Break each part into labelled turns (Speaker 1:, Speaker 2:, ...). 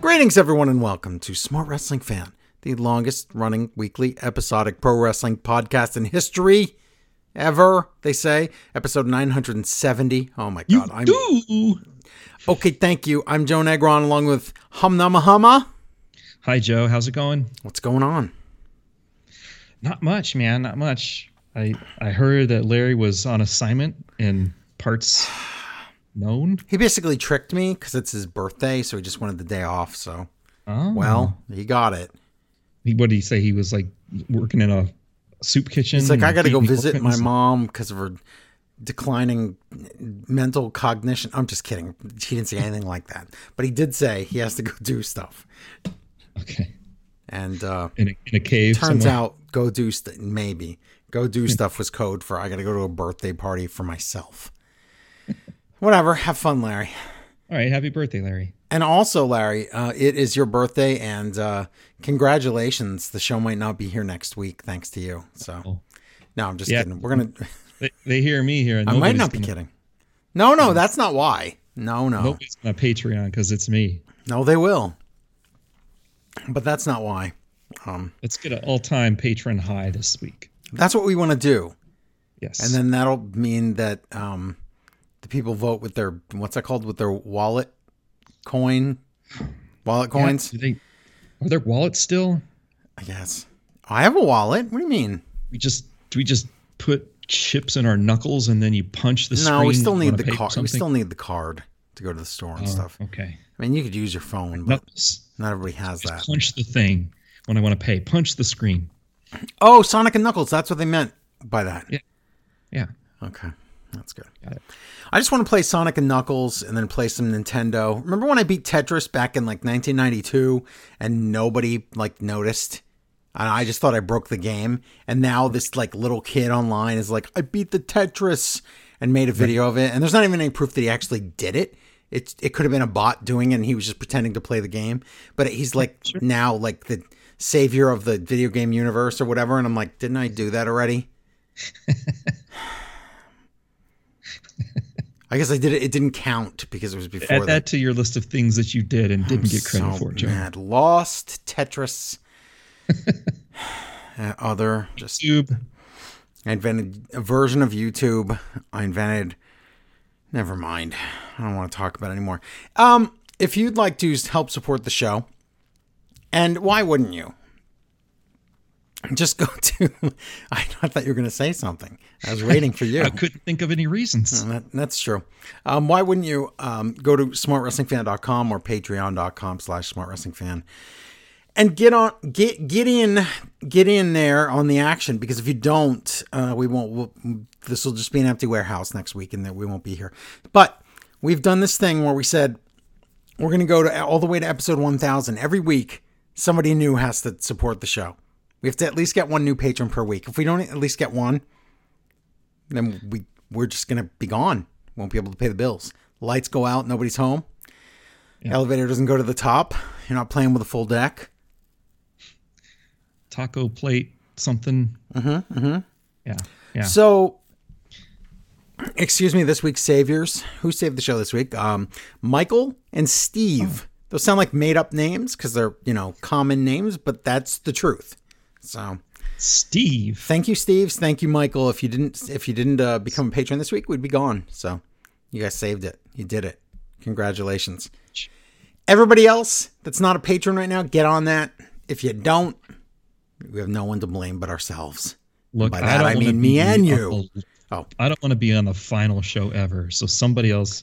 Speaker 1: Greetings, everyone, and welcome to Smart Wrestling Fan, the longest running weekly episodic pro wrestling podcast in history ever, they say. Episode 970. Oh my
Speaker 2: You
Speaker 1: God. I'm,
Speaker 2: do.
Speaker 1: okay, thank you. I'm Joan Agron along with Humnama Hama.
Speaker 2: Hi, Joe. How's it going?
Speaker 1: What's going on?
Speaker 2: Not much, man. Not much. I I heard that Larry was on assignment and parts known.
Speaker 1: He basically tricked me because it's his birthday, so he just wanted the day off. So,
Speaker 2: Oh.
Speaker 1: well, he got it.
Speaker 2: he, what did he say? He was like working in a soup kitchen.
Speaker 1: It's like, I got to go
Speaker 2: feeding
Speaker 1: visit my
Speaker 2: orphans?
Speaker 1: mom because of her declining mental cognition. I'm just kidding. She didn't say anything like that. But he did say he has to go do stuff.
Speaker 2: Okay,
Speaker 1: And uh,
Speaker 2: in a, in a cave.
Speaker 1: turns
Speaker 2: somewhere.
Speaker 1: out, go do stuff, maybe. Go do stuff was code for I got to go to a birthday party for myself. Whatever. Have fun, Larry.
Speaker 2: All right. Happy birthday, Larry.
Speaker 1: And also, Larry, uh, it is your birthday, and uh, congratulations. The show might not be here next week, thanks to you. So,
Speaker 2: Oh.
Speaker 1: no, I'm just
Speaker 2: Yeah.
Speaker 1: kidding. We're gonna.
Speaker 2: They, they hear me here. And
Speaker 1: I might
Speaker 2: nobody's
Speaker 1: not be
Speaker 2: gonna-
Speaker 1: kidding. No, no, that's not why. No, no,
Speaker 2: Nobody's on Patreon because it's me.
Speaker 1: no, they will. But that's not why. Um,
Speaker 2: Let's get an all-time patron high this week.
Speaker 1: that's what we want to do,
Speaker 2: Yes.
Speaker 1: and then that'll mean that um, the people vote with their what's that called with their wallet coin, wallet
Speaker 2: Yeah,
Speaker 1: coins.
Speaker 2: do they, are there wallets still?
Speaker 1: I guess Oh, I have a wallet. What do you mean?
Speaker 2: We just do we just put chips in our knuckles and then you punch the
Speaker 1: No,
Speaker 2: screen.
Speaker 1: we still
Speaker 2: on
Speaker 1: need
Speaker 2: a
Speaker 1: the
Speaker 2: paper
Speaker 1: card. We
Speaker 2: something?
Speaker 1: still need the card to go to the store and
Speaker 2: Oh,
Speaker 1: stuff.
Speaker 2: Okay,
Speaker 1: I mean, you could use your phone, but
Speaker 2: knuckles.
Speaker 1: not everybody has
Speaker 2: Just
Speaker 1: that.
Speaker 2: punch the thing when I want to pay. Punch the screen.
Speaker 1: Oh, Sonic and Knuckles. That's what they meant by that.
Speaker 2: Yeah.
Speaker 1: Okay, that's good.
Speaker 2: Got it.
Speaker 1: I just want to play Sonic and Knuckles and then play some Nintendo. Remember when I beat Tetris back in like 1992 and nobody like noticed? And I just thought I broke the game. And now this like little kid online is like, I beat the Tetris and made a video of it. And there's not even any proof that he actually did it. It, it could have been a bot doing it and he was just pretending to play the game. But he's like now like the savior of the video game universe or whatever. And I'm like, didn't I do that already? I guess I did it. It didn't count because it was before
Speaker 2: Add that to your list of things that you did and didn't get credit
Speaker 1: so
Speaker 2: for, Joe.
Speaker 1: mad. Lost Tetris. and other just
Speaker 2: YouTube.
Speaker 1: I invented a version of YouTube. I invented. Never mind. I don't want to talk about it anymore. Um, if you'd like to help support the show, and why wouldn't you? Just go to. I thought you were going to say something. I was waiting for you.
Speaker 2: I couldn't think of any reasons.
Speaker 1: Mm, That, that's true. Um, why wouldn't you um, go to smartwrestlingfan.com or patreon.com slash smartwrestlingfan and get on get get in get in there on the action because if you don't uh, we won't we'll, this will just be an empty warehouse next week and that we won't be here but we've done this thing where we said we're going to go to all the way to episode 1000 every week somebody new has to support the show we have to at least get one new patron per week if we don't at least get one then we we're just gonna be gone. Won't be able to pay the bills. Lights go out. Nobody's home. Elevator doesn't go to the top. You're not playing with a full deck.
Speaker 2: Taco plate something. Mm-hmm. Yeah. Yeah.
Speaker 1: So, excuse me, this week's saviors. Who saved the show this week? Um, Michael and Steve. Those sound like made up names because they're you know common names, but that's the truth. So.
Speaker 2: Steve.
Speaker 1: Thank you, Steve. Thank you, Michael. If you didn't, if you didn't uh, become a patron this week, we'd be gone. So, you guys saved it. You did it. Congratulations. Everybody else that's not a patron right now, get on that. If you don't, we have no one to blame but ourselves.
Speaker 2: Look,
Speaker 1: By
Speaker 2: I
Speaker 1: that
Speaker 2: don't
Speaker 1: I
Speaker 2: wanna
Speaker 1: mean
Speaker 2: be
Speaker 1: me and
Speaker 2: on
Speaker 1: you.
Speaker 2: the-
Speaker 1: Oh,
Speaker 2: I don't want to be on the final show ever. So somebody else,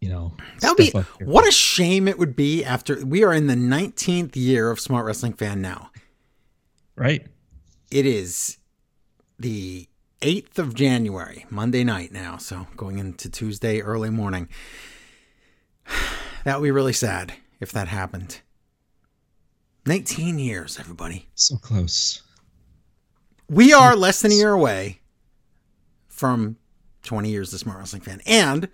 Speaker 2: you know,
Speaker 1: that would be
Speaker 2: step up here.
Speaker 1: what a shame it would be after we are in the 19th year of Smart Wrestling Fan now.
Speaker 2: right.
Speaker 1: It is the 8th of January, Monday night now. So going into Tuesday early morning. That would be really sad if that happened. 19 years, everybody.
Speaker 2: So close.
Speaker 1: We are less than a year away from 20 years of Smart Wrestling Fan. And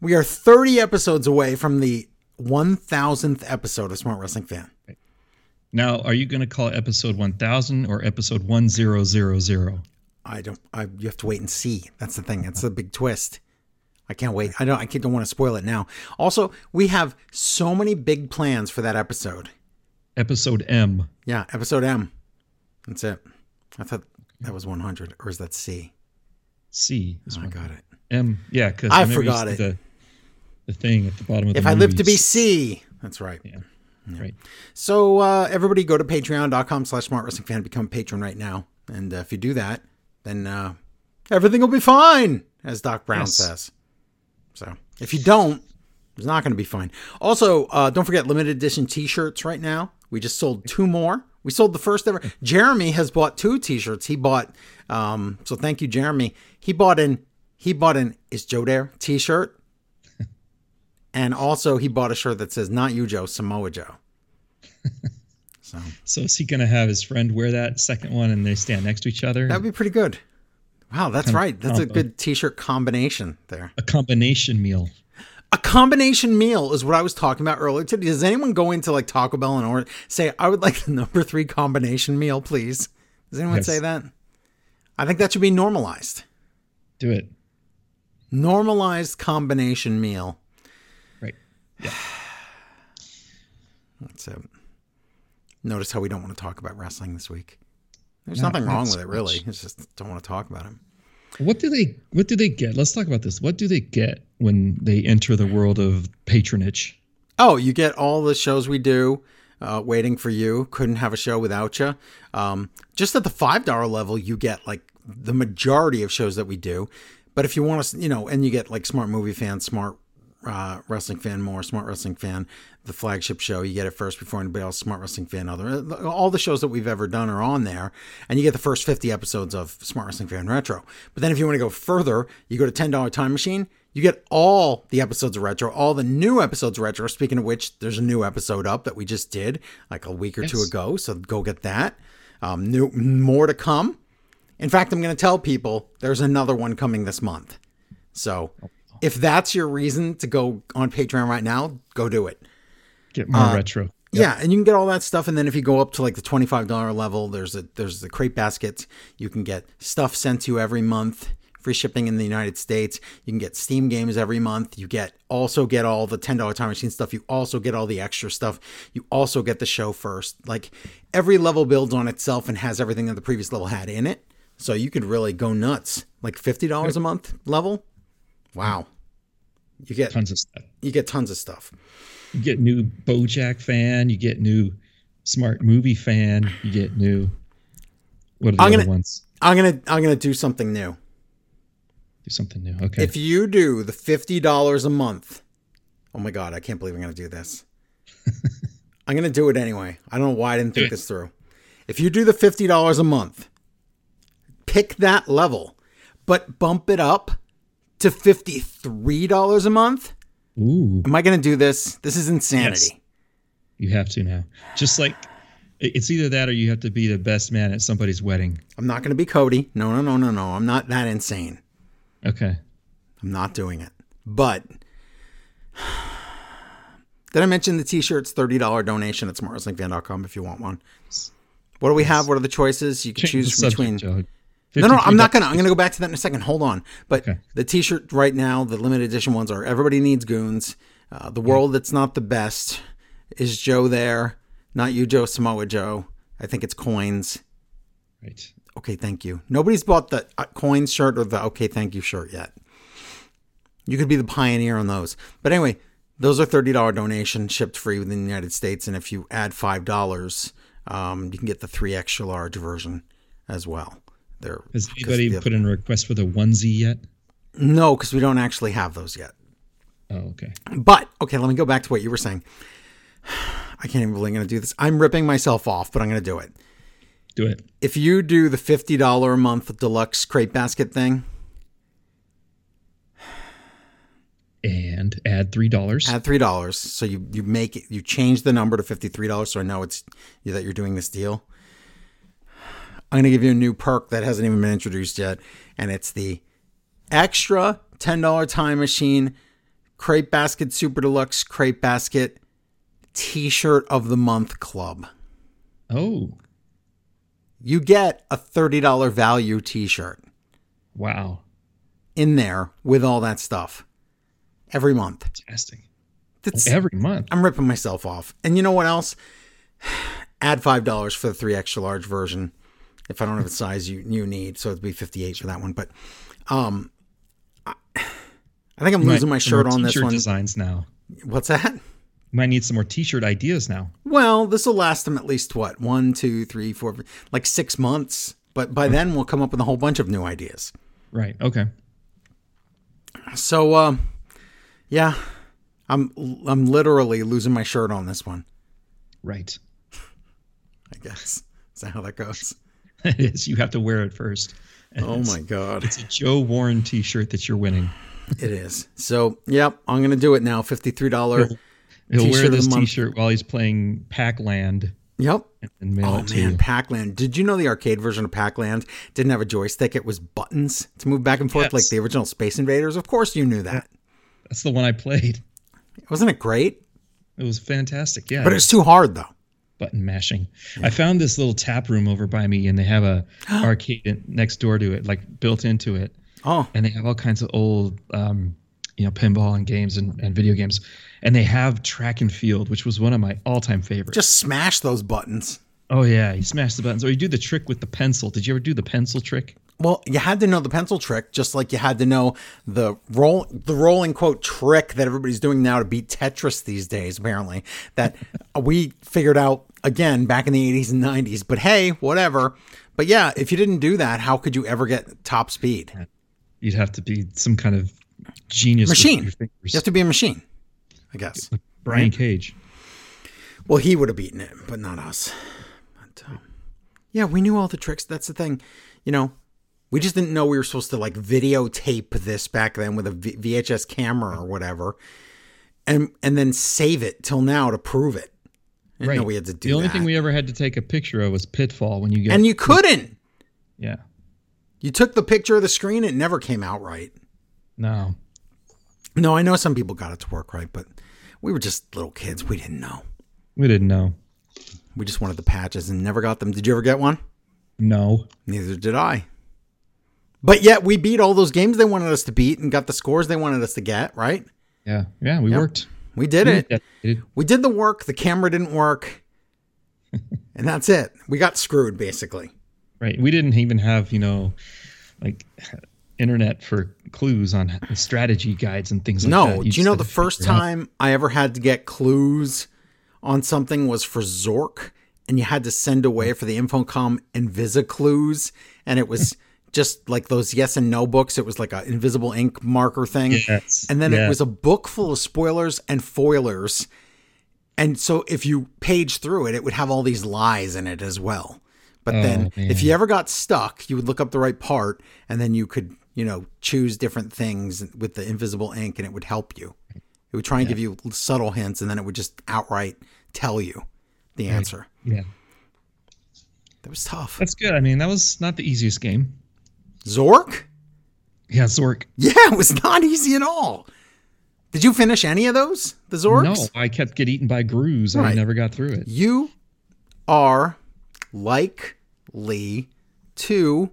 Speaker 1: we are 30 episodes away from the 1000th episode of Smart Wrestling Fan.
Speaker 2: Now, are you going to call it episode one thousand or episode one zero zero zero?
Speaker 1: I don't. I you have to wait and see. That's the thing. That's the big twist. I can't wait. I don't. I can't- don't want to spoil it now. Also, we have so many big plans for that episode.
Speaker 2: Episode M.
Speaker 1: Yeah, episode M. That's it. I thought that was 100, or is that C?
Speaker 2: C. Is
Speaker 1: I
Speaker 2: one.
Speaker 1: got it.
Speaker 2: M. Yeah, because
Speaker 1: I forgot it.
Speaker 2: The, the thing at the bottom of
Speaker 1: If
Speaker 2: the
Speaker 1: I live to be
Speaker 2: movies.
Speaker 1: C, that's right.
Speaker 2: right.
Speaker 1: So uh, everybody go to patreon.com slash smart wrestling fan, become a patron right now. And uh, if you do that, then uh, everything will be fine, as Doc Brown
Speaker 2: Yes.
Speaker 1: says. So if you don't, it's not going to be fine. Also, uh, don't forget limited edition t-shirts right now. We just sold two more. We sold the first ever. Jeremy has bought two t-shirts. He bought, um, so thank you, Jeremy. He bought an, he bought an Is Joe Dare t-shirt. and also he bought a shirt that says, not you, Joe, Samoa Joe. So
Speaker 2: So is he gonna have his friend wear that second one, and they stand next to each other?
Speaker 1: that'd be pretty good. Wow, that's right. That's a
Speaker 2: combo.
Speaker 1: good t-shirt combination there.
Speaker 2: a combination meal.
Speaker 1: A combination meal is what I was talking about earlier today. Does anyone go into like Taco Bell and order say, I would like the number three combination meal, please? Does anyone
Speaker 2: Yes.
Speaker 1: say that? I think that should be normalized.
Speaker 2: Do it.
Speaker 1: Normalized combination meal.
Speaker 2: Right.
Speaker 1: That's it. Notice how we don't want to talk about wrestling this week. There's nothing wrong
Speaker 2: not
Speaker 1: with
Speaker 2: so
Speaker 1: it, really.
Speaker 2: much.
Speaker 1: It's just don't want to talk about it.
Speaker 2: What do they What do they get? Let's talk about this. What do they get when they enter the world of patronage?
Speaker 1: Oh, you get all the shows we do. Uh, waiting for you. Couldn't have a show without you. Um, just at the five dollar level, you get like the majority of shows that we do. But if you want to, you know, and you get like smart movie fan, smart uh, wrestling fan, more smart wrestling fan, the flagship show. You get it first before anybody else. Smart wrestling fan, other all the shows that we've ever done are on there, and you get the first fifty episodes of Smart Wrestling Fan Retro. But then if you want to go further, you go to ten dollar Time Machine. You get all the episodes of retro, all the new episodes of retro. Speaking of which, there's a new episode up that we just did like a week or two
Speaker 2: Yes.
Speaker 1: ago. So go get that. Um, new more to come. In fact, I'm going to tell people there's another one coming this month. So if that's your reason to go on Patreon right now, go do it.
Speaker 2: Get
Speaker 1: Uh,
Speaker 2: more retro.
Speaker 1: Yeah, and you can get all that stuff, and then if you go up to like the twenty five dollar level, there's a there's the crate baskets. You can get stuff sent to you every month, free shipping in the United States. You can get Steam games every month. You get also get all the ten dollar time machine stuff. You also get all the extra stuff. You also get the show first. Like every level builds on itself and has everything that the previous level had in it. So you could really go nuts. Like fifty dollars a month level. Wow, you get
Speaker 2: Tons of stuff.
Speaker 1: you get tons of stuff.
Speaker 2: You get new BoJack fan. You get new smart movie fan. You get new. What are the
Speaker 1: I'm
Speaker 2: other
Speaker 1: gonna-
Speaker 2: ones?
Speaker 1: I'm gonna I'm gonna do something new.
Speaker 2: Do something new. Okay.
Speaker 1: If you do the fifty dollars a month, oh my god, I can't believe I'm gonna do this. I'm gonna do it anyway. I don't know why I didn't think
Speaker 2: it.
Speaker 1: this through. If you do the fifty dollars a month, pick that level, but bump it up to fifty three dollars a month.
Speaker 2: Ooh.
Speaker 1: Am I gonna do this? This is insanity.
Speaker 2: You have to now. Just like it- it's either that or you have to be the best man at somebody's wedding.
Speaker 1: I'm not gonna be Cody. No, no, no, no, no. I'm not that insane.
Speaker 2: Okay.
Speaker 1: I'm not doing it. But did I mention the t-shirts? $30 donation at smartwrestlingfan.com if you want one. What do we have? What are the choices? You can
Speaker 2: Change the
Speaker 1: choose
Speaker 2: subject,
Speaker 1: between.
Speaker 2: Joe.
Speaker 1: No, no, I'm not
Speaker 2: $53
Speaker 1: gonna. I'm gonna go back to that in a second. Hold on. But the T-shirt right now, the limited edition ones are "Everybody Needs Goons," uh, "The World That's Not the Best," "Is Joe There?" Not you, Joe Samoa Joe. I think it's coins.
Speaker 2: Right.
Speaker 1: Okay, thank you. Nobody's bought the uh, coins shirt or the okay, thank you shirt yet. You could be the pioneer on those. But anyway, those are $30 donation shipped free within the United States. And if you add $5, um, you can get the three extra large version as well. They're,
Speaker 2: Has
Speaker 1: because
Speaker 2: anybody
Speaker 1: the-
Speaker 2: put in a request for the onesie yet?
Speaker 1: no, because we don't actually have those yet.
Speaker 2: Oh, okay.
Speaker 1: But okay, let me go back to what you were saying. I can't even believe I'm going to do this. I'm ripping myself off, but I'm going to do it.
Speaker 2: Do it.
Speaker 1: If you do the $50 a month deluxe crate basket thing,
Speaker 2: And add three dollars.
Speaker 1: Add three dollars, so you you make it, you change the number to fifty three dollars. So I know it's you, that you're doing this deal. I'm gonna give you a new perk that hasn't even been introduced yet, and it's the extra ten dollar time machine crepe basket super deluxe crepe basket T-shirt of the month club.
Speaker 2: Oh,
Speaker 1: You get a thirty dollar value T-shirt
Speaker 2: wow.
Speaker 1: in there with all that stuff. every month.
Speaker 2: Fantastic.
Speaker 1: That's,
Speaker 2: Every month.
Speaker 1: I'm ripping myself off. And you know what else? Add five dollars for the three extra large version. If I don't have the size you you need, so it'd be fifty eight for that one. But um, I, I think I'm
Speaker 2: Might-
Speaker 1: losing my
Speaker 2: some more
Speaker 1: shirt on this
Speaker 2: t-shirt
Speaker 1: one.
Speaker 2: Designs now.
Speaker 1: What's that?
Speaker 2: Might need some more T-shirt ideas now.
Speaker 1: Well, this will last them at least what one, two, three, four, like six months. But by then, we'll come up with a whole bunch of new ideas.
Speaker 2: Right. Okay.
Speaker 1: So, um, yeah, I'm I'm literally losing my shirt on this one.
Speaker 2: Right.
Speaker 1: I guess is that how that goes?
Speaker 2: It is. You have to wear it first. And
Speaker 1: Oh
Speaker 2: it's-
Speaker 1: my god,
Speaker 2: It's a Joe Warren T-shirt that you're winning.
Speaker 1: it is. So, yep, I'm gonna do it now. Fifty three dollar.
Speaker 2: He'll
Speaker 1: T-shirt
Speaker 2: wear
Speaker 1: of the
Speaker 2: this
Speaker 1: month.
Speaker 2: T-shirt while he's playing Pac-Land
Speaker 1: Yep.
Speaker 2: and mail
Speaker 1: Oh
Speaker 2: it to
Speaker 1: man,
Speaker 2: you.
Speaker 1: Pac-Land. Did you know the arcade version of Pac-Land didn't have a joystick? It was buttons to move back and forth like
Speaker 2: Yes.
Speaker 1: the original Space Invaders. Of course, you knew that.
Speaker 2: That's the one I played.
Speaker 1: Wasn't it great?
Speaker 2: It was fantastic. Yeah.
Speaker 1: But it's too hard though.
Speaker 2: button mashing. I found this little tap room over by me, and they have a arcade in- next door to it, like built into it,
Speaker 1: Oh,
Speaker 2: and they have all kinds of old, um, you know, pinball and games and, and video games, and they have track and field, which was one of my all-time favorites.
Speaker 1: just smash those buttons.
Speaker 2: oh yeah, you smash the buttons, or you do the trick with the pencil. Did you ever do the pencil trick?
Speaker 1: Well, you had to know the pencil trick, just like you had to know the roll, the rolling quote trick that everybody's doing now to beat Tetris these days. Apparently, that we figured out again back in the '80s and '90s. But hey, whatever. But yeah, if you didn't do that, how could you ever get top speed?
Speaker 2: You'd have to be some kind of genius with
Speaker 1: Machine.
Speaker 2: your fingers.
Speaker 1: You have to be a machine, I guess.
Speaker 2: Brian Cage.
Speaker 1: Well, he would have beaten it, but not us. But, um, yeah, we knew all the tricks. That's the thing. You know, we just didn't know we were supposed to like videotape this back then with a V- VHS camera or whatever, and and then save it till now to prove it. I didn't know
Speaker 2: Right.
Speaker 1: we had to do
Speaker 2: The only
Speaker 1: that.
Speaker 2: thing we ever had to take a picture of was Pitfall when you get
Speaker 1: and you couldn't.
Speaker 2: yeah
Speaker 1: You took the picture of the screen. It never came out right.
Speaker 2: no
Speaker 1: No, I know some people got it to work right, but we were just little kids. We didn't know.
Speaker 2: we didn't know
Speaker 1: We just wanted the patches and never got them. Did you ever get one?
Speaker 2: no
Speaker 1: Neither did I. But yet we beat all those games they wanted us to beat and got the scores they wanted us to get, right?
Speaker 2: Yeah, yeah, we worked.
Speaker 1: We did
Speaker 2: We were
Speaker 1: it.
Speaker 2: dedicated.
Speaker 1: We did the work, the camera didn't work. and that's it. We got screwed basically.
Speaker 2: Right. We didn't even have, you know, like internet for clues on strategy guides and things like that.
Speaker 1: No, do you
Speaker 2: just
Speaker 1: know
Speaker 2: had
Speaker 1: the
Speaker 2: to
Speaker 1: first
Speaker 2: figure it out.
Speaker 1: time I ever had to get clues on something was for Zork and you had to send away for the Infocom Invisa clues and it was just like those yes and no books. It was like an invisible ink marker thing.
Speaker 2: Yes.
Speaker 1: And then it
Speaker 2: yeah.
Speaker 1: was a book full of spoilers and foilers. And so if you page through it, it would have all these lies in it as well. But
Speaker 2: Oh,
Speaker 1: then if
Speaker 2: man.
Speaker 1: you ever got stuck, you would look up the right part and then you could, you know, choose different things with the invisible ink and it would help you. It would try and give you subtle hints and then it would just outright tell you the answer.
Speaker 2: Yeah.
Speaker 1: That was tough.
Speaker 2: That's good. I mean, that was not the easiest game.
Speaker 1: Zork?
Speaker 2: Yeah, Zork.
Speaker 1: Yeah, it was not easy at all. Did you finish any of those? The Zorks?
Speaker 2: No, I kept get eaten by grooves.
Speaker 1: Right.
Speaker 2: I never got through it.
Speaker 1: You are likely to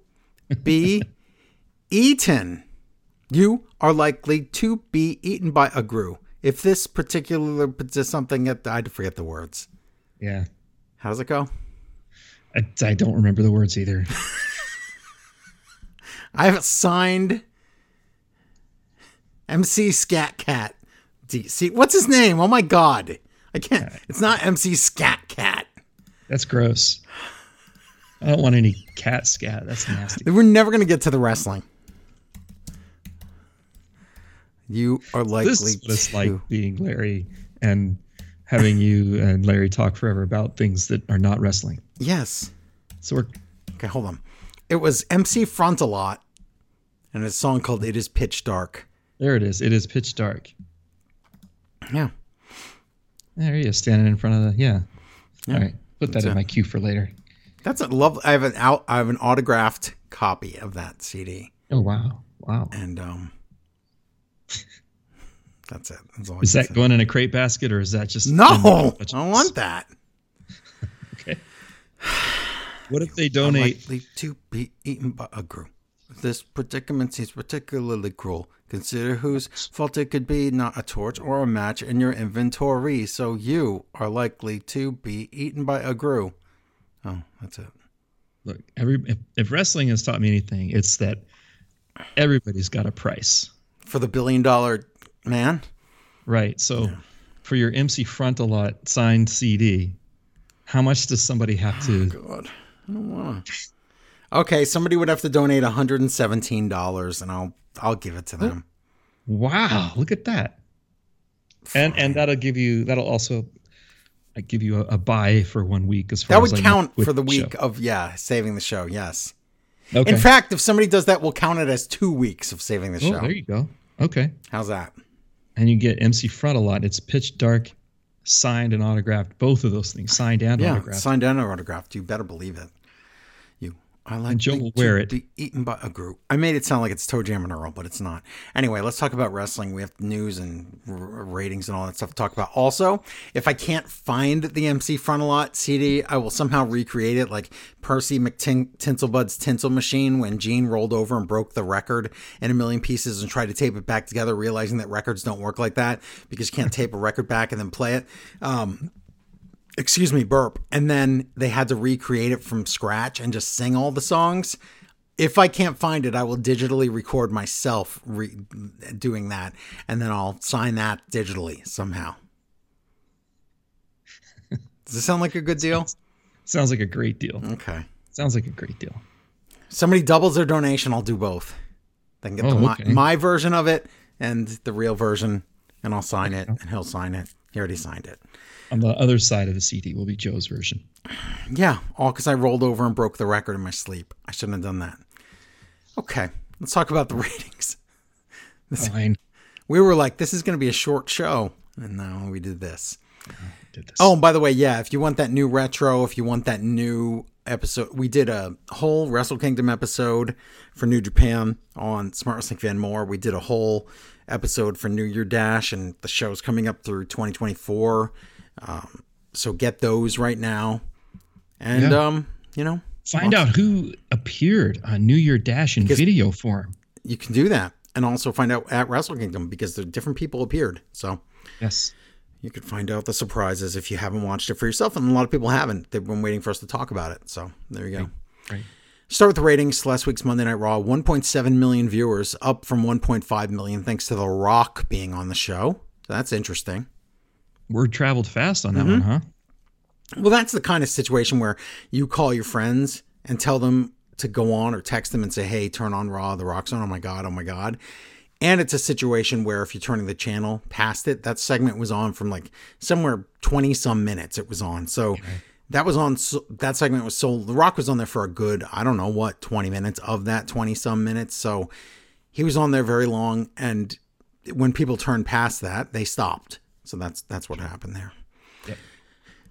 Speaker 1: be eaten. You are likely to be eaten by a gru. If this particular something, I forget the words.
Speaker 2: Yeah.
Speaker 1: How does it go?
Speaker 2: I, I don't remember the words either.
Speaker 1: I have signed MC Scat Cat. DC. What's his name? Oh my God. I can't. It's not MC Scat Cat.
Speaker 2: That's gross. I don't want any cat scat. That's nasty.
Speaker 1: We're never going to get to the wrestling. You are likely
Speaker 2: This is what it's
Speaker 1: to.
Speaker 2: like being Larry and having you and Larry talk forever about things that are not wrestling.
Speaker 1: Yes.
Speaker 2: Zork.
Speaker 1: Okay, hold on. It was MC Frontalot and a song called It Is Pitch Dark.
Speaker 2: There it is. It is pitch dark.
Speaker 1: Yeah.
Speaker 2: There he is, standing in front of the yeah. All right, put that
Speaker 1: it.
Speaker 2: in my queue for later.
Speaker 1: That's a love. I have an out. I have an autographed copy of that CD,
Speaker 2: Oh wow, wow.
Speaker 1: and um, that's it. That's all. I
Speaker 2: Is
Speaker 1: can
Speaker 2: that
Speaker 1: say.
Speaker 2: going in a crate basket or is that just
Speaker 1: no? I don't want that.
Speaker 2: Okay. What if they donate?
Speaker 1: Likely to be eaten by a group. This predicament seems particularly cruel. Consider whose fault it could be, not a torch or a match in your inventory, so you are likely to be eaten by a grue. Oh, that's it.
Speaker 2: Look, every if, if wrestling has taught me anything, it's that everybody's got a price,
Speaker 1: For the billion dollar man?
Speaker 2: right? So, for your MC Front a Lot signed CD, how much does somebody have to?
Speaker 1: God, I don't wanna. Okay, somebody would have to donate $117 and I'll I'll give it to them.
Speaker 2: Wow, look at that. And and that'll give you that'll also uh, give you a, a buy for one week as far
Speaker 1: That
Speaker 2: as
Speaker 1: would
Speaker 2: I know
Speaker 1: count
Speaker 2: with
Speaker 1: for the
Speaker 2: show.
Speaker 1: week of yeah, saving the show. Yes.
Speaker 2: Okay.
Speaker 1: In fact, if somebody does that, we'll count it as 2 weeks of saving the
Speaker 2: oh,
Speaker 1: show.
Speaker 2: there you go. Okay.
Speaker 1: How's that?
Speaker 2: And you get MC Front a lot. It's pitch dark, signed and autographed. Both of those things, signed and
Speaker 1: Yeah,
Speaker 2: autographed.
Speaker 1: signed and autographed. You better believe it. You, I like
Speaker 2: Joe
Speaker 1: to-
Speaker 2: will
Speaker 1: to
Speaker 2: wear it.
Speaker 1: Be eaten by a group. I made it sound like it's toe jam and Earl, but it's not. Anyway, let's talk about wrestling. We have news and r- ratings and all that stuff to talk about. Also, if I can't find the MC Frontalot CD, I will somehow recreate it, like Percy McTinselbud's Tinsel Machine when Gene rolled over and broke the record in a million pieces and tried to tape it back together, realizing that records don't work like that because you can't tape a record back and then play it. Um, excuse me, burp. And then they had to recreate it from scratch and just sing all the songs. If I can't find it, I will digitally record myself re- doing that, and then I'll sign that digitally somehow. Does it sound like a good deal?
Speaker 2: Sounds like a great deal.
Speaker 1: Okay.
Speaker 2: Sounds like a great deal.
Speaker 1: Somebody doubles their donation, I'll do both. They can get
Speaker 2: Oh,
Speaker 1: the, my,
Speaker 2: okay.
Speaker 1: my version of it and the real version, and I'll sign it, and he'll sign it. He already signed it.
Speaker 2: On the other side of the CD will be Joe's version.
Speaker 1: Yeah, all because I rolled over and broke the record in my sleep. I shouldn't have done that. Okay, let's talk about the ratings.
Speaker 2: Fine.
Speaker 1: We were like, this is going to be a short show. And now we did this.
Speaker 2: Did this.
Speaker 1: Oh, and by the way, yeah, if you want that new retro, if you want that new episode, we did a whole Wrestle Kingdom episode for New Japan on Smart Wrestling Fan More. We did a whole episode for New Year Dash, and the show's coming up through 2024. Um, so get those right now. And,
Speaker 2: Yeah.
Speaker 1: um, you know,
Speaker 2: Find out who appeared on New Year Dash in video form.
Speaker 1: you can do that and also find out at Wrestle Kingdom because the different people appeared. So
Speaker 2: Yes.
Speaker 1: you could find out the surprises if you haven't watched it for yourself. And a lot of people haven't. They've been waiting for us to talk about it. So there you go.
Speaker 2: Right.
Speaker 1: Start with the ratings. Last week's Monday Night Raw, 1.7 million viewers, up from 1.5 million, thanks to The Rock being on the show. So that's interesting.
Speaker 2: Word traveled fast on that one, huh?
Speaker 1: Well, that's the kind of situation where you call your friends and tell them to go on or text them and say, hey, turn on Raw, The Rock's on. Oh my God, oh my God. And it's a situation where if you're turning the channel past it, that segment was on from like somewhere 20 some minutes it was on. So that was on, so, that segment was so, The Rock was on there for a good, I don't know what, 20 minutes of that 20 some minutes. So he was on there very long. And when people turned past that, they stopped. So that's, that's what happened there.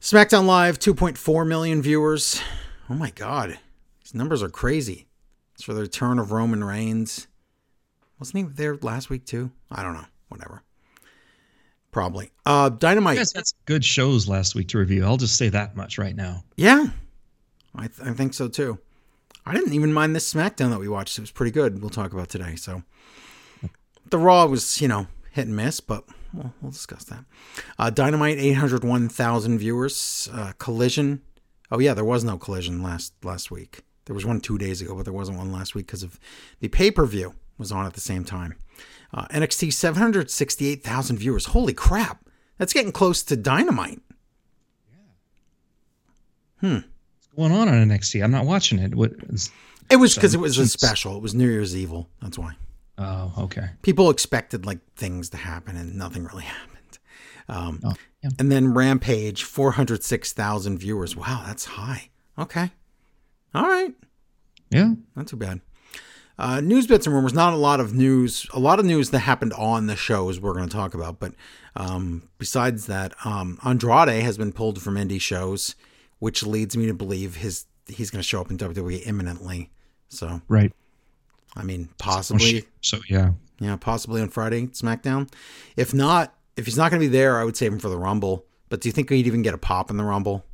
Speaker 1: SmackDown Live, 2.4 million viewers. Oh my God. These numbers are crazy. It's for the return of Roman Reigns. Wasn't he there last week too? I don't know. Whatever. Probably. Uh, Dynamite.
Speaker 2: You guys had some good shows last week to review. I'll just say that much right now.
Speaker 1: Yeah. I, th- I think so too. I didn't even mind this SmackDown that we watched. It was pretty good. We'll talk about today. So the Raw was, you know, hit and miss, but we'll, we'll discuss that. Uh, Dynamite, 801,000 viewers. Uh, collision. Oh, yeah, there was no collision last, last week. There was one two days ago, but there wasn't one last week because of the pay per view was on at the same time. Uh, NXT, 768,000 viewers. Holy crap. That's getting close to Dynamite.
Speaker 2: What's going on on NXT? I'm not watching it. What is
Speaker 1: It was because it was a
Speaker 2: Jeez.
Speaker 1: special. It was New Year's Evil. That's why
Speaker 2: Oh, okay.
Speaker 1: people expected like things to happen, and nothing really happened. Um,
Speaker 2: Oh, yeah.
Speaker 1: And then Rampage, four hundred six thousand viewers. Wow, that's high. Okay, all right,
Speaker 2: Yeah.
Speaker 1: not too bad. Uh, news bits and rumors. Not a lot of news. A lot of news that happened on the shows we're going to talk about. But um, besides that, um, Andrade has been pulled from indie shows, which leads me to believe his he's going to show up in WWE imminently. So
Speaker 2: Right.
Speaker 1: I mean,
Speaker 2: Oh,
Speaker 1: possibly.
Speaker 2: shit. So yeah.
Speaker 1: Yeah, possibly on Friday SmackDown. If not, if he's not going to be there, I would save him for the Rumble. But do you think he'd even get a pop in the Rumble?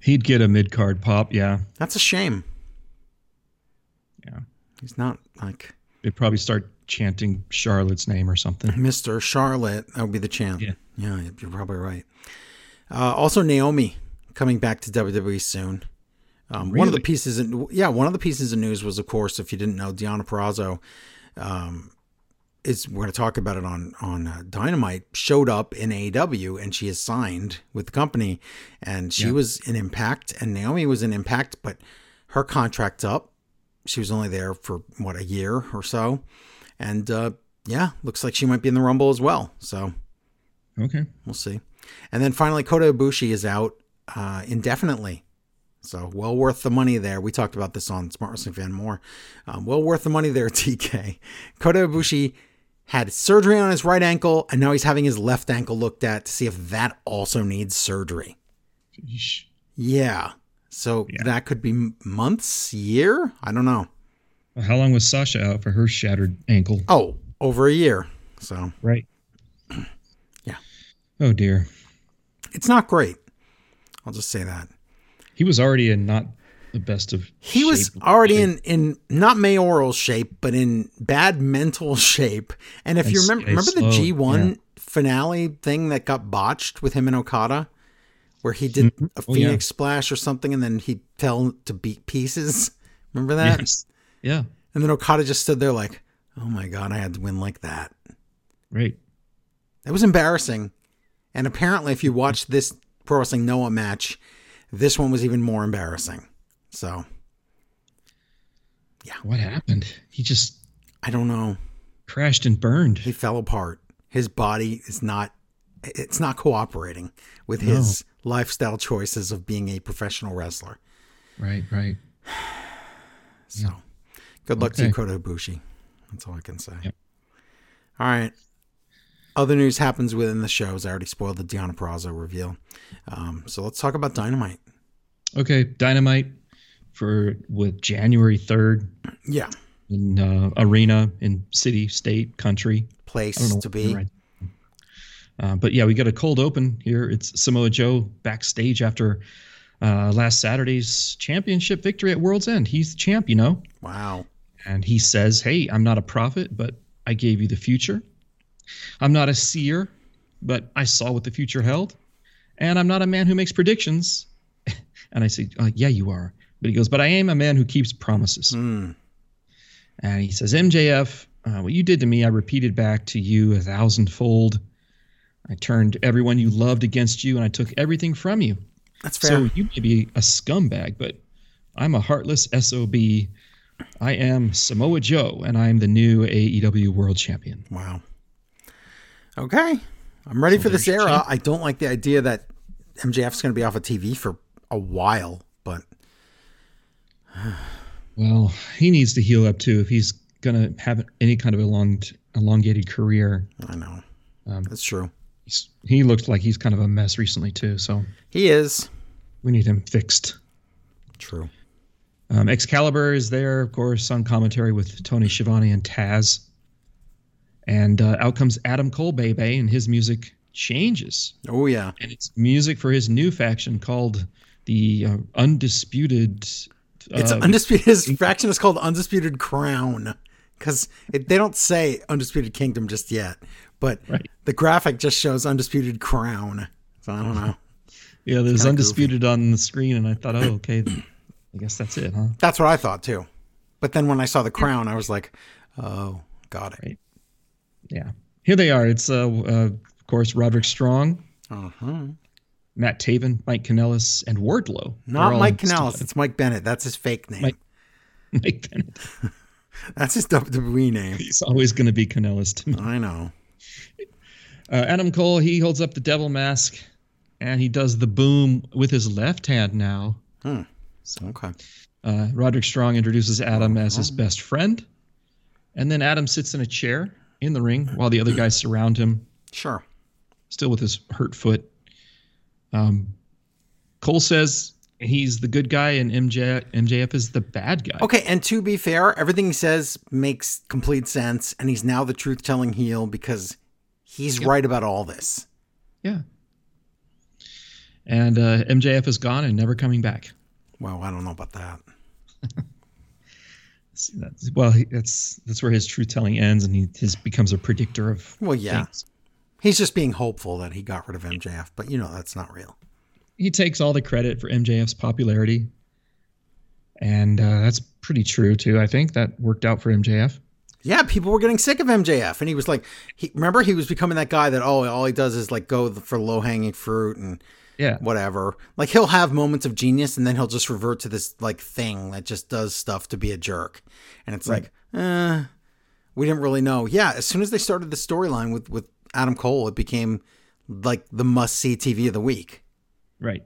Speaker 2: He'd get a mid card pop, yeah.
Speaker 1: That's a shame.
Speaker 2: Yeah.
Speaker 1: He's not like
Speaker 2: They'd probably start chanting Charlotte's name or something.
Speaker 1: Mr. Charlotte. That would be the chant.
Speaker 2: Yeah.
Speaker 1: Yeah, you're probably right. Uh, also, Naomi coming back to WWE soon. Um, One of the
Speaker 2: Really?
Speaker 1: pieces, in, yeah, one of the pieces of news was, of course, if you didn't know, Deanna Perrazzo um, is. We're going to talk about it on on uh, Dynamite. Showed up in AEW and she is signed with the company, and she
Speaker 2: Yeah.
Speaker 1: was in Impact, and Naomi was in Impact, but her contract's up. She was only there for what a year or so, and uh, yeah, looks like she might be in the Rumble as well. So
Speaker 2: Okay.
Speaker 1: We'll see. And then finally, Kota Ibushi is out uh, indefinitely. So well worth the money there. We talked about this on Smart Wrestling Fan more. Um, well worth the money there, TK. Kota Ibushi had surgery on his right ankle, and now he's having his left ankle looked at to see if that also needs surgery.
Speaker 2: Yeesh.
Speaker 1: Yeah. So
Speaker 2: Yeah.
Speaker 1: that could be m- months, year. I don't know.
Speaker 2: Well, how long was Sasha out for her shattered ankle?
Speaker 1: Oh, over a year. So
Speaker 2: Right.
Speaker 1: Yeah.
Speaker 2: Oh dear.
Speaker 1: it's not great. I'll just say that.
Speaker 2: He was already in not the best of.
Speaker 1: He was
Speaker 2: shape.
Speaker 1: already in, in not mayoral shape, but in bad mental shape. And if you
Speaker 2: It's-
Speaker 1: remember, remember
Speaker 2: it's
Speaker 1: the
Speaker 2: slow,
Speaker 1: G one finale thing that got botched with him and Okada, where he did a
Speaker 2: Oh, yeah.
Speaker 1: Phoenix splash or something, and then he fell to beat pieces. Remember that?
Speaker 2: Yes. Yeah.
Speaker 1: And then Okada just stood there like, "Oh my god, I had to win like that."
Speaker 2: Right.
Speaker 1: That was embarrassing. And apparently,
Speaker 2: Mm-hmm.
Speaker 1: if you watch this Pro Wrestling Noah match, this one was even more embarrassing. So
Speaker 2: What happened? He just
Speaker 1: I don't know.
Speaker 2: crashed and burned.
Speaker 1: he fell apart. His body is not it's not cooperating with his lifestyle choices of being a professional wrestler.
Speaker 2: Right. Right.
Speaker 1: So good luck to you,
Speaker 2: Okay.
Speaker 1: Kota Ibushi. That's all I can say.
Speaker 2: Yep.
Speaker 1: All right. Other news happens within the shows. I already spoiled the Deanna Prazo reveal. Um, so let's talk about Dynamite.
Speaker 2: Okay. Dynamite for with January third
Speaker 1: Yeah.
Speaker 2: in uh, arena in city, state, country. I
Speaker 1: Place
Speaker 2: don't know
Speaker 1: to
Speaker 2: what
Speaker 1: be.
Speaker 2: the right- Uh, but yeah, we got a cold open here. It's Samoa Joe backstage after uh, last Saturday's championship victory at World's End. He's the champ, you know.
Speaker 1: Wow.
Speaker 2: And he says, Hey, I'm not a prophet, but I gave you the future. I'm not a seer, but I saw what the future held. And I'm not a man who makes predictions. and I say, uh, Yeah, you are. But he goes, But I am a man who keeps promises.
Speaker 1: Mm.
Speaker 2: And he says, MJF, uh, what you did to me, I repeated back to you a thousandfold. I turned everyone you loved against you, and I took everything from you.
Speaker 1: That's fair.
Speaker 2: So you may be a scumbag, but I'm a heartless SOB. I am Samoa Joe, and I'm the new AEW World Champion.
Speaker 1: Wow. Okay. I'm ready for this
Speaker 2: there's
Speaker 1: era.
Speaker 2: Champ.
Speaker 1: I don't like the idea that MJF's going to be off of TV for a while, but
Speaker 2: Well, he needs to heal up too if he's going to have any kind of elonged, elongated career.
Speaker 1: I know.
Speaker 2: Um,
Speaker 1: That's true.
Speaker 2: He's, he looks like he's kind of a mess recently too, so
Speaker 1: He is.
Speaker 2: we need him fixed.
Speaker 1: True.
Speaker 2: Um, Excalibur is there, of course, on commentary with Tony Schiavone and Taz. And uh, out comes Adam Cole, baby, and his music changes.
Speaker 1: Oh, yeah.
Speaker 2: And it's music for his new faction called the uh, Undisputed. Uh,
Speaker 1: It's undisputed. His faction is called Undisputed Crown because they don't say Undisputed Kingdom just yet, but
Speaker 2: Right.
Speaker 1: the graphic just shows Undisputed Crown. So I don't know.
Speaker 2: yeah, there's
Speaker 1: kinda
Speaker 2: Undisputed on the screen, and I thought, oh, okay, then I guess that's it, huh?
Speaker 1: That's what I thought too. But then when I saw the crown, I was like, oh, got it.
Speaker 2: Yeah. Here they are. It's, uh, uh, of course, Roderick Strong,
Speaker 1: Uh-huh.
Speaker 2: Matt Taven, Mike Kanellis, and Wardlow. They're
Speaker 1: Not
Speaker 2: all
Speaker 1: Mike
Speaker 2: in-
Speaker 1: Canales. It's Mike Bennett. That's his fake name.
Speaker 2: Mike- Mike Bennett.
Speaker 1: That's his WWE name.
Speaker 2: He's always going to be Kanellis to me.
Speaker 1: I know.
Speaker 2: Uh, Adam Cole, he holds up the devil mask and he does the boom with his left hand now.
Speaker 1: Okay.
Speaker 2: Uh, Roderick Strong introduces Adam as
Speaker 1: Uh-huh.
Speaker 2: his best friend. And then Adam sits in a chair in the ring while the other guys surround him,
Speaker 1: Sure.
Speaker 2: still with his hurt foot. Um, Cole says he's the good guy and MJ, MJF is the bad guy.
Speaker 1: Okay, and to be fair, everything he says makes complete sense, and he's now the truth telling heel because he's right about all this.
Speaker 2: Yeah. And uh, MJF is gone and never coming back.
Speaker 1: Well, I don't know about that.
Speaker 2: See, that's, well, he- that's that's where his truth telling ends, and he his becomes a predictor of
Speaker 1: Well, yeah.
Speaker 2: things.
Speaker 1: He's just being hopeful that he got rid of MJF, but you know that's not real.
Speaker 2: He takes all the credit for MJF's popularity, and uh, that's pretty true too. I think that worked out for MJF.
Speaker 1: Yeah, people were getting sick of MJF, and he was like, he remember he was becoming that guy that oh, all he does is like go for low hanging fruit and
Speaker 2: Yeah,
Speaker 1: whatever. Like he'll have moments of genius, and then he'll just revert to this like thing that just does stuff to be a jerk, and it's like, uh, we didn't really know. Yeah, as soon as they started the storyline with with Adam Cole, it became like the must see TV of the week.
Speaker 2: right.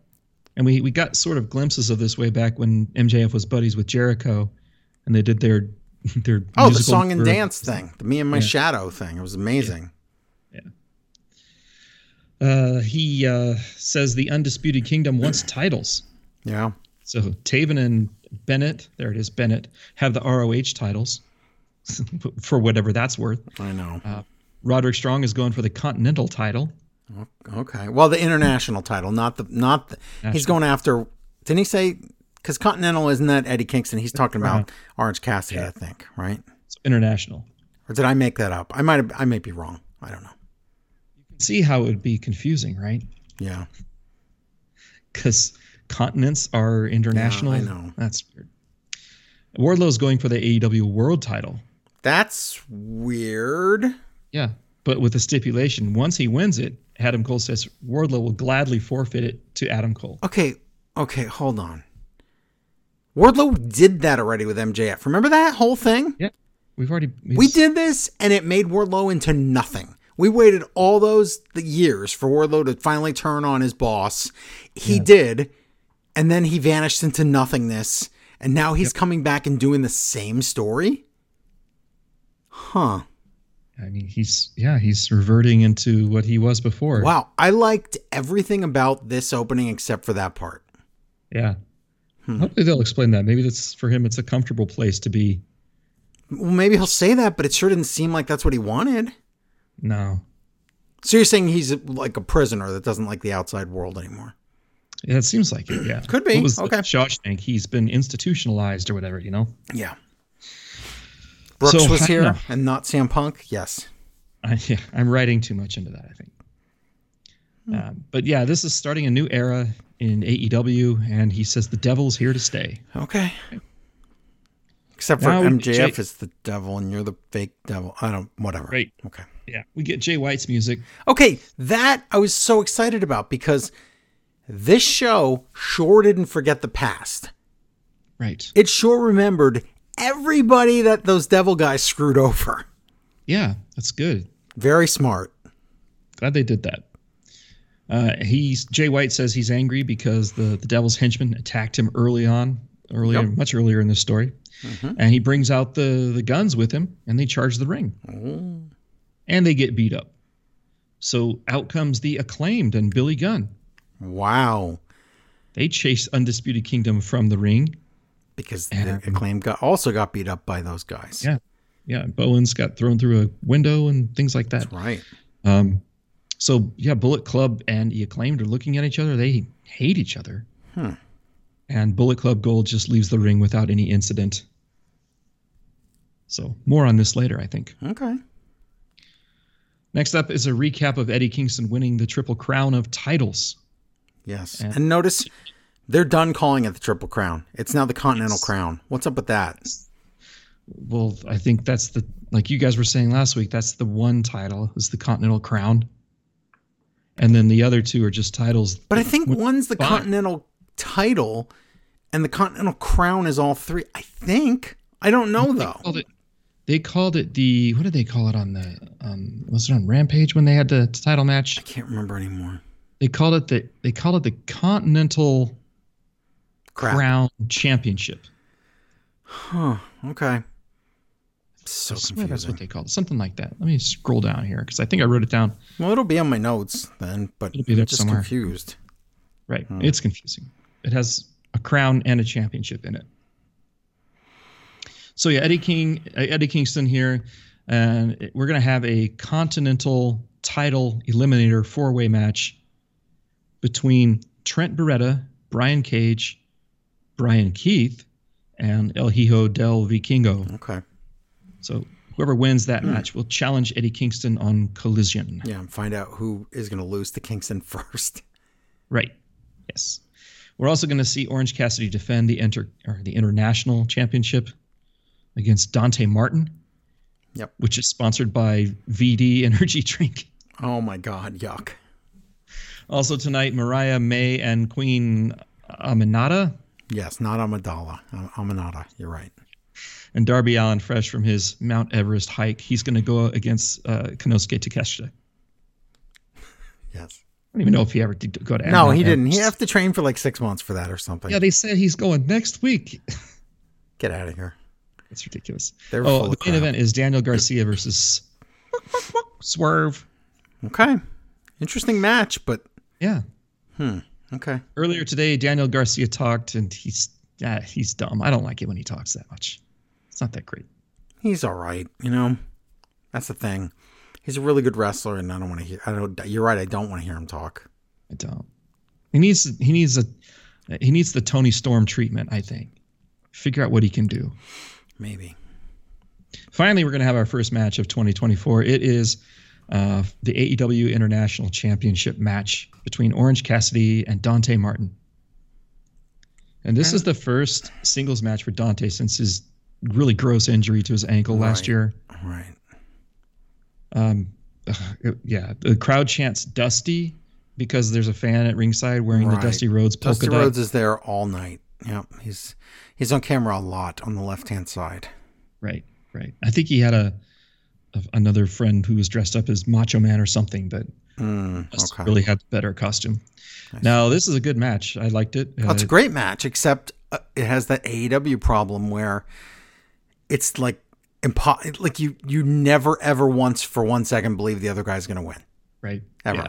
Speaker 2: And we we got sort of glimpses of this way back when MJF was buddies with Jericho, and they did their their
Speaker 1: Oh, the
Speaker 2: musical
Speaker 1: song and
Speaker 2: number.
Speaker 1: dance thing, the me and my shadow thing. It was amazing.
Speaker 2: Uh, he uh, says the undisputed kingdom wants titles.
Speaker 1: Yeah.
Speaker 2: So Taven and Bennett, there it is, Bennett, have the ROH titles for whatever that's worth.
Speaker 1: I know.
Speaker 2: Roderick Strong is going for the Continental title.
Speaker 1: Okay. Well, the international title, not the not the, he's going after. Didn't he say? Because Continental isn't that Eddie Kingston? He's talking about Orange Cassidy, I think, right?
Speaker 2: It's international.
Speaker 1: Or did I make that up? I might have, I may be wrong. I don't know.
Speaker 2: See how it would be confusing, right?
Speaker 1: Yeah.
Speaker 2: Because continents are international.
Speaker 1: I know.
Speaker 2: That's weird. Wardlow's going for the AEW World title.
Speaker 1: That's weird.
Speaker 2: Yeah. But with a stipulation, once he wins it, Adam Cole says Wardlow will gladly forfeit it to Adam Cole.
Speaker 1: Okay. Okay. Hold on. Wardlow did that already with MJF. Remember that whole thing?
Speaker 2: Yeah. We've already.
Speaker 1: We did this and it made Wardlow into nothing. We waited all those th- years for Wardlow to finally turn on his boss. He did, and then he vanished into nothingness, and now he's coming back and doing the same story? Huh.
Speaker 2: I mean, he's yeah, he's reverting into what he was before.
Speaker 1: Wow. I liked everything about this opening except for that part.
Speaker 2: Yeah.
Speaker 1: Hmm.
Speaker 2: Hopefully they'll explain that. Maybe that's for him. It's a comfortable place to be.
Speaker 1: Well, maybe he'll say that, but it sure didn't seem like that's what he wanted.
Speaker 2: No,
Speaker 1: So you're saying he's like a prisoner that doesn't like the outside world anymore?
Speaker 2: yeah, it seems like it. Yeah,
Speaker 1: Could be.
Speaker 2: What was the
Speaker 1: Okay.
Speaker 2: Shawshank. He's been institutionalized or whatever. You know.
Speaker 1: Yeah. Brooks
Speaker 2: So,
Speaker 1: was
Speaker 2: I-
Speaker 1: here
Speaker 2: no.
Speaker 1: and not Sam Punk. Yes.
Speaker 2: I, Uh, yeah, I'm writing too much into that. I think. Um, but yeah, this is starting a new era in AEW, and he says the devil's here to stay.
Speaker 1: Okay. Except for
Speaker 2: Now we-
Speaker 1: MJF
Speaker 2: Jay-
Speaker 1: is the devil and you're the fake devil. I don't. Whatever.
Speaker 2: Right.
Speaker 1: Okay.
Speaker 2: Yeah, we get Jay White's music.
Speaker 1: Okay, that I was so excited about because this show sure didn't forget the past.
Speaker 2: Right.
Speaker 1: It sure remembered everybody that those devil guys screwed over.
Speaker 2: Yeah, that's good.
Speaker 1: Very smart.
Speaker 2: Glad they did that. Uh, he's Jay White says he's angry because the the Devil's henchmen attacked him early on, earlier, much earlier in this story, and he brings out the the guns with him, and they charge the ring, and they get beat up. So out comes the acclaimed and Billy Gunn.
Speaker 1: Wow.
Speaker 2: They chase Undisputed Kingdom from the ring.
Speaker 1: Because the acclaim got also got beat up by those guys.
Speaker 2: Yeah, yeah. Bowens got thrown through a window and things like that.
Speaker 1: Right.
Speaker 2: Um, so yeah, Bullet Club and the Acclaimed are looking at each other. They hate each other. And Bullet Club Gold just leaves the ring without any incident. So more on this later, I think.
Speaker 1: Okay.
Speaker 2: Next up is a recap of Eddie Kingston winning the Triple Crown of titles.
Speaker 1: Yes. And notice they're done calling it the Triple Crown. It's now the Continental Crown. What's up with that?
Speaker 2: Well, I think that's the like you guys were saying last week. That's the one title is the Continental Crown, and then the other two are just titles.
Speaker 1: But I think one's the
Speaker 2: fine.
Speaker 1: Continental title and the Continental Crown is all three. I think. I don't know though.
Speaker 2: called it they called it the what did they call it on the um was it on Rampage when they had the title match?
Speaker 1: Can't remember anymore.
Speaker 2: They called it the they called it the Continental
Speaker 1: Crap.
Speaker 2: Crown Championship.
Speaker 1: Okay. So
Speaker 2: I swear that's
Speaker 1: confusing.
Speaker 2: what they called it. Something like that. Let me scroll down here because I think I wrote it down.
Speaker 1: Well, it'll be on my notes then, but
Speaker 2: It'll be there
Speaker 1: I'm just
Speaker 2: somewhere.
Speaker 1: confused.
Speaker 2: Right. It's confusing. It has a crown and a championship in it. So yeah, Eddie King, uh, Eddie Kingston here, and it- we're gonna have a continental title eliminator four-way match between Trent Beretta, Brian Cage, Brian Keith, and El Hijo del Vikingo.
Speaker 1: Okay.
Speaker 2: So whoever wins that match will challenge Eddie Kingston on Collision.
Speaker 1: Yeah, and find out who is going to lose to Kingston first.
Speaker 2: Right. Yes. We're also going to see Orange Cassidy defend the inter or the international championship against Dante Martin.
Speaker 1: Yep.
Speaker 2: Which is sponsored by VD Energy Drink.
Speaker 1: Oh my God, yuck.
Speaker 2: Also tonight, Mariah May and Queen Aminata
Speaker 1: Yes, not Amidala. Am- Aminata. You're right.
Speaker 2: and Darby Allen, fresh from his Mount Everest hike, he's going to go against uh, Konosuke Takeshita. I
Speaker 1: Yes.
Speaker 2: don't even know if he ever did go to.
Speaker 1: No,
Speaker 2: Mount
Speaker 1: he didn't. He
Speaker 2: Everest.
Speaker 1: have to train for like six months for that or something.
Speaker 2: Yeah, they said he's going next week.
Speaker 1: Get out of here.
Speaker 2: That's ridiculous.
Speaker 1: They're
Speaker 2: oh,
Speaker 1: full
Speaker 2: the
Speaker 1: of
Speaker 2: main
Speaker 1: crap.
Speaker 2: event is Daniel Garcia versus Swerve.
Speaker 1: Okay. Interesting match, but
Speaker 2: Yeah.
Speaker 1: okay.
Speaker 2: Earlier today, Daniel Garcia talked, and he's ah, he's dumb. I don't like it when he talks that much. It's not that great.
Speaker 1: He's all right. You know, that's the thing. He's a really good wrestler, and I don't want to hear. I don't. You're right. I don't want to hear him talk.
Speaker 2: I don't. He needs he needs a he needs the Tony Storm treatment. I think. Figure out what he can do.
Speaker 1: Maybe.
Speaker 2: Finally, we're going to have our first match of 2024. It is uh, the AEW International Championship match between Orange Cassidy and Dante Martin. And this is the first singles match for Dante since his really gross injury to his ankle last
Speaker 1: Right.
Speaker 2: year.
Speaker 1: All right.
Speaker 2: Um, ugh, yeah, the crowd chants Dusty because there's a fan at ringside wearing
Speaker 1: Right.
Speaker 2: the Dusty Rhodes polka
Speaker 1: Dusty
Speaker 2: dot.
Speaker 1: Rhodes is there all night. Yeah, he's he's on camera a lot on the left hand side.
Speaker 2: Right, right. I think he had a, a another friend who was dressed up as Macho Man or something, but
Speaker 1: Mm,
Speaker 2: must
Speaker 1: okay.
Speaker 2: really had the better costume.
Speaker 1: Nice.
Speaker 2: Now this is a good match. I liked it.
Speaker 1: That's
Speaker 2: Uh,
Speaker 1: a great match, except uh, it has that AEW problem where it's like impo- like you you never ever once for one second believe the other guy's going to win.
Speaker 2: right.
Speaker 1: Ever.
Speaker 2: Yeah.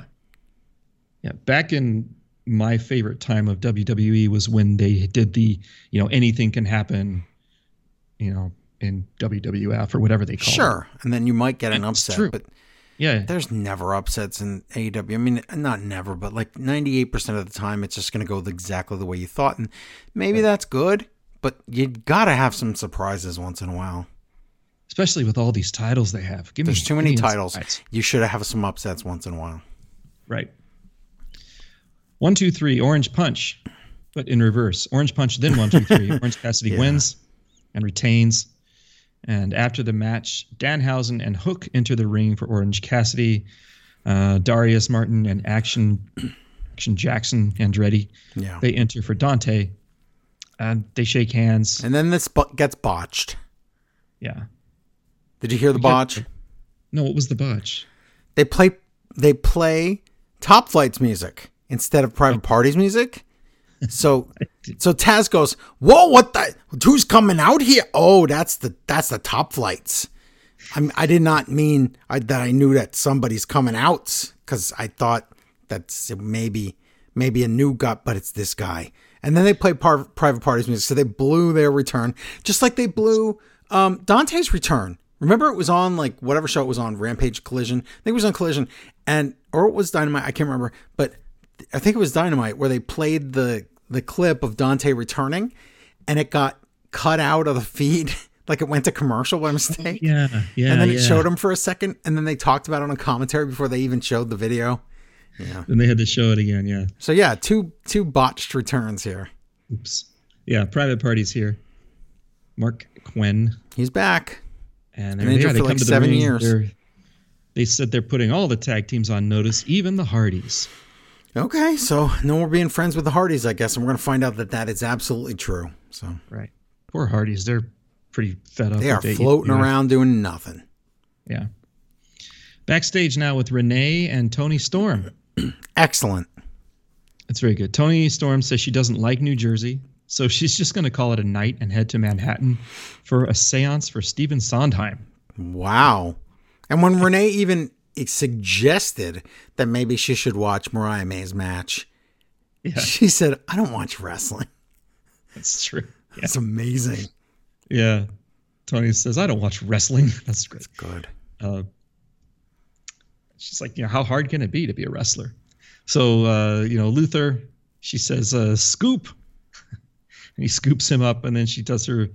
Speaker 2: Yeah, Back in my favorite time of WWE was when they did the you know anything can happen, you know in WWF or whatever they call it.
Speaker 1: Sure, and then you might get an
Speaker 2: It's
Speaker 1: upset,
Speaker 2: true.
Speaker 1: but
Speaker 2: Yeah.
Speaker 1: there's never upsets in AEW. I mean, not never, but like 98% of the time, it's just going to go the- exactly the way you thought, and maybe that's good. But you gotta have some surprises once in a while.
Speaker 2: Especially with all these titles they have. Give
Speaker 1: There's
Speaker 2: me,
Speaker 1: too
Speaker 2: give
Speaker 1: many
Speaker 2: me
Speaker 1: titles.
Speaker 2: insights.
Speaker 1: You should have some upsets once in a while.
Speaker 2: Right. One, two, three, orange punch, but in reverse. Orange punch, then one, two, three. Orange Cassidy
Speaker 1: Yeah.
Speaker 2: wins and retains. And after the match, Danhausen and Hook enter the ring for Orange Cassidy. Uh, Darius Martin and Action, Action Jackson Andretti
Speaker 1: Yeah.
Speaker 2: they enter for Dante. And they shake hands.
Speaker 1: And then this bo- gets botched.
Speaker 2: yeah.
Speaker 1: Did you hear the
Speaker 2: Yeah.
Speaker 1: botch?
Speaker 2: No, what was the botch?
Speaker 1: They play they play Top Flight's music instead of Private Party's music. So so Taz goes, "Whoa, what the? Who's coming out here? Oh, that's the that's the Top Flights." I'm, I did not mean I, that I knew that somebody's coming out because I thought that's maybe maybe a new gut, but it's this guy. And then they play par- private parties music, so they blew their return, just like they blew um, Dante's return. Remember, it was on like whatever show it was on, Rampage Collision. I think it was on Collision, and or it was Dynamite. I can't remember, but I think it was Dynamite where they played the the clip of Dante returning, and it got cut out of the feed, like it went to commercial by mistake
Speaker 2: Yeah. Yeah.
Speaker 1: and then
Speaker 2: yeah.
Speaker 1: it showed him for a second, and then they talked about it on commentary before they even showed the video.
Speaker 2: Then they had to show it again. Yeah.
Speaker 1: So yeah, two two botched returns here.
Speaker 2: Oops. Yeah, private parties here. Mark Quinn.
Speaker 1: He's back.
Speaker 2: And
Speaker 1: Manager
Speaker 2: there they are. They
Speaker 1: for
Speaker 2: come
Speaker 1: like
Speaker 2: to the
Speaker 1: seven
Speaker 2: ring.
Speaker 1: years.
Speaker 2: They're- they said they're putting all the tag teams on notice, even the Hardys.
Speaker 1: Okay, so no more being friends with the Hardys, I guess, and we're gonna find out that that is absolutely true. So
Speaker 2: Right. Poor Hardys. They're pretty fed up.
Speaker 1: they
Speaker 2: with
Speaker 1: are
Speaker 2: the-
Speaker 1: floating
Speaker 2: yeah.
Speaker 1: around doing nothing.
Speaker 2: Yeah. Backstage now with Renee and Tony Storm.
Speaker 1: Excellent.
Speaker 2: That's very good. Tony Storm says she doesn't like New Jersey, so she's just going to call it a night and head to Manhattan for a seance for Stephen Sondheim.
Speaker 1: Wow. And when Renee even suggested that maybe she should watch Mariah May's match,
Speaker 2: Yeah,
Speaker 1: she said, "I don't watch wrestling."
Speaker 2: that's true. Yeah.
Speaker 1: That's amazing.
Speaker 2: yeah. Tony says, I don't watch wrestling. That's great.
Speaker 1: Good.
Speaker 2: uh, she's like, you know, how hard can it be to be a wrestler? So, uh, you know, Luther, she says, uh, scoop. he scoops him up, and then she does her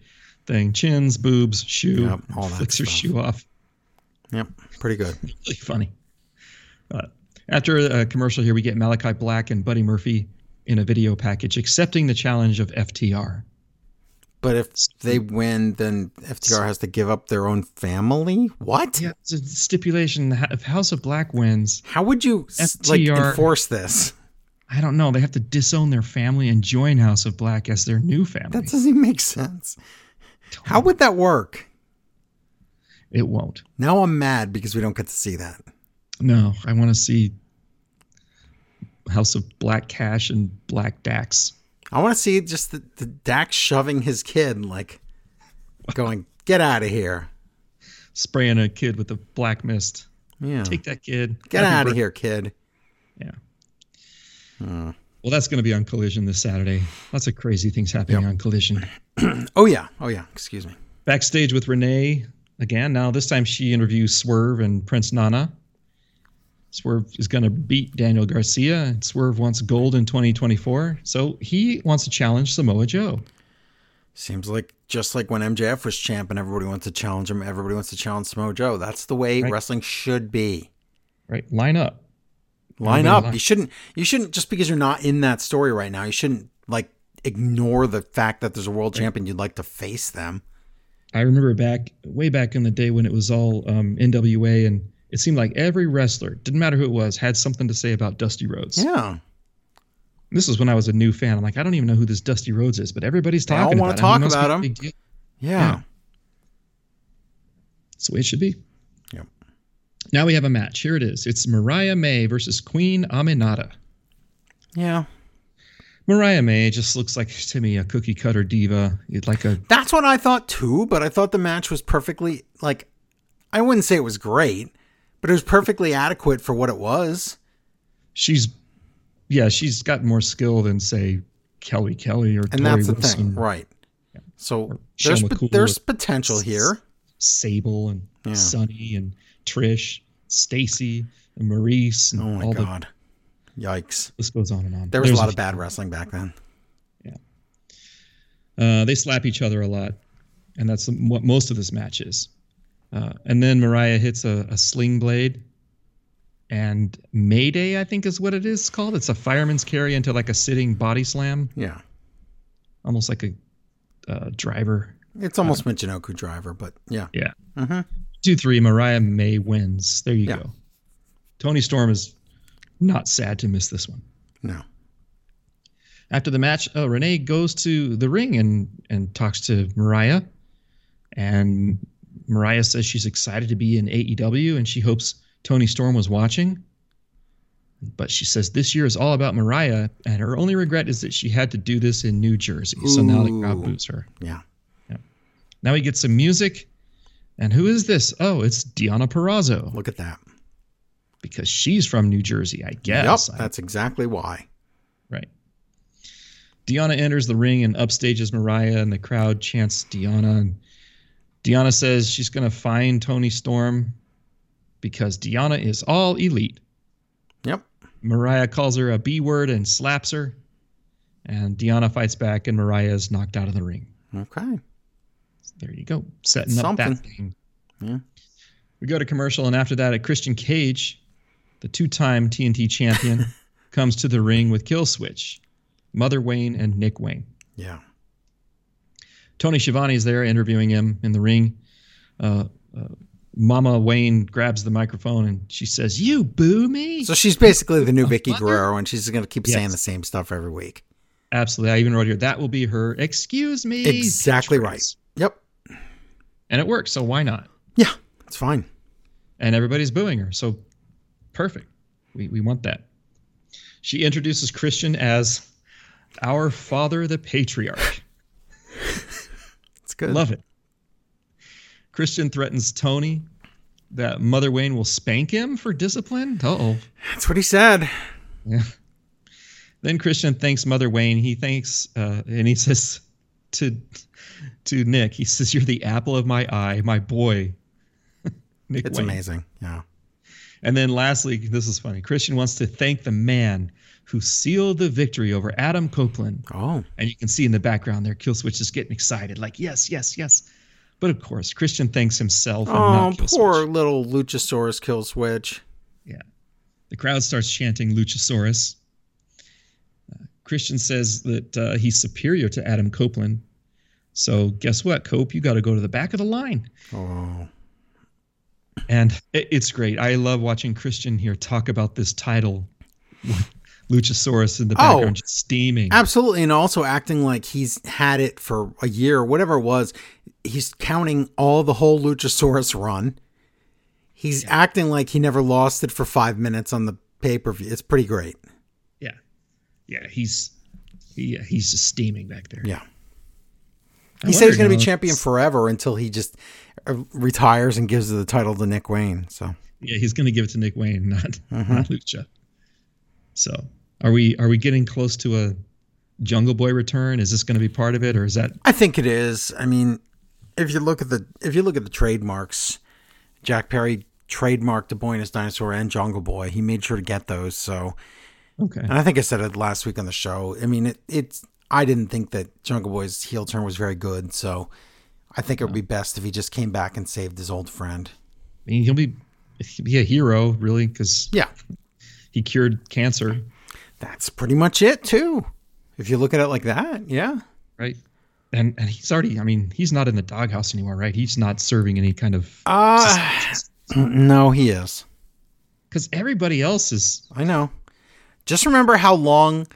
Speaker 2: thing: chins, boobs, shoe,
Speaker 1: Yep, all that
Speaker 2: flicks her
Speaker 1: stuff.
Speaker 2: shoe off.
Speaker 1: Yep, pretty good.
Speaker 2: Really funny. Uh, after a commercial here, we get Malachi Black and Buddy Murphy in a video package accepting the challenge of FTR.
Speaker 1: But if they win, then FTR has to give up their own family. What?
Speaker 2: Yeah, it's a stipulation that if House of Black wins,
Speaker 1: How would you s like
Speaker 2: FTR
Speaker 1: enforce this?
Speaker 2: I don't know. They have to disown their family and join House of Black as their new family.
Speaker 1: That doesn't make sense. How would that work?
Speaker 2: it won't.
Speaker 1: Now I'm mad because we don't get to see that.
Speaker 2: No, I want to see House of Black Cash and Black Dax.
Speaker 1: I want to see just the, the Dax shoving his kid, like going, "Get out of here!"
Speaker 2: spraying a kid with a black mist.
Speaker 1: Yeah,
Speaker 2: Take that kid.
Speaker 1: get
Speaker 2: Happy
Speaker 1: out of
Speaker 2: birth-
Speaker 1: here, kid.
Speaker 2: Yeah. Well, that's going to be on Collision this Saturday. Lots of crazy things happening on Collision.
Speaker 1: Oh yeah, oh yeah. Excuse me.
Speaker 2: Backstage with Renee again. Now, this time she interviews Swerve and Prince Nana. Swerve is going to beat Daniel Garcia. and Swerve wants gold in 2024. So he wants to challenge Samoa Joe.
Speaker 1: Seems like just like when MJF was champ and everybody wants to challenge him, everybody wants to challenge Samoa Joe. That's the way
Speaker 2: Right.
Speaker 1: wrestling should be.
Speaker 2: Right? Line up.
Speaker 1: Line
Speaker 2: Everybody
Speaker 1: up.
Speaker 2: line-
Speaker 1: You shouldn't. You shouldn't just because you're not in that story right now. You shouldn't like ignore the fact that there's a world champion. You'd like to face them.
Speaker 2: I remember back way back in the day when it was all um, NWA, and it seemed like every wrestler, didn't matter who it was, had something to say about Dusty Rhodes.
Speaker 1: Yeah,
Speaker 2: This is when I was a new fan. I'm like, I don't even know who this Dusty Rhodes is, but everybody's
Speaker 1: all
Speaker 2: talking
Speaker 1: wanna
Speaker 2: about him. He
Speaker 1: talk
Speaker 2: must be
Speaker 1: about
Speaker 2: a
Speaker 1: him.
Speaker 2: big deal.
Speaker 1: yeah.
Speaker 2: That's the way it should be.
Speaker 1: Yep.
Speaker 2: Now we have a match. Here it is. It's Mariah May versus Queen Aminata.
Speaker 1: yeah.
Speaker 2: Mariah May just looks like to me a cookie cutter diva. It's Like a
Speaker 1: That's what I thought too, but I thought the match was perfectly like I wouldn't say it was great, but it was perfectly adequate for what it was.
Speaker 2: she's yeah, she's got more skill than say Kelly Kelly or
Speaker 1: And
Speaker 2: Tori
Speaker 1: that's the
Speaker 2: Wilson,
Speaker 1: thing, right? So
Speaker 2: Shell
Speaker 1: there's
Speaker 2: McCool
Speaker 1: there's
Speaker 2: or-
Speaker 1: potential here.
Speaker 2: Sable and Sunny and Trish, Stacy and Maurice and
Speaker 1: Oh my
Speaker 2: all the
Speaker 1: god. Yikes.
Speaker 2: this goes on and on.
Speaker 1: There was
Speaker 2: There's
Speaker 1: a lot of bad wrestling back then.
Speaker 2: Uh, they slap each other a lot, and that's what most of this match is. Uh, and then Mariah hits a, a sling blade, and Mayday, I think, is what it is called. It's a fireman's carry into like a sitting body slam,
Speaker 1: Yeah.
Speaker 2: almost like a uh, driver.
Speaker 1: It's almost Michinoku driver, but yeah.
Speaker 2: Yeah.
Speaker 1: Mhm.
Speaker 2: Two, three. Mariah May wins. There you
Speaker 1: Yeah.
Speaker 2: go. Tony Storm is not sad to miss this one.
Speaker 1: No.
Speaker 2: After the match, uh, Renee goes to the ring and and talks to Mariah, and Mariah says she's excited to be in AEW and she hopes Tony Storm was watching. But she says this year is all about Mariah, and her only regret is that she had to do this in New Jersey. So now the crowd
Speaker 1: Ooh.
Speaker 2: boos her.
Speaker 1: Yeah.
Speaker 2: Now we get some music, and who is this? Oh, it's Deanna Perrazzo
Speaker 1: Look at that.
Speaker 2: because she's from New Jersey, I guess.
Speaker 1: yep,
Speaker 2: I
Speaker 1: that's exactly why.
Speaker 2: Right. Deanna enters the ring and upstages Mariah, and the crowd chants Deanna. And Deanna says she's going to find Tony Storm because Deanna is all elite.
Speaker 1: Yep.
Speaker 2: Mariah calls her a B word and slaps her. And Deanna fights back, and Mariah is knocked out of the ring.
Speaker 1: Okay.
Speaker 2: There you go. Setting up that
Speaker 1: Something.
Speaker 2: thing.
Speaker 1: Yeah.
Speaker 2: We go to commercial, and after that, a Christian Cage, the two time TNT champion, comes to the ring with Kill Switch, Mother Wayne, and Nick Wayne.
Speaker 1: Yeah.
Speaker 2: Tony Schiavone is there interviewing him in the ring. Uh, uh, Mama Wayne grabs the microphone and she says, You boo me?
Speaker 1: So she's basically the new Vicky Guerrero and she's going to keep saying
Speaker 2: Yes.
Speaker 1: the same stuff every week.
Speaker 2: Absolutely. I even wrote here, That will be her, excuse me.
Speaker 1: Exactly
Speaker 2: catchphrase."
Speaker 1: right. Yep.
Speaker 2: And it works. So why not?
Speaker 1: Yeah, it's fine.
Speaker 2: and everybody's booing her. So perfect. We, we want that. She introduces Christian as our father, the patriarch.
Speaker 1: It's good.
Speaker 2: Love it. Christian threatens Tony that Mother Wayne will spank him for discipline. Uh oh.
Speaker 1: That's what he said.
Speaker 2: Yeah. Then Christian thanks Mother Wayne. He thanks, uh, and he says to to Nick, he says, "You're the apple of my eye, my boy." Nick
Speaker 1: It's
Speaker 2: Wayne.
Speaker 1: amazing. Yeah.
Speaker 2: And then lastly, this is funny. Christian wants to thank the man who sealed the victory over Adam Copeland.
Speaker 1: Oh,
Speaker 2: And you can see in the background there, Killswitch is getting excited, like, yes, yes, yes. But of course, Christian thanks himself and
Speaker 1: oh,
Speaker 2: not Killswitch.
Speaker 1: poor little Luchasaurus kill switch.
Speaker 2: Yeah. The crowd starts chanting Luchasaurus. Uh, Christian says that uh, he's superior to Adam Copeland. So guess what, Cope? You got to go to the back of the line.
Speaker 1: Oh,
Speaker 2: And it, it's great. I love watching Christian here talk about this title, Luchasaurus in the
Speaker 1: Oh.
Speaker 2: background, just steaming.
Speaker 1: absolutely, and also acting like he's had it for a year, whatever it was. He's counting all the whole Luchasaurus run. He's acting like he never lost it for five minutes on the pay per view. It's pretty great.
Speaker 2: yeah, yeah, he's he, he's just steaming back there.
Speaker 1: Yeah.
Speaker 2: I
Speaker 1: He said he's going
Speaker 2: wonder,
Speaker 1: to
Speaker 2: you
Speaker 1: be
Speaker 2: know,
Speaker 1: champion
Speaker 2: it's-
Speaker 1: forever until he just uh, retires and gives the title to Nick Wayne. So
Speaker 2: Yeah, he's going to give it to Nick Wayne, not not Lucha. So, are we are we getting close to a Jungle Boy return? Is this going to be part of it, or is that
Speaker 1: I think it is. I mean, if you look at the if you look at the trademarks, Jack Perry trademarked the Boy and His Dinosaur and Jungle Boy. He made sure to get those. So,
Speaker 2: okay?
Speaker 1: and I think I said it last week on the show. I mean, it, it's I didn't think that Jungle Boy's heel turn was very good. So, I think it would be best if he just came back and saved his old friend.
Speaker 2: I mean, he'll be he'll be a hero, really, because
Speaker 1: Yeah,
Speaker 2: he cured cancer,
Speaker 1: that's pretty much it too. If you look at it like that, yeah.
Speaker 2: right? And and he's already. I mean, he's not in the doghouse anymore, right? He's not serving any kind of
Speaker 1: Uh, no, he is.
Speaker 2: because everybody else is
Speaker 1: I know. Just remember how long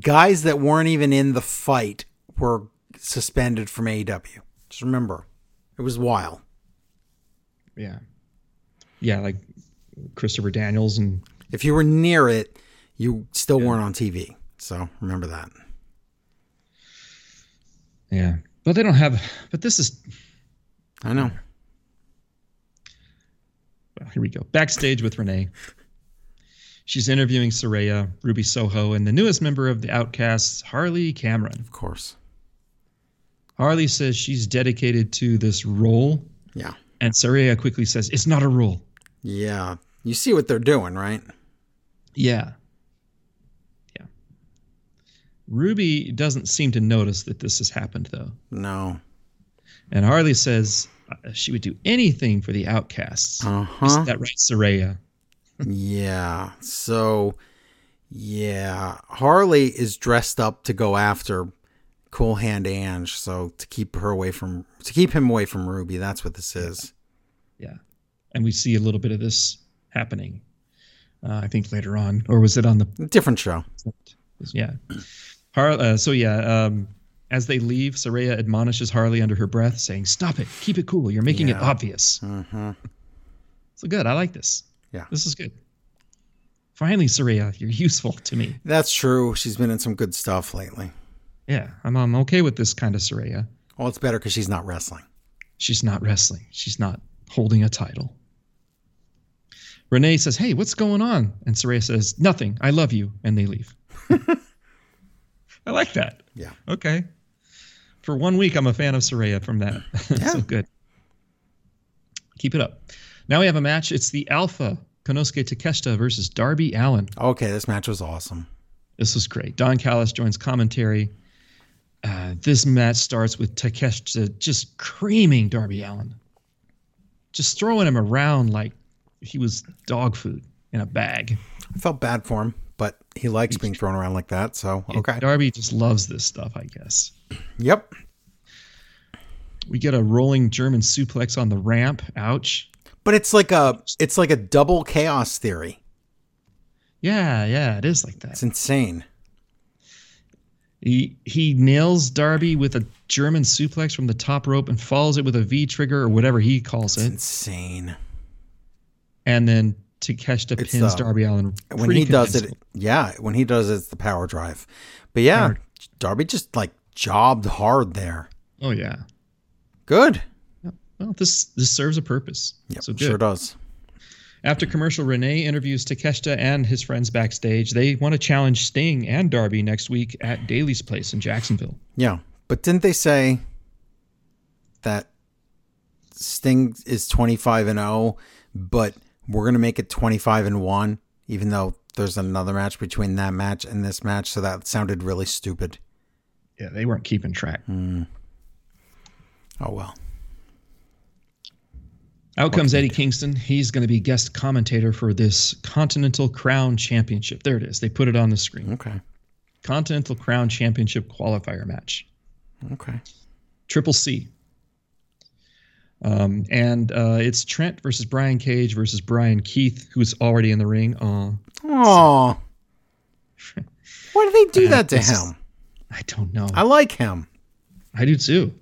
Speaker 1: guys that weren't even in the fight were suspended from AEW. Just remember, it was wild.
Speaker 2: yeah, yeah, like Christopher Daniels and
Speaker 1: If you were near it, you still weren't on TV. So remember that.
Speaker 2: yeah. But they don't have. But this is
Speaker 1: I know.
Speaker 2: Well, here we go. Backstage with Renee. She's interviewing Soraya, Ruby Soho, and the newest member of the Outcasts, Harley Cameron.
Speaker 1: Of course.
Speaker 2: Harley says she's dedicated to this role,
Speaker 1: Yeah.
Speaker 2: and Soraya quickly says, It's not a role.
Speaker 1: Yeah. You see what they're doing, right?
Speaker 2: Yeah. Yeah. Ruby doesn't seem to notice that this has happened, though.
Speaker 1: No.
Speaker 2: And Harley says uh, she would do anything for the Outcasts.
Speaker 1: Uh
Speaker 2: Is
Speaker 1: huh.
Speaker 2: that right, Soraya?
Speaker 1: Yeah. So, yeah, Harley is dressed up to go after Cool Hand Ange, so to keep her away from to keep him away from Ruby. That's what this is.
Speaker 2: Yeah. And we see a little bit of this happening, uh, I think later on. Or was it on the
Speaker 1: Different show.
Speaker 2: Yeah. Har- uh, so yeah, um, as they leave, Saraya admonishes Harley under her breath, saying, "Stop it! Keep it cool. You're making
Speaker 1: Yeah.
Speaker 2: it obvious."
Speaker 1: hmm
Speaker 2: So good. I like this.
Speaker 1: Yeah.
Speaker 2: This is good. Finally, Saraya, you're useful to me.
Speaker 1: That's true. She's been in some good stuff lately.
Speaker 2: Yeah, I'm, I'm okay with this kind of Saraya.
Speaker 1: Well, it's better because she's not wrestling.
Speaker 2: She's not wrestling. She's not holding a title. Renee says, "Hey, what's going on?" And Saraya says, "Nothing. I love you." And they leave. I like that.
Speaker 1: Yeah.
Speaker 2: Okay. For one week, I'm a fan of Soraya from that.
Speaker 1: Yeah.
Speaker 2: so good. Keep it up. Now we have a match. It's the Alpha Konosuke Takeshita versus Darby Allen.
Speaker 1: Okay, this match was awesome.
Speaker 2: This was great. Don Callis joins commentary. Uh, this match starts with Takeshita just creaming Darby Allen, just throwing him around like he was dog food in a bag.
Speaker 1: I felt bad for him, but he likes being thrown around like that. So okay.
Speaker 2: Darby just loves this stuff, I guess.
Speaker 1: Yep.
Speaker 2: We get a rolling German suplex on the ramp. Ouch.
Speaker 1: But it's like a it's like a double chaos theory.
Speaker 2: Yeah, yeah, it is like that.
Speaker 1: It's insane.
Speaker 2: He he nails Darby with a German suplex from the top rope and follows it with a V trigger or whatever he calls
Speaker 1: It's
Speaker 2: it,
Speaker 1: insane.
Speaker 2: and then Takeshita
Speaker 1: It's,
Speaker 2: pins
Speaker 1: uh,
Speaker 2: Darby Allen.
Speaker 1: when
Speaker 2: pretty
Speaker 1: he does it
Speaker 2: convincingly.
Speaker 1: yeah when he does it, it's the power drive but yeah darby just like jobbed hard there
Speaker 2: Oh yeah.
Speaker 1: good
Speaker 2: Well, this this serves a purpose.
Speaker 1: yep,
Speaker 2: so good.
Speaker 1: sure does
Speaker 2: After commercial, Renee interviews Takeshita and his friends backstage. They want to challenge Sting and Darby next week at Daly's place in Jacksonville.
Speaker 1: yeah but didn't they say that sting is 25 and 0 oh, but We're gonna make it 25 and one, even though there's another match between that match and this match. So that sounded really stupid.
Speaker 2: Yeah, they weren't keeping track.
Speaker 1: Hmm. Oh well.
Speaker 2: Out comes Eddie Kingston. He's going to be guest commentator for this Continental Crown Championship. There it is. They put it on the screen.
Speaker 1: Okay.
Speaker 2: Continental Crown Championship qualifier match.
Speaker 1: Okay.
Speaker 2: Triple C. Um, and uh, it's Trent versus Brian Cage versus Brian Keith, who's already in the ring. Uh,
Speaker 1: Oh. Why do they do that to
Speaker 2: This is-
Speaker 1: him?
Speaker 2: I don't know.
Speaker 1: I like him.
Speaker 2: I do too.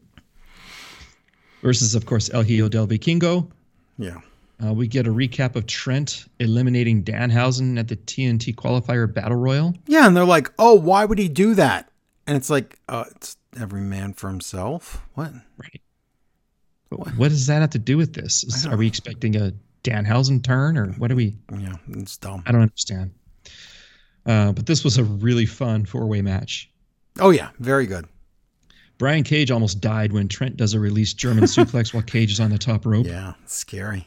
Speaker 2: Versus, of course, El Hijo del Vikingo.
Speaker 1: Yeah.
Speaker 2: Uh, we get a recap of Trent eliminating Danhausen at the TNT qualifier battle royal.
Speaker 1: Yeah, and they're like, "Oh, why would he do that?" And it's like, uh, it's every man for himself. What?
Speaker 2: Right. But what does that have to do with this? Is- are we expecting a Danhausen turn or what are we?
Speaker 1: Yeah, it's dumb.
Speaker 2: I don't understand. Uh, but this was a really fun four way match.
Speaker 1: Oh yeah, very good.
Speaker 2: Brian Cage almost died when Trent does a release German suplex while Cage is on the top rope. Yeah,
Speaker 1: Yeah, it's scary.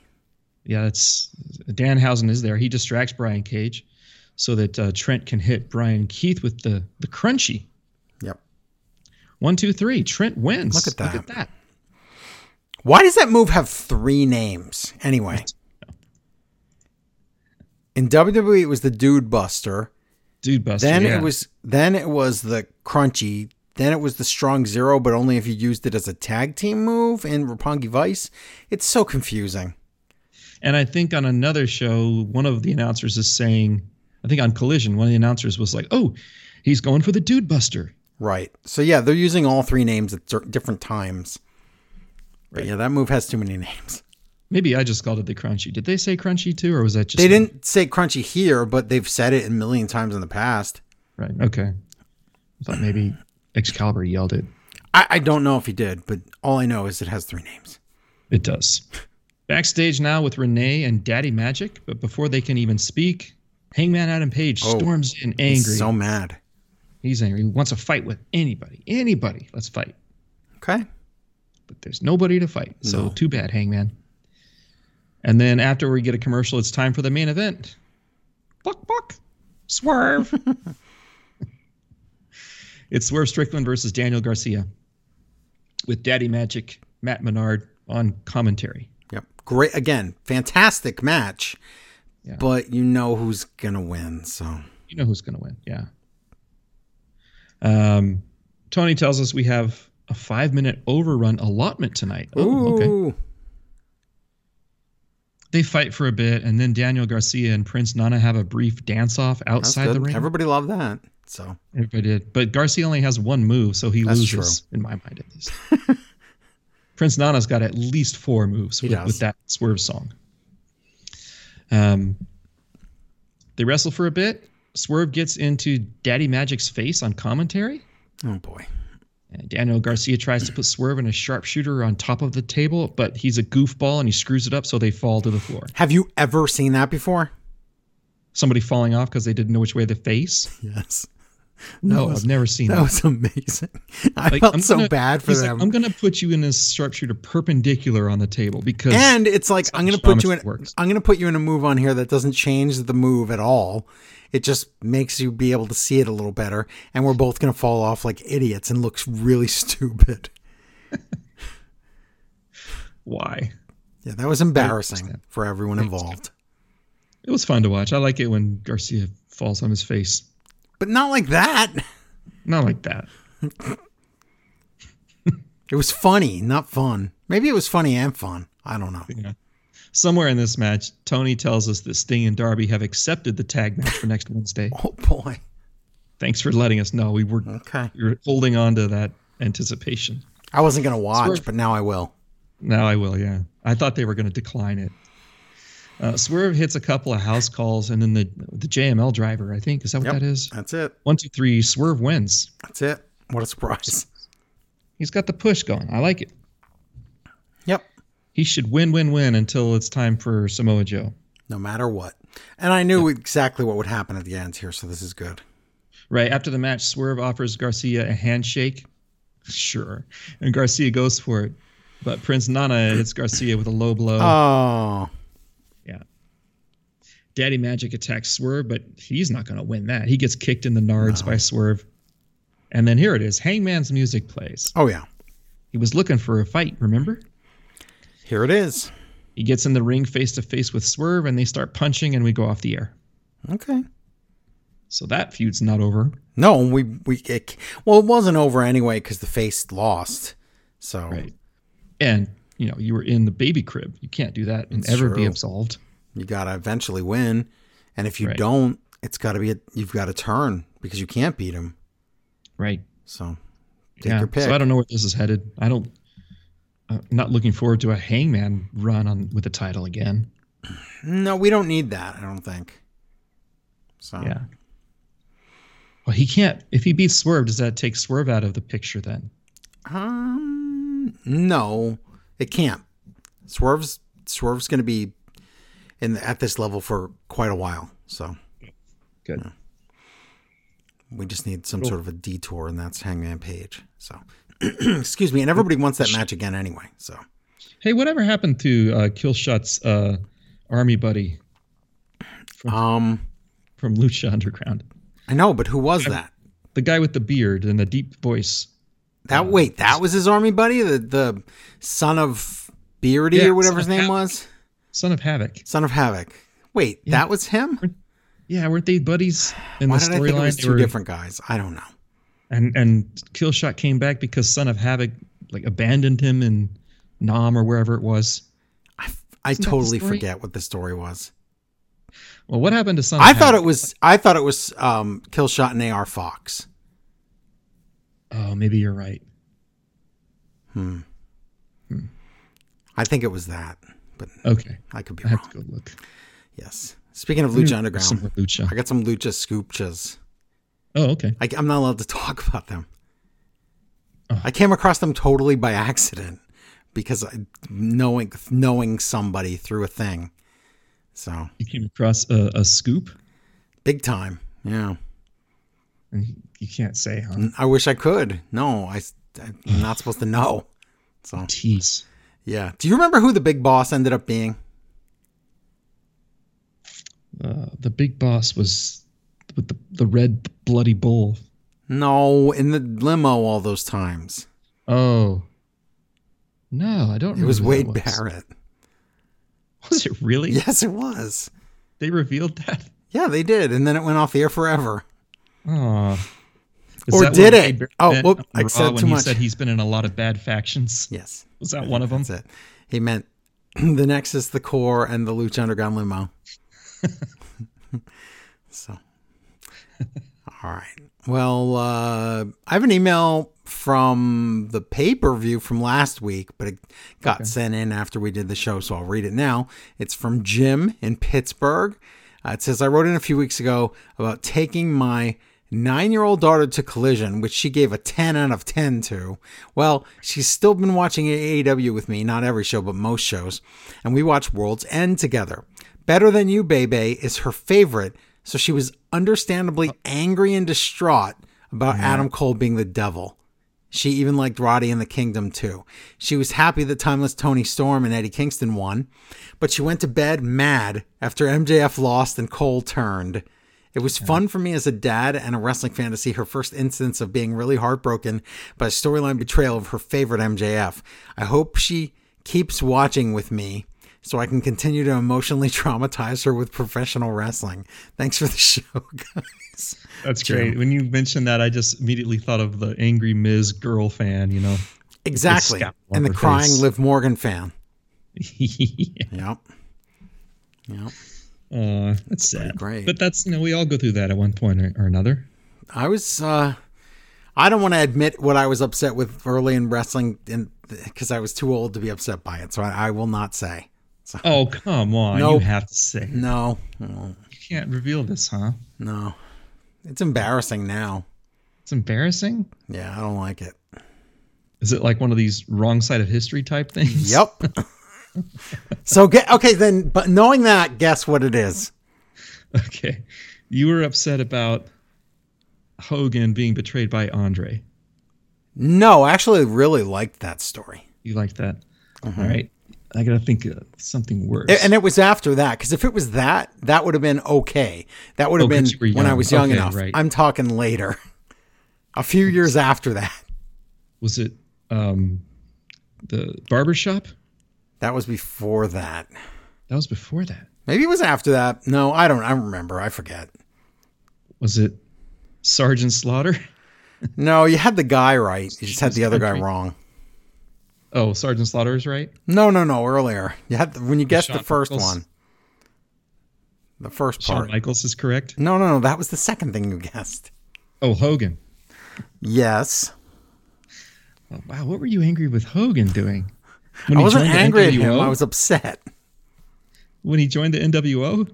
Speaker 2: that's Danhausen is there. He distracts Brian Cage so that uh, Trent can hit Brian Keith with the the crunchy.
Speaker 1: Yep.
Speaker 2: One, two, three. Trent wins.
Speaker 1: Look at that.
Speaker 2: Look at that.
Speaker 1: Why does that move have three names anyway? In WWE, it was the Dude Buster.
Speaker 2: Dude Buster.
Speaker 1: Then
Speaker 2: yeah.
Speaker 1: it was then it was the Crunchy. Then it was the Strong Zero, but only if you used it as a tag team move in Roppongi Vice. It's so confusing.
Speaker 2: And I think on another show, one of the announcers is saying, I think on Collision, one of the announcers was like, "Oh, he's going for the Dude Buster."
Speaker 1: Right. So yeah, they're using all three names at cer- different times. But yeah, that move has too many names.
Speaker 2: Maybe I just called it the Crunchy. Did they say Crunchy too, or was that just
Speaker 1: They didn't say crunchy here, but they've said it a million times in the past.
Speaker 2: Right. Okay. I thought maybe Excalibur yelled it.
Speaker 1: I, I don't know if he did, but all I know is it has three names.
Speaker 2: It does. Backstage now with Renee and Daddy Magic, but before they can even speak, Hangman Adam Page
Speaker 1: Oh,
Speaker 2: storms in angry.
Speaker 1: He's
Speaker 2: He's,
Speaker 1: so mad.
Speaker 2: angry. He wants a fight with anybody. Anybody. Let's fight.
Speaker 1: Okay.
Speaker 2: But there's nobody to fight. So
Speaker 1: No.
Speaker 2: too bad, Hangman. And then after we get a commercial, it's time for the main event. Buck, buck, swerve. it's Swerve Strickland versus Daniel Garcia with Daddy Magic, Matt Menard on commentary.
Speaker 1: Yep. Great. Again, fantastic match,
Speaker 2: Yeah.
Speaker 1: but you know who's gonna win. So
Speaker 2: You know who's going to win. Yeah. Um, Tony tells us we have a five minute overrun allotment tonight. Oh, okay.
Speaker 1: Ooh.
Speaker 2: They fight for a bit, and then Daniel Garcia and Prince Nana have a brief dance off
Speaker 1: that's
Speaker 2: outside
Speaker 1: good.
Speaker 2: the ring.
Speaker 1: Everybody loved that. So
Speaker 2: Everybody did. But Garcia only has one move, so he
Speaker 1: That's
Speaker 2: loses, in my mind at least. Prince Nana's got at least four moves with,
Speaker 1: does.
Speaker 2: with that swerve song. Um, they wrestle for a bit. Swerve gets into Daddy Magic's face on commentary.
Speaker 1: oh boy.
Speaker 2: And Uh, Daniel Garcia tries to put Swerve in a sharpshooter on top of the table, but he's a goofball and he screws it up, so they fall to the floor.
Speaker 1: Have you ever seen that before?
Speaker 2: Somebody falling off because they didn't know which way to face.
Speaker 1: Yes.
Speaker 2: No, I've never seen
Speaker 1: That
Speaker 2: that.
Speaker 1: was amazing. I
Speaker 2: Like,
Speaker 1: felt
Speaker 2: I'm
Speaker 1: so
Speaker 2: gonna-
Speaker 1: bad for
Speaker 2: he's
Speaker 1: them.
Speaker 2: Like, I'm gonna put you in this sharpshooter perpendicular on the table because
Speaker 1: and it's like I'm gonna
Speaker 2: how
Speaker 1: put
Speaker 2: much
Speaker 1: you in
Speaker 2: it works.
Speaker 1: I'm gonna put you in a move on here that doesn't change the move at all. It just makes you be able to see it a little better, and we're both gonna fall off like idiots and look really stupid.
Speaker 2: why?
Speaker 1: Yeah, that was embarrassing for everyone involved.
Speaker 2: It was fun to watch. I like it when Garcia falls on his face.
Speaker 1: But not like that.
Speaker 2: Not like that.
Speaker 1: It was funny, not fun. Maybe it was funny and fun. I don't know.
Speaker 2: Yeah. Somewhere in this match, Tony tells us that Sting and Darby have accepted the tag match for next Wednesday.
Speaker 1: Oh boy.
Speaker 2: Thanks for letting us know. We were
Speaker 1: Okay.
Speaker 2: we were holding on to that anticipation.
Speaker 1: I wasn't gonna watch,
Speaker 2: Swerve.
Speaker 1: but now I will.
Speaker 2: Now I will, yeah. I thought they were going to decline it. Uh, Swerve hits a couple of house calls, and then the the JML driver, I think, is that what
Speaker 1: Yep.
Speaker 2: that is?
Speaker 1: That's it.
Speaker 2: One, two, three. Swerve wins.
Speaker 1: That's it. What a surprise.
Speaker 2: He's got the push going. I like it.
Speaker 1: Yep.
Speaker 2: He should win, win, win until it's time for Samoa Joe.
Speaker 1: No matter what. And I knew exactly what would happen at the end here, so this is good.
Speaker 2: Right after the match, Swerve offers Garcia a handshake. Sure, and Garcia goes for it, but Prince Nana hits Garcia with a low blow.
Speaker 1: Oh.
Speaker 2: yeah, Daddy Magic attacks Swerve, but he's not going to win that. He gets kicked in the nards by Swerve. And then here it is Hangman's music plays.
Speaker 1: Oh yeah,
Speaker 2: He was looking for a fight, remember?
Speaker 1: here it is.
Speaker 2: He gets in the ring face to face with Swerve, and they start punching, and we go off the air.
Speaker 1: Okay.
Speaker 2: So that feud's not over.
Speaker 1: No, we we it, well, it wasn't over anyway because the face lost. So
Speaker 2: Right. And, you know, you were in the baby crib. You can't do that and ever be
Speaker 1: true.
Speaker 2: absolved.
Speaker 1: you gotta eventually win, and if you
Speaker 2: Right.
Speaker 1: don't, it's gotta be a, you've got to turn because you can't beat him.
Speaker 2: Right.
Speaker 1: So take your pick.
Speaker 2: So I don't know where this is headed. I don't. I'm not looking forward to a hangman run on with the title again.
Speaker 1: no, we don't need that. I don't think. So
Speaker 2: Yeah. Well, he can't. If he beats Swerve, does that take Swerve out of the picture then?
Speaker 1: Um, no, it can't. Swerve's Swerve's going to be in the, at this level for quite a while, so
Speaker 2: Good.
Speaker 1: we just need some sort of a detour, and that's Hangman Page. So, excuse me, and everybody wants that match again anyway. So,
Speaker 2: Hey, whatever happened to uh, Killshot's uh, army buddy
Speaker 1: um,
Speaker 2: from Lucha Underground?
Speaker 1: I know, but who was that?
Speaker 2: The guy with the beard and the deep voice.
Speaker 1: That wait, that was his army buddy, the the son of Beardy
Speaker 2: Yeah,
Speaker 1: or whatever his
Speaker 2: son of
Speaker 1: name
Speaker 2: Havoc.
Speaker 1: was,
Speaker 2: Son of Havoc.
Speaker 1: son of Havoc. Wait, that was him.
Speaker 2: Yeah, weren't they buddies in
Speaker 1: Why
Speaker 2: the
Speaker 1: did I think it was
Speaker 2: storyline? They
Speaker 1: two
Speaker 2: were-
Speaker 1: different guys? I don't know.
Speaker 2: And and Killshot came back because Son of Havoc like abandoned him in Nam or wherever it was.
Speaker 1: I, I
Speaker 2: Isn't that the
Speaker 1: totally
Speaker 2: story?
Speaker 1: forget what the story was.
Speaker 2: Well, what happened to Son?
Speaker 1: I
Speaker 2: of
Speaker 1: thought
Speaker 2: Havoc?
Speaker 1: it was I thought it was um Killshot and AR Fox.
Speaker 2: Oh, maybe you're right.
Speaker 1: I think it was that, but
Speaker 2: Okay,
Speaker 1: I could be
Speaker 2: I have
Speaker 1: wrong.
Speaker 2: to go look.
Speaker 1: Yes. Speaking
Speaker 2: Hmm,
Speaker 1: of Lucha
Speaker 2: Some more
Speaker 1: Underground,
Speaker 2: Lucha.
Speaker 1: I got some Lucha scoopchas.
Speaker 2: Oh, okay.
Speaker 1: I, I'm not allowed to talk about them. I came across them totally by accident because I, knowing knowing somebody through a thing, so
Speaker 2: You came across a, a scoop,
Speaker 1: big time. Yeah,
Speaker 2: and you- you can't say, huh?
Speaker 1: I wish I could. No, I, I'm not supposed to know. So
Speaker 2: Tease.
Speaker 1: yeah, do you remember who the big boss ended up being?
Speaker 2: Uh, the big boss was with the the red bloody bull.
Speaker 1: No, in the limo all those times.
Speaker 2: Oh. No, I don't.
Speaker 1: It
Speaker 2: remember
Speaker 1: was
Speaker 2: who Mm, that
Speaker 1: Wade
Speaker 2: was.
Speaker 1: Barrett.
Speaker 2: Was it really?
Speaker 1: Yes, it was.
Speaker 2: They revealed that.
Speaker 1: Yeah, they did, and then it went off the air forever.
Speaker 2: Oh.
Speaker 1: Or did it? Oh, whoop, I said too
Speaker 2: when
Speaker 1: much.
Speaker 2: He said he's been in a lot of bad factions.
Speaker 1: Yes,
Speaker 2: Was that one of them?
Speaker 1: that's it. He meant the Nexus, the Core, and the Lucha Underground limo. so, all right. Well, uh, I have an email from the pay per view from last week, but it got sent in after we did the show, so I'll read it now. It's from Jim in Pittsburgh. Uh, it says, I wrote in a few weeks ago about taking my nine year old daughter to Collision, which she gave a 10 out of 10 to. Well, she's still been watching AEW with me, not every show, but most shows, and we watch World's End together. Better Than You, Bebe is her favorite, so she was understandably angry and distraught about Adam Cole being the devil. She even liked Roddy and the Kingdom too. She was happy that Timeless Tony Storm and Eddie Kingston won, but she went to bed mad after MJF lost and Cole turned. It was fun for me as a dad and a wrestling fan to see her first instance of being really heartbroken by a storyline betrayal of her favorite MJF. I hope she keeps watching with me so I can continue to emotionally traumatize her with professional wrestling. Thanks for the show, guys.
Speaker 2: That's great. When you mentioned that, I just immediately thought of the angry Miz girl fan. You know.
Speaker 1: Exactly.
Speaker 2: scowl on
Speaker 1: And the
Speaker 2: her
Speaker 1: crying
Speaker 2: face.
Speaker 1: Liv Morgan fan. Yep. Yep.
Speaker 2: Aw, that's sad.
Speaker 1: great.
Speaker 2: But that's you know we all go through that at one point or, or another.
Speaker 1: I was. Uh, I don't want to admit what I was upset with early in wrestling, and because I was too old to be upset by it, so I, I will not say.
Speaker 2: Oh come on,
Speaker 1: Nope.
Speaker 2: you have to say you
Speaker 1: No, Mm,
Speaker 2: can't reveal this, huh?
Speaker 1: no, it's embarrassing now.
Speaker 2: It's embarrassing.
Speaker 1: Yeah, I don't like it.
Speaker 2: Is it like one of these wrong side of history type things?
Speaker 1: Yep. so get okay then. But knowing that, guess what it is?
Speaker 2: Okay. You were upset about Hogan being betrayed by Andre.
Speaker 1: No, I actually really liked that story.
Speaker 2: You like that? All right. I gotta think of something worse.
Speaker 1: Uh-huh. And it was after that because if it was that, that would have been okay. That would have
Speaker 2: Oh,
Speaker 1: been
Speaker 2: 'cause you were
Speaker 1: when I
Speaker 2: young.
Speaker 1: was young
Speaker 2: Okay,
Speaker 1: enough.
Speaker 2: right.
Speaker 1: I'm talking later, a few years after that.
Speaker 2: was it um, the barbershop?
Speaker 1: That was before that.
Speaker 2: That was before that.
Speaker 1: Maybe it was after that. No, I don't. I don't remember. I forget.
Speaker 2: Was it Sergeant Slaughter?
Speaker 1: No, you had the guy right. You just had the other guy
Speaker 2: Country.
Speaker 1: wrong.
Speaker 2: Oh, Sergeant Slaughter is right.
Speaker 1: No, no, no. Earlier, you had the, when you guessed the
Speaker 2: Shawn
Speaker 1: first
Speaker 2: Michaels.
Speaker 1: one, the first
Speaker 2: Shawn
Speaker 1: part.
Speaker 2: Michaels is correct.
Speaker 1: No, no, no. That was the second thing you guessed.
Speaker 2: Oh, Hogan.
Speaker 1: Yes.
Speaker 2: Oh, wow, what were you angry with Hogan doing? When
Speaker 1: I
Speaker 2: he
Speaker 1: wasn't
Speaker 2: joined the
Speaker 1: angry at him.
Speaker 2: NWO?
Speaker 1: I was upset.
Speaker 2: when he joined the NWO.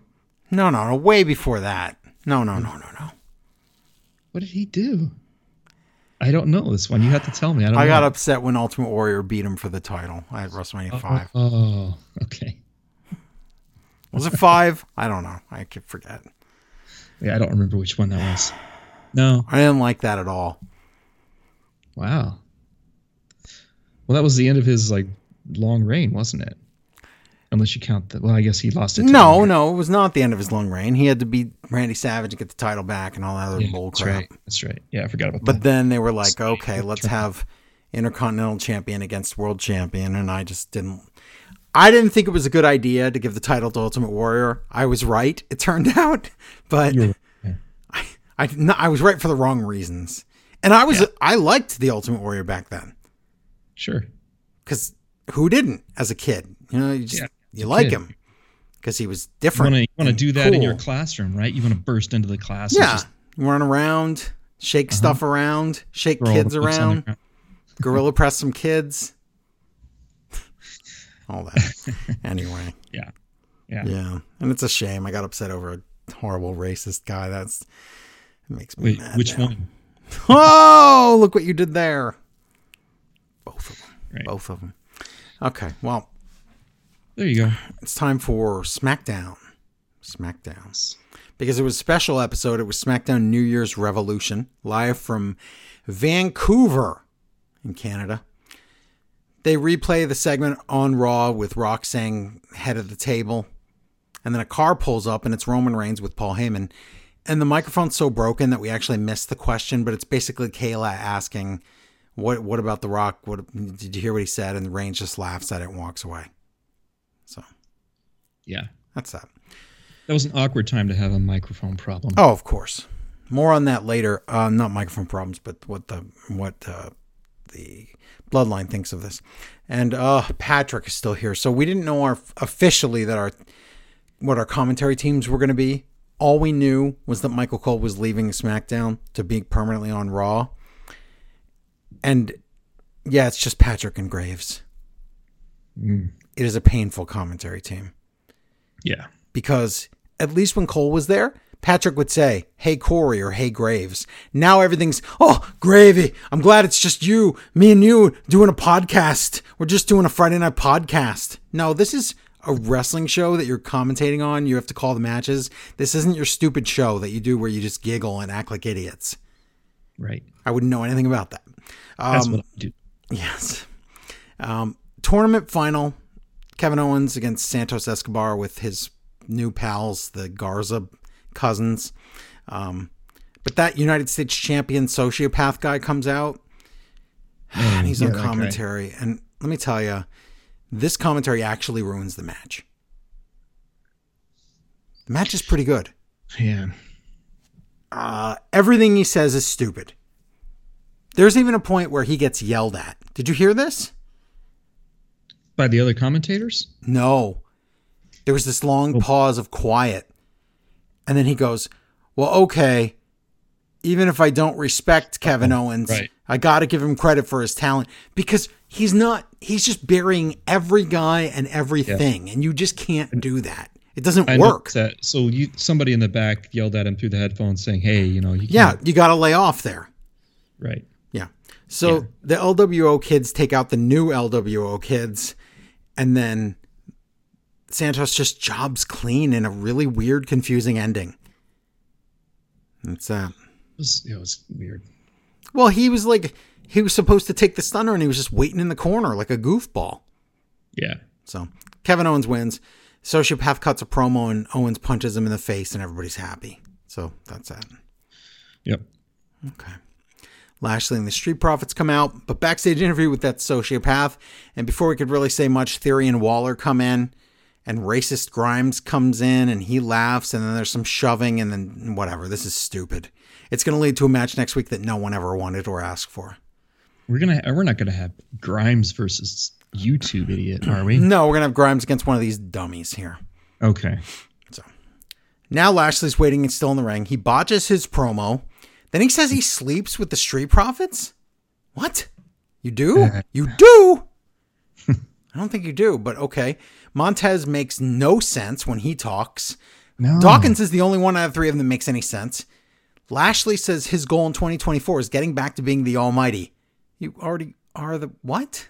Speaker 1: No, no, no. Way before that. No, no, no, no, no.
Speaker 2: What did he do? I don't know this one. You have to tell me. I don't.
Speaker 1: I
Speaker 2: know.
Speaker 1: got upset when Ultimate Warrior beat him for the title
Speaker 2: Uh-huh.
Speaker 1: at WrestleMania 5.
Speaker 2: Oh, okay.
Speaker 1: Was it 5? I don't know. I could forget.
Speaker 2: Yeah, I don't remember which one that was. No.
Speaker 1: I didn't like that at all.
Speaker 2: Wow. Well, that was the end of his like long reign, wasn't it? Unless you count the. Well, I guess he lost it. to
Speaker 1: No,
Speaker 2: Randy.
Speaker 1: no, it was not the end of his long reign. He had to beat Randy Savage and get the title back and all that other
Speaker 2: Yeah,
Speaker 1: bull
Speaker 2: that's
Speaker 1: crap.
Speaker 2: right. That's right. Yeah, I forgot about
Speaker 1: But
Speaker 2: that.
Speaker 1: then they were like, okay, let's have Intercontinental Champion against World Champion. And I just didn't. I didn't think it was a good idea to give the title to Ultimate Warrior. I was right, it turned out. But
Speaker 2: You were- yeah.
Speaker 1: I, I, did not- I was right for the wrong reasons. And I was I liked the Ultimate Warrior back then
Speaker 2: Sure.
Speaker 1: because who didn't as a kid? You know, you just
Speaker 2: Yeah,
Speaker 1: you like
Speaker 2: kid.
Speaker 1: him because he was
Speaker 2: You
Speaker 1: different.
Speaker 2: want to
Speaker 1: and
Speaker 2: do that in your
Speaker 1: cool.
Speaker 2: classroom, right? You want to burst into the class. and
Speaker 1: Yeah,
Speaker 2: just
Speaker 1: run around, shake stuff around, shake
Speaker 2: throw all the
Speaker 1: kids
Speaker 2: books Uh-huh. on the
Speaker 1: around,
Speaker 2: ground.
Speaker 1: gorilla press some kids, all that. anyway,
Speaker 2: Yeah. Yeah.
Speaker 1: yeah, and it's a shame I got upset over a horrible racist guy. That's it makes me
Speaker 2: Wait,
Speaker 1: mad.
Speaker 2: which
Speaker 1: now.
Speaker 2: one?
Speaker 1: Oh, look what you did there. Both of them.
Speaker 2: Right.
Speaker 1: Both of them. Okay, well,
Speaker 2: There you go.
Speaker 1: it's time for SmackDown. SmackDown. Because it was a special episode. It was SmackDown New Year's Revolution, live from Vancouver in Canada. They replay the segment on Raw with Rock saying head of the table. And then a car pulls up and it's Roman Reigns with Paul Heyman. And the microphone's so broken that we actually missed the question, but it's basically Kayla asking, What what about The Rock? What did you hear what he said? And Reigns just laughs at it and walks away. So
Speaker 2: Yeah.
Speaker 1: that's that.
Speaker 2: That was an awkward time to have a microphone problem.
Speaker 1: Oh, of course. More on that later. Uh, not microphone problems, but what the what uh, the bloodline thinks of this. And uh, Patrick is still here, so we didn't know our officially that our what our commentary teams were going to be. All we knew was that Michael Cole was leaving SmackDown to be permanently on Raw. And yeah, it's just Patrick and Graves.
Speaker 2: Mm.
Speaker 1: It is a painful commentary team
Speaker 2: Yeah.
Speaker 1: because at least when Cole was there, Patrick would say, Hey Corey or Hey Graves. Now everything's, Oh, gravy. I'm glad it's just you, me and you doing a podcast. We're just doing a Friday night podcast. No, this is a wrestling show that you're commentating on. You have to call the matches. This isn't your stupid show that you do where you just giggle and act like idiots.
Speaker 2: Right.
Speaker 1: I wouldn't know anything about that.
Speaker 2: That's
Speaker 1: Um,
Speaker 2: what I do.
Speaker 1: Yes. Um, tournament final Kevin Owens against Santos Escobar with his new pals, the Garza cousins. Um, but that United States champion sociopath guy comes out and he's on
Speaker 2: Mm, that guy.
Speaker 1: commentary. And let me tell you, this commentary actually ruins the match. The match is pretty good.
Speaker 2: Yeah.
Speaker 1: Uh, everything he says is stupid. There's even a point where he gets yelled at. Did you hear this?
Speaker 2: By the other commentators?
Speaker 1: No. There was this
Speaker 2: Oh.
Speaker 1: long pause of quiet. And then he goes, Well, okay. Even if I don't respect Kevin Owens,
Speaker 2: right.
Speaker 1: I got to give him credit for his talent because he's not, he's just burying every guy and everything. And you just can't do that. It doesn't
Speaker 2: I
Speaker 1: work.
Speaker 2: noticed That. So you, somebody in the back yelled at him through the headphones saying, hey, you know, you
Speaker 1: Yeah,
Speaker 2: can't-
Speaker 1: you got to lay off there.
Speaker 2: Right.
Speaker 1: Yeah. So the LWO kids take out the new LWO kids, and then Santos just jobs clean in a really weird, confusing ending. That's that.
Speaker 2: It was, it was weird.
Speaker 1: Well, he was like, he was supposed to take the stunner, and he was just waiting in the corner like a goofball.
Speaker 2: Yeah.
Speaker 1: So Kevin Owens wins. Sociopath cuts a promo and Owens punches him in the face, and everybody's happy. So that's that.
Speaker 2: Yep.
Speaker 1: Okay. Lashley and the Street Profits come out, but backstage interview with that sociopath. And before we could really say much, Theory and Waller come in, and racist Grimes comes in, and he laughs, and then there's some shoving, and then whatever. This is stupid. It's going to lead to a match next week that no one ever wanted or asked for.
Speaker 2: We're gonna. We're not gonna have Grimes versus YouTube idiot, are we?
Speaker 1: No, we're going to have Grimes against one of these dummies here.
Speaker 2: Okay.
Speaker 1: Now Lashley's waiting and still in the ring. He botches his promo. Then he says he sleeps with the Street Profits? What? You do? You do? I don't think you do, but okay. Montez makes no sense when he talks.
Speaker 2: No.
Speaker 1: Dawkins is the only one out of three of them that makes any sense. Lashley says his goal in 2024 is getting back to being the Almighty. You already are the what?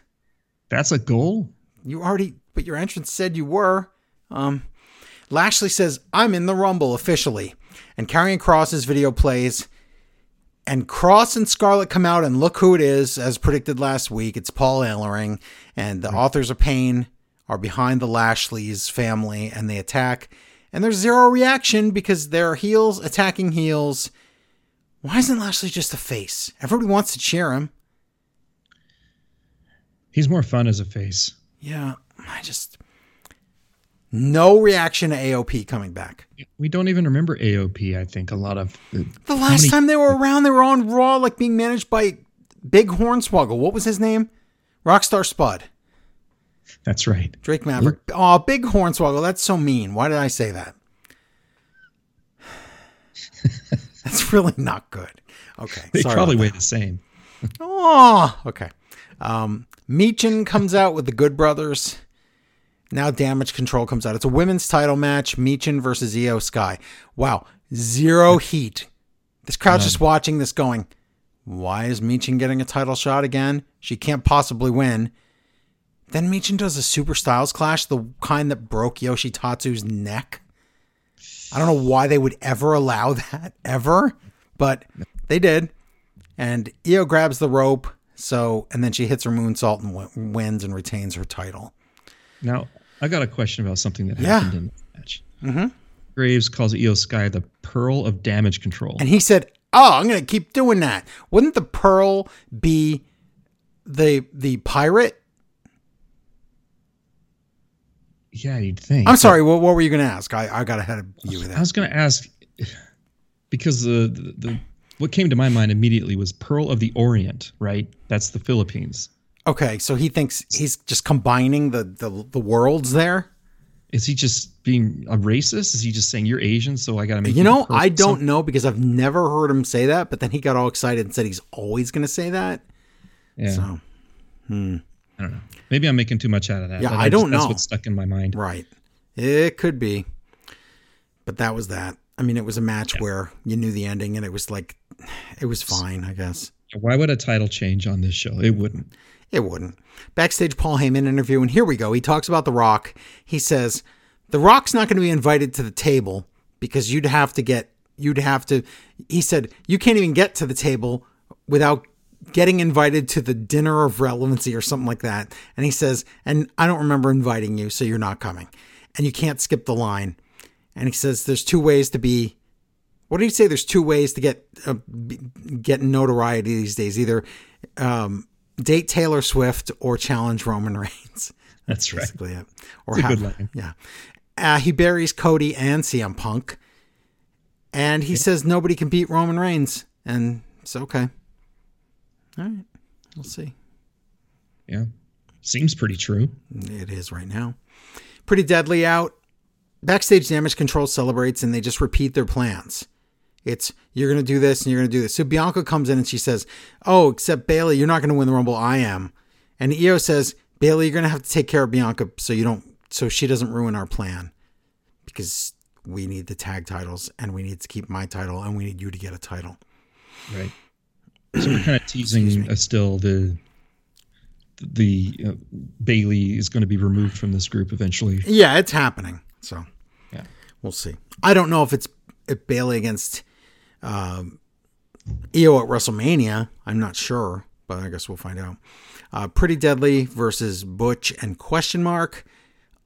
Speaker 2: That's a goal.
Speaker 1: You already, but your entrance said you were. Um, Lashley says, I'm in the Rumble officially. And Karrion Cross's video plays. And Cross and Scarlett come out, and look who it is, as predicted last week. It's Paul Ellering. And the authors of Pain are behind the Lashley's family, and they attack. And there's zero reaction because they're heels attacking heels. Why isn't Lashley just a face? Everybody wants to cheer him.
Speaker 2: He's more fun as a face.
Speaker 1: Yeah, I just. No reaction to AOP coming back.
Speaker 2: We don't even remember AOP. I think a lot of uh,
Speaker 1: The last time they were around, they were on Raw, like being managed by Big Hornswoggle. What was his name? Rockstar Spud.
Speaker 2: That's right.
Speaker 1: Drake Maverick. Oh, Big Hornswoggle. That's so mean. Why did I say that? That's really not good. Okay.
Speaker 2: They
Speaker 1: sorry
Speaker 2: probably
Speaker 1: about
Speaker 2: weigh the same.
Speaker 1: that. Oh, okay. Um, Meechin comes out with the Good Brothers. Now Damage Control comes out. It's a women's title match. Meechin versus Io Sky. Wow. Zero heat. This crowd's just watching this going, why is Meechin getting a title shot again? She can't possibly win. Then Meechin does a Super Styles clash, the kind that broke Yoshi Tatsu's neck. I don't know why they would ever allow that, ever, but they did. And Io grabs the rope, so, and then she hits her moonsault and w- wins and retains her title.
Speaker 2: Now I got a question about something that
Speaker 1: Yeah.
Speaker 2: happened in the match. Mm-hmm. Graves calls Io Sky the pearl of damage control.
Speaker 1: And he said, "Oh, I'm going to keep doing that." Wouldn't the pearl be the the pirate?
Speaker 2: yeah, you'd think.
Speaker 1: I'm sorry. What, what were you going to ask? I, I got ahead of you with
Speaker 2: I
Speaker 1: that.
Speaker 2: was going to ask because the, the the what came to my mind immediately was Pearl of the Orient, right? That's the Philippines.
Speaker 1: Okay, so he thinks he's just combining the the, the worlds there.
Speaker 2: Is he just being a racist? Is he just saying you're Asian, so I got to make
Speaker 1: You know,
Speaker 2: the pearl
Speaker 1: I
Speaker 2: of some-"
Speaker 1: don't know because I've never heard him say that. But then he got all excited and said he's always going to say that.
Speaker 2: Yeah,
Speaker 1: So
Speaker 2: I don't know. Maybe I'm making too much out of that.
Speaker 1: Hmm. Yeah,
Speaker 2: but
Speaker 1: I don't
Speaker 2: That's
Speaker 1: know.
Speaker 2: what stuck in my mind.
Speaker 1: right, it could be. But that was that. I mean, it was a match where you knew the ending, and it was like, it was fine, I guess.
Speaker 2: Why would a title change on this show? It wouldn't.
Speaker 1: It wouldn't. Backstage Paul Heyman interview, and here we go. He talks about The Rock. He says, The Rock's not going to be invited to the table because you'd have to get, you'd have to, he said, you can't even get to the table without getting invited to the dinner of relevancy or something like that. And he says, And I don't remember inviting you, so you're not coming. And you can't skip the line. And he says, There's two ways to be what do you say? There's two ways to get uh, b- get notoriety these days: either um, date Taylor Swift or challenge Roman Reigns.
Speaker 2: That's right.
Speaker 1: Basically, it. Or
Speaker 2: a good
Speaker 1: have-
Speaker 2: line.
Speaker 1: Yeah, uh, he buries Cody and CM Punk, and he says nobody can beat Roman Reigns, and it's okay. All right, we'll see.
Speaker 2: Yeah, seems pretty true.
Speaker 1: It is right now. Pretty deadly out. Backstage Damage Control celebrates and they just repeat their plans. It's you're going to do this and you're going to do this. So Bianca comes in and she says, "Oh, except Bailey, you're not going to win the Rumble. I am." And Io says, "Bailey, you're going to have to take care of Bianca so you don't so she doesn't ruin our plan because we need the tag titles and we need to keep my title and we need you to get a title."
Speaker 2: Right. So we're kind of teasing uh, still the the uh, Bailey is going to be removed from this group eventually.
Speaker 1: Yeah, it's happening. So
Speaker 2: Yeah.
Speaker 1: we'll see. I don't know if it's if Bailey against um, Io at WrestleMania. I'm not sure, but I guess we'll find out. Uh, Pretty Deadly versus Butch and question mark.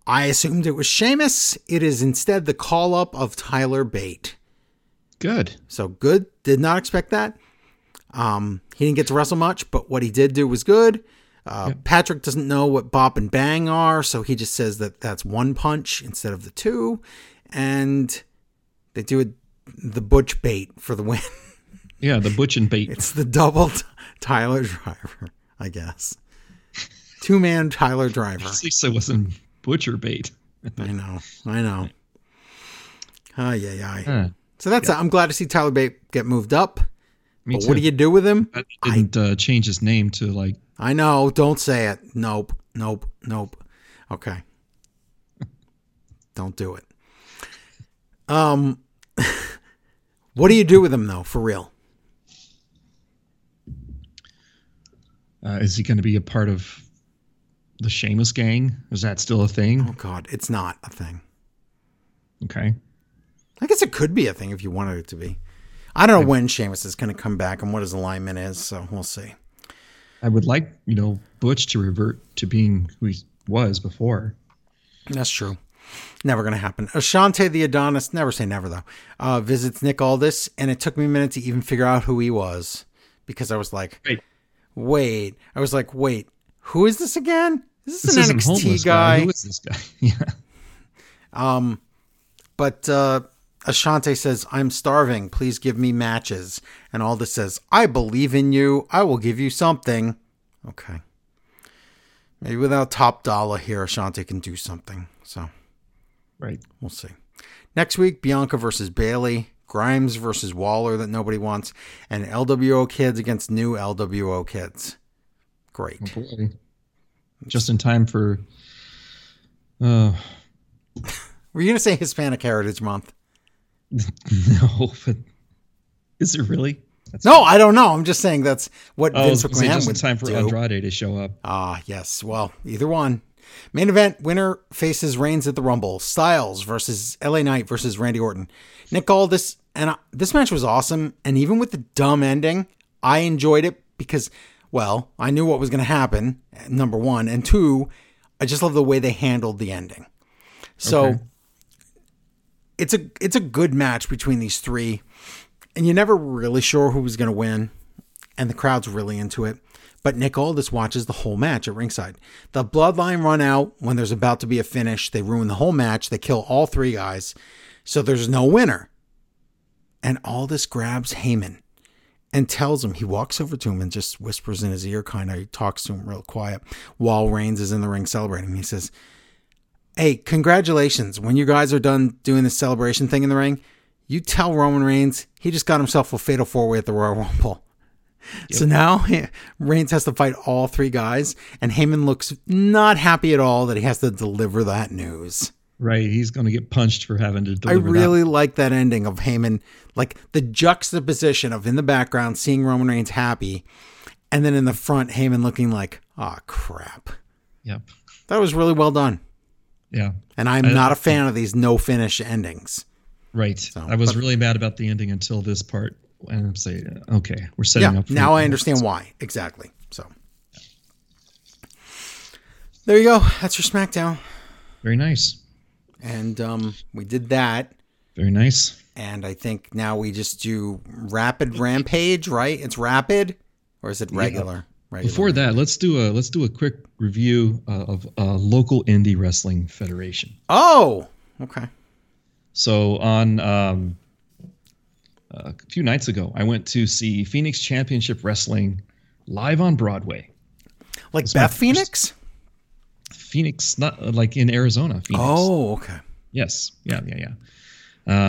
Speaker 1: I assumed it was Seamus. It is instead the call up of Tyler Bate.
Speaker 2: Good.
Speaker 1: So good. Did not expect that. Um, he didn't get to wrestle much, but what he did do was good. Uh, Patrick doesn't know what bop and bang are, so he just says that that's one punch instead of the two, and they do it the butch bait for the win.
Speaker 2: Yeah, the butch and bait.
Speaker 1: It's the double t- Tyler Driver, I guess. Two man Tyler Driver.
Speaker 2: At least it wasn't butcher bait.
Speaker 1: I know, I know. Ah, yeah, yeah.
Speaker 2: Huh.
Speaker 1: So that's I'm glad to see Tyler Bate get moved up.
Speaker 2: Me
Speaker 1: but
Speaker 2: too.
Speaker 1: what do you do with him?
Speaker 2: I didn't uh, change his name to like
Speaker 1: I know. Don't say it. Nope. Nope. Nope. Okay. don't do it. Um, what do you do with him though? For real?
Speaker 2: Uh, is he going to be a part of the Seamus gang? Is that still a thing?
Speaker 1: Oh God, it's not a thing.
Speaker 2: Okay.
Speaker 1: I guess it could be a thing if you wanted it to be. I don't know when Seamus is going to come back and what his alignment is, so we'll see.
Speaker 2: I would like, you know, Butch to revert to being who he was before.
Speaker 1: That's true. Never going to happen. Ashante the Adonis, never say never though, uh, visits Nick Aldis, and it took me a minute to even figure out who he was because I was like,
Speaker 2: Wait.
Speaker 1: wait. I was like, wait, who is this again? Is this,
Speaker 2: This
Speaker 1: an
Speaker 2: isn't
Speaker 1: NXT
Speaker 2: homeless
Speaker 1: guy?
Speaker 2: Who is this guy? yeah.
Speaker 1: Um, but uh, Ashante says, I'm starving. Please give me matches. And Aldis says, I believe in you. I will give you something. Okay. Maybe without top dollar here, Ashante can do something. So.
Speaker 2: Right.
Speaker 1: We'll see. Next week, Bianca versus Bailey, Grimes versus Waller that nobody wants, and LWO kids against new LWO kids.
Speaker 2: Oh,
Speaker 1: Great.
Speaker 2: boy. Just in time for uh
Speaker 1: Were you gonna say Hispanic Heritage Month?
Speaker 2: no, but is it really? That's
Speaker 1: No, I don't know. I'm just saying that's what
Speaker 2: Oh, I was
Speaker 1: Vince
Speaker 2: gonna say
Speaker 1: McMahon
Speaker 2: just in
Speaker 1: would
Speaker 2: time for
Speaker 1: do.
Speaker 2: Andrade to show up.
Speaker 1: Ah, yes. Well, either one. Main event winner faces Reigns at the Rumble. Styles versus LA Knight versus Randy Orton. Nick Aldis and I, this match was awesome. And even with the dumb ending, I enjoyed it because, well, I knew what was going to happen. Number one and two, I just love the way they handled the ending. So
Speaker 2: Okay.
Speaker 1: it's a it's a good match between these three, and you're never really sure who was going to win and the crowd's really into it. But Nick Aldis watches the whole match at ringside. The bloodline run out when there's about to be a finish. They ruin the whole match. They kill all three guys. So there's no winner. And Aldis grabs Heyman and tells him, he walks over to him and just whispers in his ear, kind of, he talks to him real quiet while Reigns is in the ring celebrating. He says, Hey, congratulations. When you guys are done doing the celebration thing in the ring, you tell Roman Reigns he just got himself a fatal four way at the Royal Rumble. So now Reigns has to fight all three guys, and Heyman looks not happy at all that he has to deliver that news.
Speaker 2: Right. He's gonna get punched for having to
Speaker 1: I
Speaker 2: deliver that.
Speaker 1: really like that ending of Heyman, like the juxtaposition of in the background seeing Roman Reigns happy, and then in the front, Heyman looking like, oh crap.
Speaker 2: Yep.
Speaker 1: That was really well done.
Speaker 2: Yeah.
Speaker 1: And I'm
Speaker 2: I-
Speaker 1: not a fan of these no finish endings.
Speaker 2: Right. I was really mad about the ending until this part. And I'm saying, okay, we're setting
Speaker 1: yeah,
Speaker 2: up. for-
Speaker 1: now I understand why. Exactly. So there you go. That's your SmackDown.
Speaker 2: Very nice.
Speaker 1: And um, we did that.
Speaker 2: Very nice.
Speaker 1: And I think now we just do rapid rampage, right? It's rapid, or is it regular? Regular.
Speaker 2: Before that, let's do a let's do a quick review uh, of uh, local indie wrestling federation.
Speaker 1: Oh, okay.
Speaker 2: So on um, uh, a few nights ago, I went to see Phoenix Championship Wrestling live on Broadway.
Speaker 1: Like Beth
Speaker 2: my first-
Speaker 1: Phoenix.
Speaker 2: Phoenix, not uh, like in Arizona. Phoenix.
Speaker 1: Oh, okay.
Speaker 2: yes, yeah, yeah, yeah.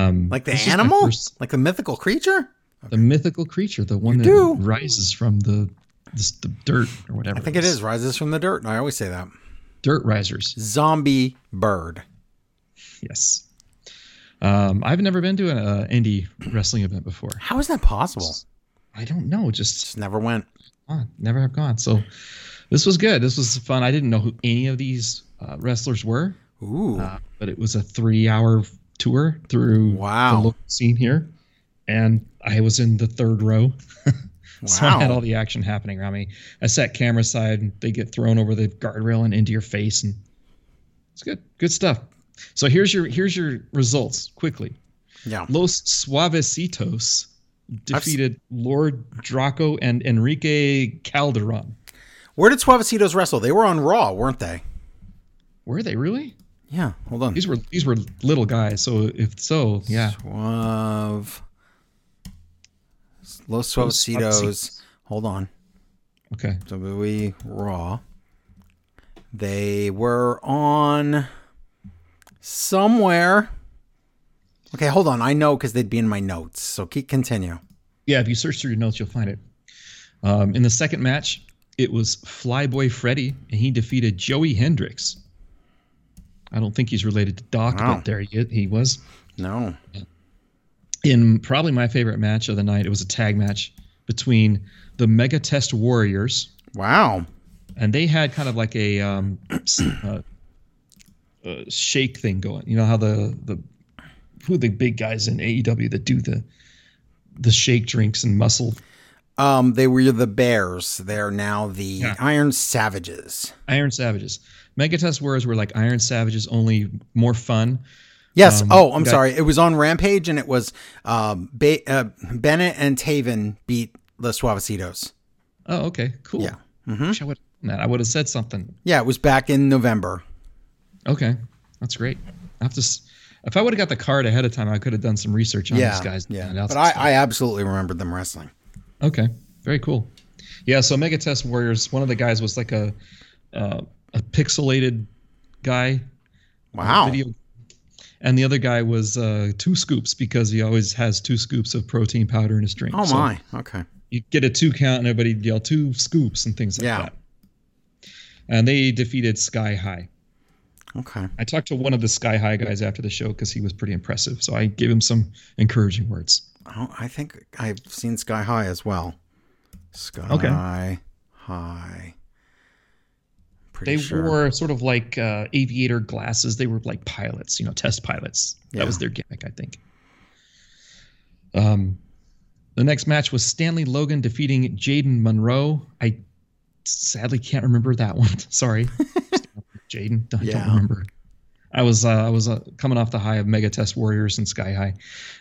Speaker 2: Um,
Speaker 1: Like the
Speaker 2: this is my
Speaker 1: animal,
Speaker 2: first-
Speaker 1: like the mythical creature.
Speaker 2: the mythical creature, the one that
Speaker 1: do.
Speaker 2: rises from the, the the dirt or whatever.
Speaker 1: I think it is rises from the dirt. and I always say that
Speaker 2: dirt risers.
Speaker 1: zombie bird.
Speaker 2: Yes. Um, I've never been to an uh, indie wrestling event before.
Speaker 1: How is that possible?
Speaker 2: I don't know, just
Speaker 1: Just never went.
Speaker 2: uh, never have gone. So this was good. This was fun. I didn't know who any of these uh, wrestlers were,
Speaker 1: Ooh,
Speaker 2: uh, but it was a three-hour tour through
Speaker 1: Wow.
Speaker 2: the local scene here, and I was in the third row. So I had
Speaker 1: Wow.
Speaker 2: all the action happening around me. I sat camera side, and they get thrown over the guardrail and into your face, and It's good. Good stuff. So here's your here's your results quickly.
Speaker 1: Yeah.
Speaker 2: Los Suavecitos defeated Lord Draco and Enrique Calderon.
Speaker 1: Where did Suavecitos wrestle? They were on Raw, weren't they?
Speaker 2: Were they really?
Speaker 1: Yeah. Hold on.
Speaker 2: These were these were little guys. So if so, yeah.
Speaker 1: Suave. Los Suavecitos. Hold on.
Speaker 2: Okay.
Speaker 1: WWE E Raw. They were on somewhere. Okay, hold on. I know because they'd be in my notes. So keep continue.
Speaker 2: Yeah, if you search through your notes, you'll find it. Um, in the second match, it was Flyboy Freddy, and he defeated Joey Hendricks. I don't think he's related to Doc,
Speaker 1: Wow.
Speaker 2: but there he, he was.
Speaker 1: No.
Speaker 2: In probably my favorite match of the night, it was a tag match between the Mega Test Warriors,
Speaker 1: Wow.
Speaker 2: and they had kind of like a um, s- uh, uh, shake thing going. You know how the the who are the big guys in AEW that do the the shake drinks and muscle
Speaker 1: Um, they were the Bears. They're now the
Speaker 2: Yeah.
Speaker 1: Iron Savages.
Speaker 2: Iron Savages. Megatest Warriors were like Iron Savages, only more fun.
Speaker 1: Yes.
Speaker 2: Um,
Speaker 1: oh, I'm
Speaker 2: that-
Speaker 1: sorry. It was on Rampage, and it was um, ba- uh, Bennett and Taven beat the Suavecitos.
Speaker 2: Oh, okay, cool.
Speaker 1: Yeah.
Speaker 2: I wish I would have that. I would have said something.
Speaker 1: Yeah, it was back in November.
Speaker 2: Oh, Okay, that's great. I have to. s- If I would have got the card ahead of time, I could have done some research on
Speaker 1: yeah,
Speaker 2: these guys. and
Speaker 1: yeah.
Speaker 2: found out
Speaker 1: But
Speaker 2: some
Speaker 1: I,
Speaker 2: stuff.
Speaker 1: I absolutely remembered them wrestling.
Speaker 2: Okay, very cool. Yeah, so Megatest Warriors. One of the guys was like a uh, a pixelated guy.
Speaker 1: Wow.
Speaker 2: Video. And the other guy was uh, two scoops because he always has two scoops of protein powder in his drink.
Speaker 1: Oh
Speaker 2: So-
Speaker 1: my. Okay.
Speaker 2: you get a two count and everybody yell two scoops and things like
Speaker 1: Yeah.
Speaker 2: that. And they defeated Sky High.
Speaker 1: Okay.
Speaker 2: I talked to one of the Sky High guys after the show because he was pretty impressive. So I gave him some encouraging words.
Speaker 1: Oh, I think I've seen Sky High as well. Sky High. Pretty
Speaker 2: They
Speaker 1: sure.
Speaker 2: wore sort of like uh, aviator glasses. They were like pilots, you know, test pilots.
Speaker 1: Yeah.
Speaker 2: That was their gimmick, I think. Um, the next match was Stanley Logan defeating Jaden Monroe. I sadly can't remember that one. Sorry, Jaden. I
Speaker 1: Yeah.
Speaker 2: don't remember. I was uh, I was uh, coming off the high of Mega Test Warriors and Sky High.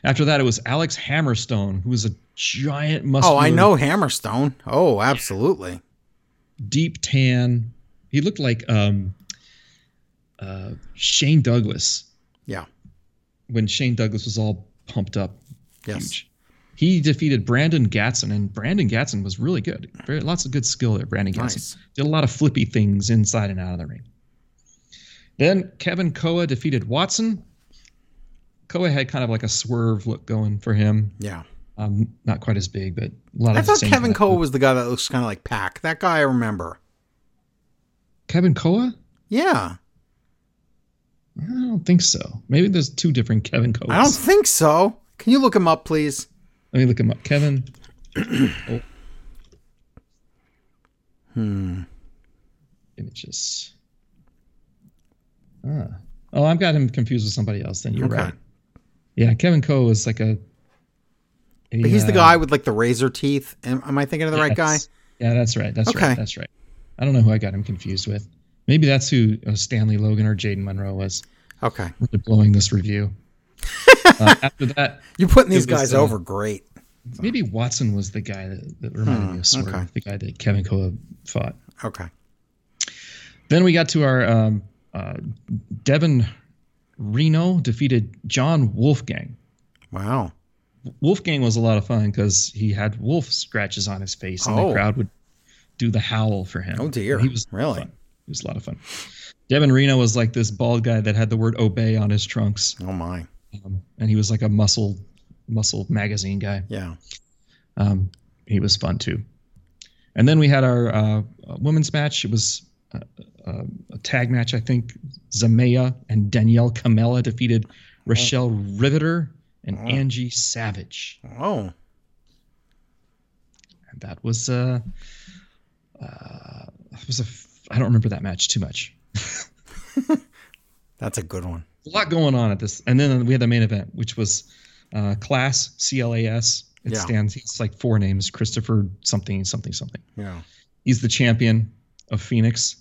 Speaker 2: After that, it was Alex Hammerstone, who was a giant muscular.
Speaker 1: oh, I know Hammerstone. Oh, absolutely.
Speaker 2: deep tan. He looked like um, uh, Shane Douglas
Speaker 1: Yeah.
Speaker 2: when Shane Douglas was all pumped up.
Speaker 1: Yes.
Speaker 2: Huge. He defeated Brandon Gatson, and Brandon Gatson was really good. Very, lots of good skill there. Brandon Gatson
Speaker 1: Nice.
Speaker 2: did a lot of flippy things inside and out of the ring. Then Kevin Koa defeated Watson. Koa had kind of like a swerve look going for him.
Speaker 1: Yeah.
Speaker 2: Um, not quite as big, but a lot
Speaker 1: I
Speaker 2: of the
Speaker 1: thought
Speaker 2: same
Speaker 1: Kevin
Speaker 2: kind of-
Speaker 1: Cole was the guy that looks kind of like Pac. That guy I remember.
Speaker 2: Kevin Koa?
Speaker 1: Yeah.
Speaker 2: I don't think so. Maybe there's two different Kevin Coates.
Speaker 1: I don't think so. Can you look him up, please?
Speaker 2: Let me look him up. Kevin. oh.
Speaker 1: Hmm.
Speaker 2: Images. Ah. Oh, I've got him confused with somebody else. Then you're
Speaker 1: Okay.
Speaker 2: right. Yeah, Kevin Coe is like a.
Speaker 1: But he's the guy with like the razor teeth. Am, am I thinking of the right guy?
Speaker 2: Yeah, that's right. That's
Speaker 1: Okay.
Speaker 2: right. That's right. I don't know who I got him confused with. Maybe that's who uh, Stanley Logan or Jaden Monroe was.
Speaker 1: Okay.
Speaker 2: Really blowing this review. uh, after that,
Speaker 1: You're putting these
Speaker 2: It was,
Speaker 1: guys
Speaker 2: uh,
Speaker 1: over great.
Speaker 2: Maybe Watson was the guy that, that reminded me of Swerve,
Speaker 1: Hmm, okay.
Speaker 2: the guy that Kevin Koa fought.
Speaker 1: Okay.
Speaker 2: Then we got to our um, uh, Devin Reno defeated John Wolfgang.
Speaker 1: Wow.
Speaker 2: Wolfgang was a lot of fun because he had wolf scratches on his face, and
Speaker 1: Oh.
Speaker 2: the crowd would do the howl for him.
Speaker 1: Oh, dear.
Speaker 2: He was
Speaker 1: Really?
Speaker 2: Fun. He was a lot of fun. Devin Reno was like this bald guy that had the word "obey" on his trunks,
Speaker 1: Oh my.
Speaker 2: um, and he was like a muscle, muscle magazine guy.
Speaker 1: Yeah.
Speaker 2: um, he was fun too. And then we had our uh, women's match. It was uh, uh, a tag match, I think. Zamea and Danielle Camella defeated Rochelle Riveter and Angie Savage.
Speaker 1: Oh.
Speaker 2: And that was uh, uh, it was a f- I don't remember that match too much.
Speaker 1: That's a good one.
Speaker 2: A lot going on at this. And then we had the main event, which was uh, Class C L A S. It
Speaker 1: Yeah.
Speaker 2: stands. It's like four names: Christopher something, something, something.
Speaker 1: Yeah.
Speaker 2: he's the champion of Phoenix,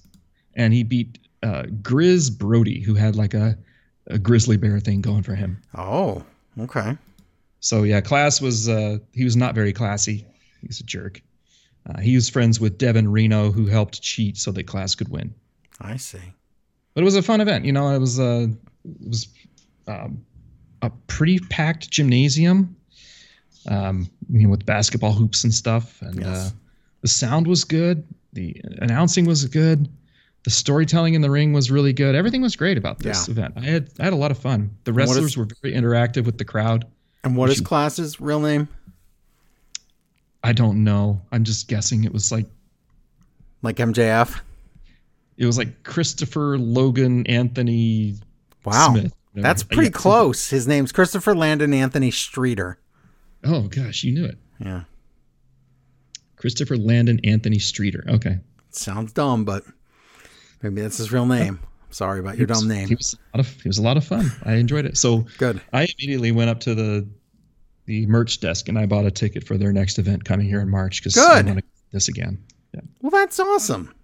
Speaker 2: and he beat uh, Grizz Brody, who had like a, a grizzly bear thing going for him.
Speaker 1: Oh, okay.
Speaker 2: So yeah, class was uh, he was not very classy. He was a jerk. Uh, he was friends with Devin Reno, who helped cheat so that class could win.
Speaker 1: I see.
Speaker 2: But it was a fun event. You know, it was uh, it was um, a pretty packed gymnasium. Um, you know, with basketball hoops and stuff, and
Speaker 1: Yes.
Speaker 2: uh, the sound was good. The announcing was good. The storytelling in the ring was really good. Everything was great about this
Speaker 1: Yeah.
Speaker 2: event. I had I had a lot of fun. The
Speaker 1: what is-
Speaker 2: wrestlers were very interactive with the crowd.
Speaker 1: And what is class's real name?
Speaker 2: I don't know. I'm just guessing. It was like
Speaker 1: Like MJF?
Speaker 2: it was like Christopher Logan Anthony
Speaker 1: Wow.
Speaker 2: Smith. whatever.
Speaker 1: That's
Speaker 2: Yeah,
Speaker 1: pretty
Speaker 2: something-
Speaker 1: close. His name's Christopher Landon Anthony Streeter.
Speaker 2: Oh gosh, you knew it.
Speaker 1: Yeah.
Speaker 2: Christopher Landon Anthony Streeter. Okay.
Speaker 1: Sounds dumb, but maybe that's his real name. Sorry about your dumb
Speaker 2: He
Speaker 1: name.
Speaker 2: was a lot of he was a lot of fun. I enjoyed it. So
Speaker 1: Good.
Speaker 2: I immediately went up to the the merch desk and I bought a ticket for their next event coming here in March because I
Speaker 1: Good.
Speaker 2: want to this again. Yeah.
Speaker 1: Well, that's awesome.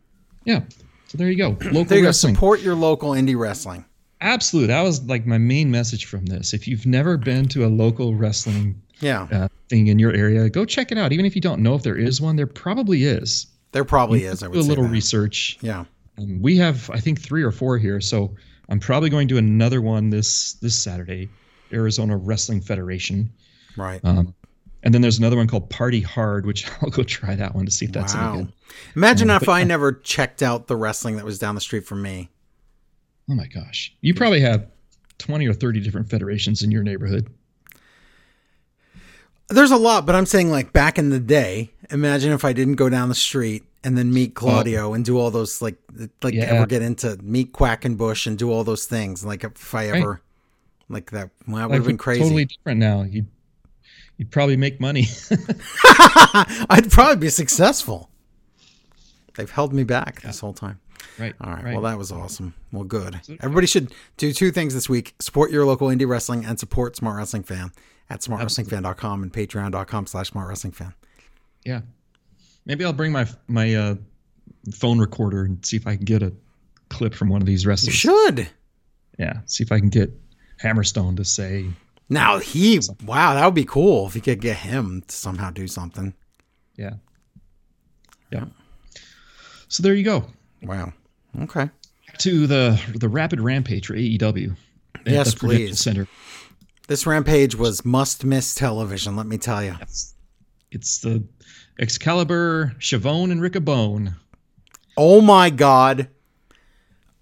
Speaker 2: Yeah. So there you go. Local
Speaker 1: There you go.
Speaker 2: wrestling.
Speaker 1: Support your local indie wrestling.
Speaker 2: Absolutely. That was like my main message from this. If you've never been to a local wrestling
Speaker 1: Yeah,
Speaker 2: uh, thing in your area, go check it out. Even if you don't know if there is one, there probably is.
Speaker 1: there probably is. I would
Speaker 2: do a
Speaker 1: say
Speaker 2: little
Speaker 1: that.
Speaker 2: research.
Speaker 1: Yeah.
Speaker 2: Um, we have, I think, three or four here. So I'm probably going to another one this this Saturday, Arizona Wrestling Federation.
Speaker 1: Right.
Speaker 2: Um, and then there's another one called Party Hard, which I'll go try that one to see if that's any
Speaker 1: wow.
Speaker 2: good.
Speaker 1: Imagine if I never checked out the wrestling that was down the street from me.
Speaker 2: Oh my gosh, you probably have 20 or 30 different federations in your neighborhood.
Speaker 1: There's a lot, but I'm saying like back in the day. Imagine if I didn't go down the street and then meet Claudio and do all those like like
Speaker 2: Yeah.
Speaker 1: ever get into meet Quackenbush and do all those things. Like if I ever like that, well, that would have
Speaker 2: Like,
Speaker 1: been crazy.
Speaker 2: Totally different now. You you'd probably make money.
Speaker 1: I'd probably be successful. They've held me back this whole time.
Speaker 2: right.
Speaker 1: All right. Well, that was awesome. Well, good. Everybody should do two things this week support your local indie wrestling and support Smart Wrestling Fan at smartwrestlingfan.com and patreon.com slash smartwrestlingfan.
Speaker 2: yeah. Maybe I'll bring my my uh, phone recorder and see if I can get a clip from one of these
Speaker 1: You
Speaker 2: wrestlers.
Speaker 1: should.
Speaker 2: Yeah. See if I can get Hammerstone to say
Speaker 1: Now, he, wow, that would be cool if you could get him to somehow do something.
Speaker 2: Yeah. Yeah. So there you go.
Speaker 1: Wow. Okay.
Speaker 2: To the the Rapid Rampage for AEW. at
Speaker 1: Yes,
Speaker 2: the Prudential
Speaker 1: please.
Speaker 2: Center.
Speaker 1: This rampage was must miss television, let me tell you.
Speaker 2: It's, it's the Excalibur, Chavone, and Rickabone.
Speaker 1: Oh my God.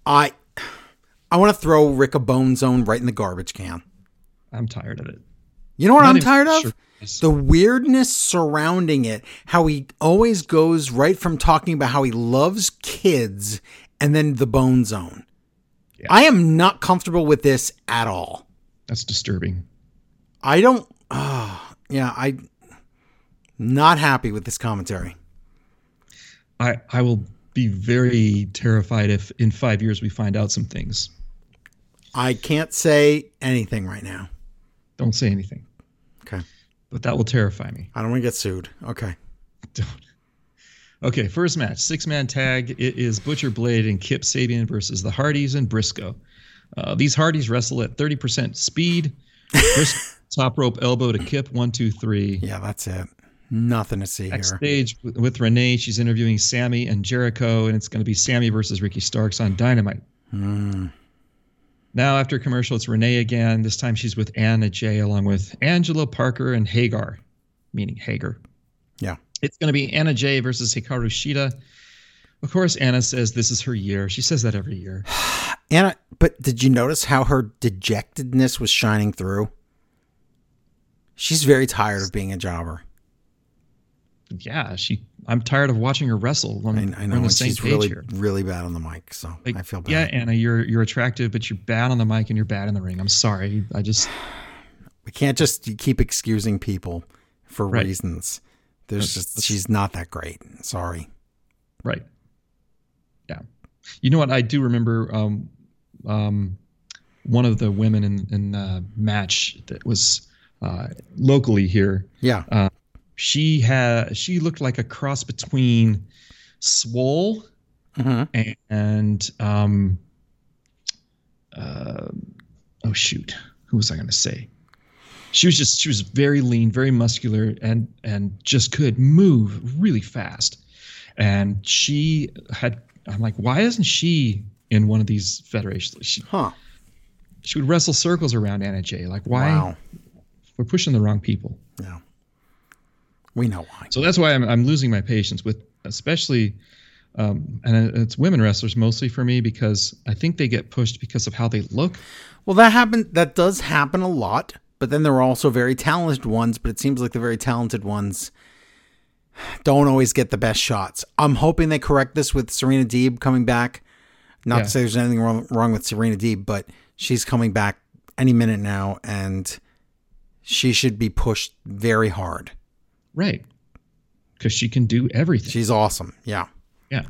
Speaker 1: I. I want to throw Rick a bone zone right in the garbage can.
Speaker 2: I'm tired of it.
Speaker 1: You know what
Speaker 2: Not
Speaker 1: I'm
Speaker 2: even
Speaker 1: tired of?
Speaker 2: sure it's-
Speaker 1: The weirdness surrounding it, how he always goes right from talking about how he loves kids and then the bone zone. I am not comfortable with this at all.
Speaker 2: That's disturbing.
Speaker 1: I don't ah, yeah, I not happy with this commentary.
Speaker 2: I I will be very terrified if in five years we find out some things.
Speaker 1: I can't say anything right now.
Speaker 2: Don't say anything,
Speaker 1: Okay.
Speaker 2: but that will terrify me.
Speaker 1: I don't want to get sued. Okay.
Speaker 2: Don't. Okay, first match, six man tag. It is Butcher Blade and Kip Sabian versus the Hardys and Briscoe. Uh, these Hardys wrestle at 30% speed. Briscoe, top rope elbow to Kip, one, two, three.
Speaker 1: Yeah, that's it. Nothing to see here.
Speaker 2: Backstage with, with Renee, she's interviewing Sammy and Jericho, and it's going to be Sammy versus Ricky Starks on Dynamite.
Speaker 1: Hmm.
Speaker 2: Now, after commercial, it's Renee again. This time she's with Anna Jay, along with Angela Parker and Hagar, meaning Hager.
Speaker 1: Yeah.
Speaker 2: It's going to be Anna Jay versus Hikaru Shida. Of course, Anna says this is her year. She says that every year.
Speaker 1: And I, but did you notice how her dejectedness was shining through? She's very tired of being a jobber.
Speaker 2: Yeah, she. I'm tired of watching her wrestle. I'm,
Speaker 1: I, I know,
Speaker 2: on the
Speaker 1: and
Speaker 2: same
Speaker 1: she's
Speaker 2: page
Speaker 1: really,
Speaker 2: here.
Speaker 1: really bad on the mic. So
Speaker 2: Like,
Speaker 1: I feel bad.
Speaker 2: Yeah, Anna, you're you're attractive, but you're bad on the mic and you're bad in the ring. I'm sorry. I just
Speaker 1: We can't just keep excusing people for
Speaker 2: Right.
Speaker 1: reasons. There's
Speaker 2: That's-
Speaker 1: just
Speaker 2: that's-
Speaker 1: she's not that great. Sorry.
Speaker 2: right. Yeah, you know what? I do remember um, um, one of the women in in the match that was uh, locally here.
Speaker 1: Yeah.
Speaker 2: She had she looked like a cross between Swole
Speaker 1: Mhm.
Speaker 2: and um, uh, oh shoot, who was I going to say? She was just she was very lean, very muscular, and and just could move really fast. And she had I'm like, why isn't she in one of these federations? She
Speaker 1: Huh.
Speaker 2: she would wrestle circles around Anna Jay. Like why
Speaker 1: Wow.
Speaker 2: we're pushing the wrong people.
Speaker 1: Yeah. We know why.
Speaker 2: So that's why I'm, I'm losing my patience with, especially, um, and it's women wrestlers mostly for me because I think they get pushed because of how they look.
Speaker 1: Well, that happened. That does happen a lot. But then there are also very talented ones. But it seems like the very talented ones don't always get the best shots. I'm hoping they correct this with Serena Deeb coming back. Not
Speaker 2: Yeah.
Speaker 1: to say there's anything wrong, wrong with Serena Deeb, but she's coming back any minute now, and she should be pushed very hard.
Speaker 2: Right. Because she can do everything.
Speaker 1: She's awesome. Yeah.
Speaker 2: yeah.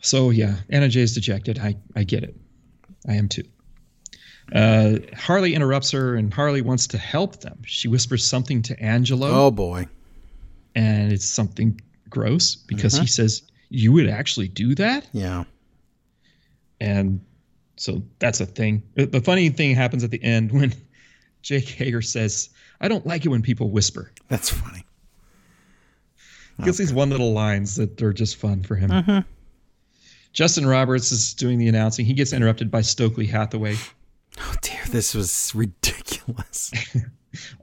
Speaker 2: So yeah, Anna Jay's dejected. I, I get it. I am too. Uh, Harley interrupts her and Harley wants to help them. She whispers something to Angelo.
Speaker 1: Oh boy.
Speaker 2: and it's something gross because he says you would actually do that
Speaker 1: Yeah.
Speaker 2: and so that's a thing the the funny thing happens at the end when jake hager says i don't like it when people whisper
Speaker 1: That's funny.
Speaker 2: because these one little lines that are just fun for him justin roberts is doing the announcing he gets interrupted by stokely hathaway
Speaker 1: Oh dear, this was ridiculous.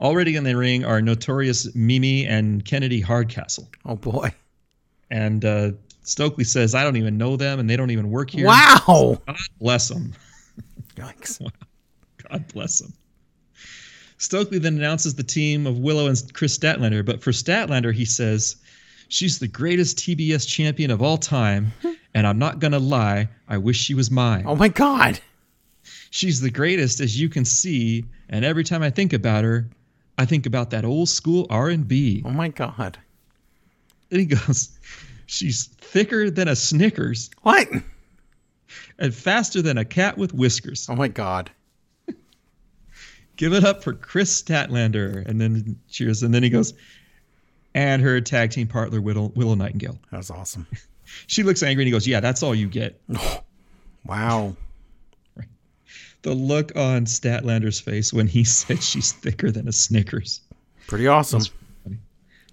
Speaker 2: already in the ring are notorious mimi and kennedy hardcastle
Speaker 1: Oh boy.
Speaker 2: and uh, stokely says i don't even know them and they don't even work here
Speaker 1: Wow.
Speaker 2: god bless them
Speaker 1: Yikes.
Speaker 2: God bless him. Stokely then announces the team of Willow and Chris Statlander, but for Statlander, he says, She's the greatest TBS champion of all time, and I'm not going to lie, I wish she was mine.
Speaker 1: Oh my god.
Speaker 2: She's the greatest as you can see, and every time I think about her, I think about that old school R&B.
Speaker 1: Oh my god.
Speaker 2: Then he goes, She's thicker than a Snickers
Speaker 1: What?
Speaker 2: and faster than a cat with whiskers.
Speaker 1: Oh my god.
Speaker 2: give it up for Chris Statlander. And then cheers. And then he goes, and her tag team partner, Willow, Willow Nightingale.
Speaker 1: That was awesome.
Speaker 2: She looks angry and he goes, yeah, that's all you get.
Speaker 1: Wow.
Speaker 2: The look on Statlander's face when he said she's thicker than a Snickers.
Speaker 1: Pretty awesome.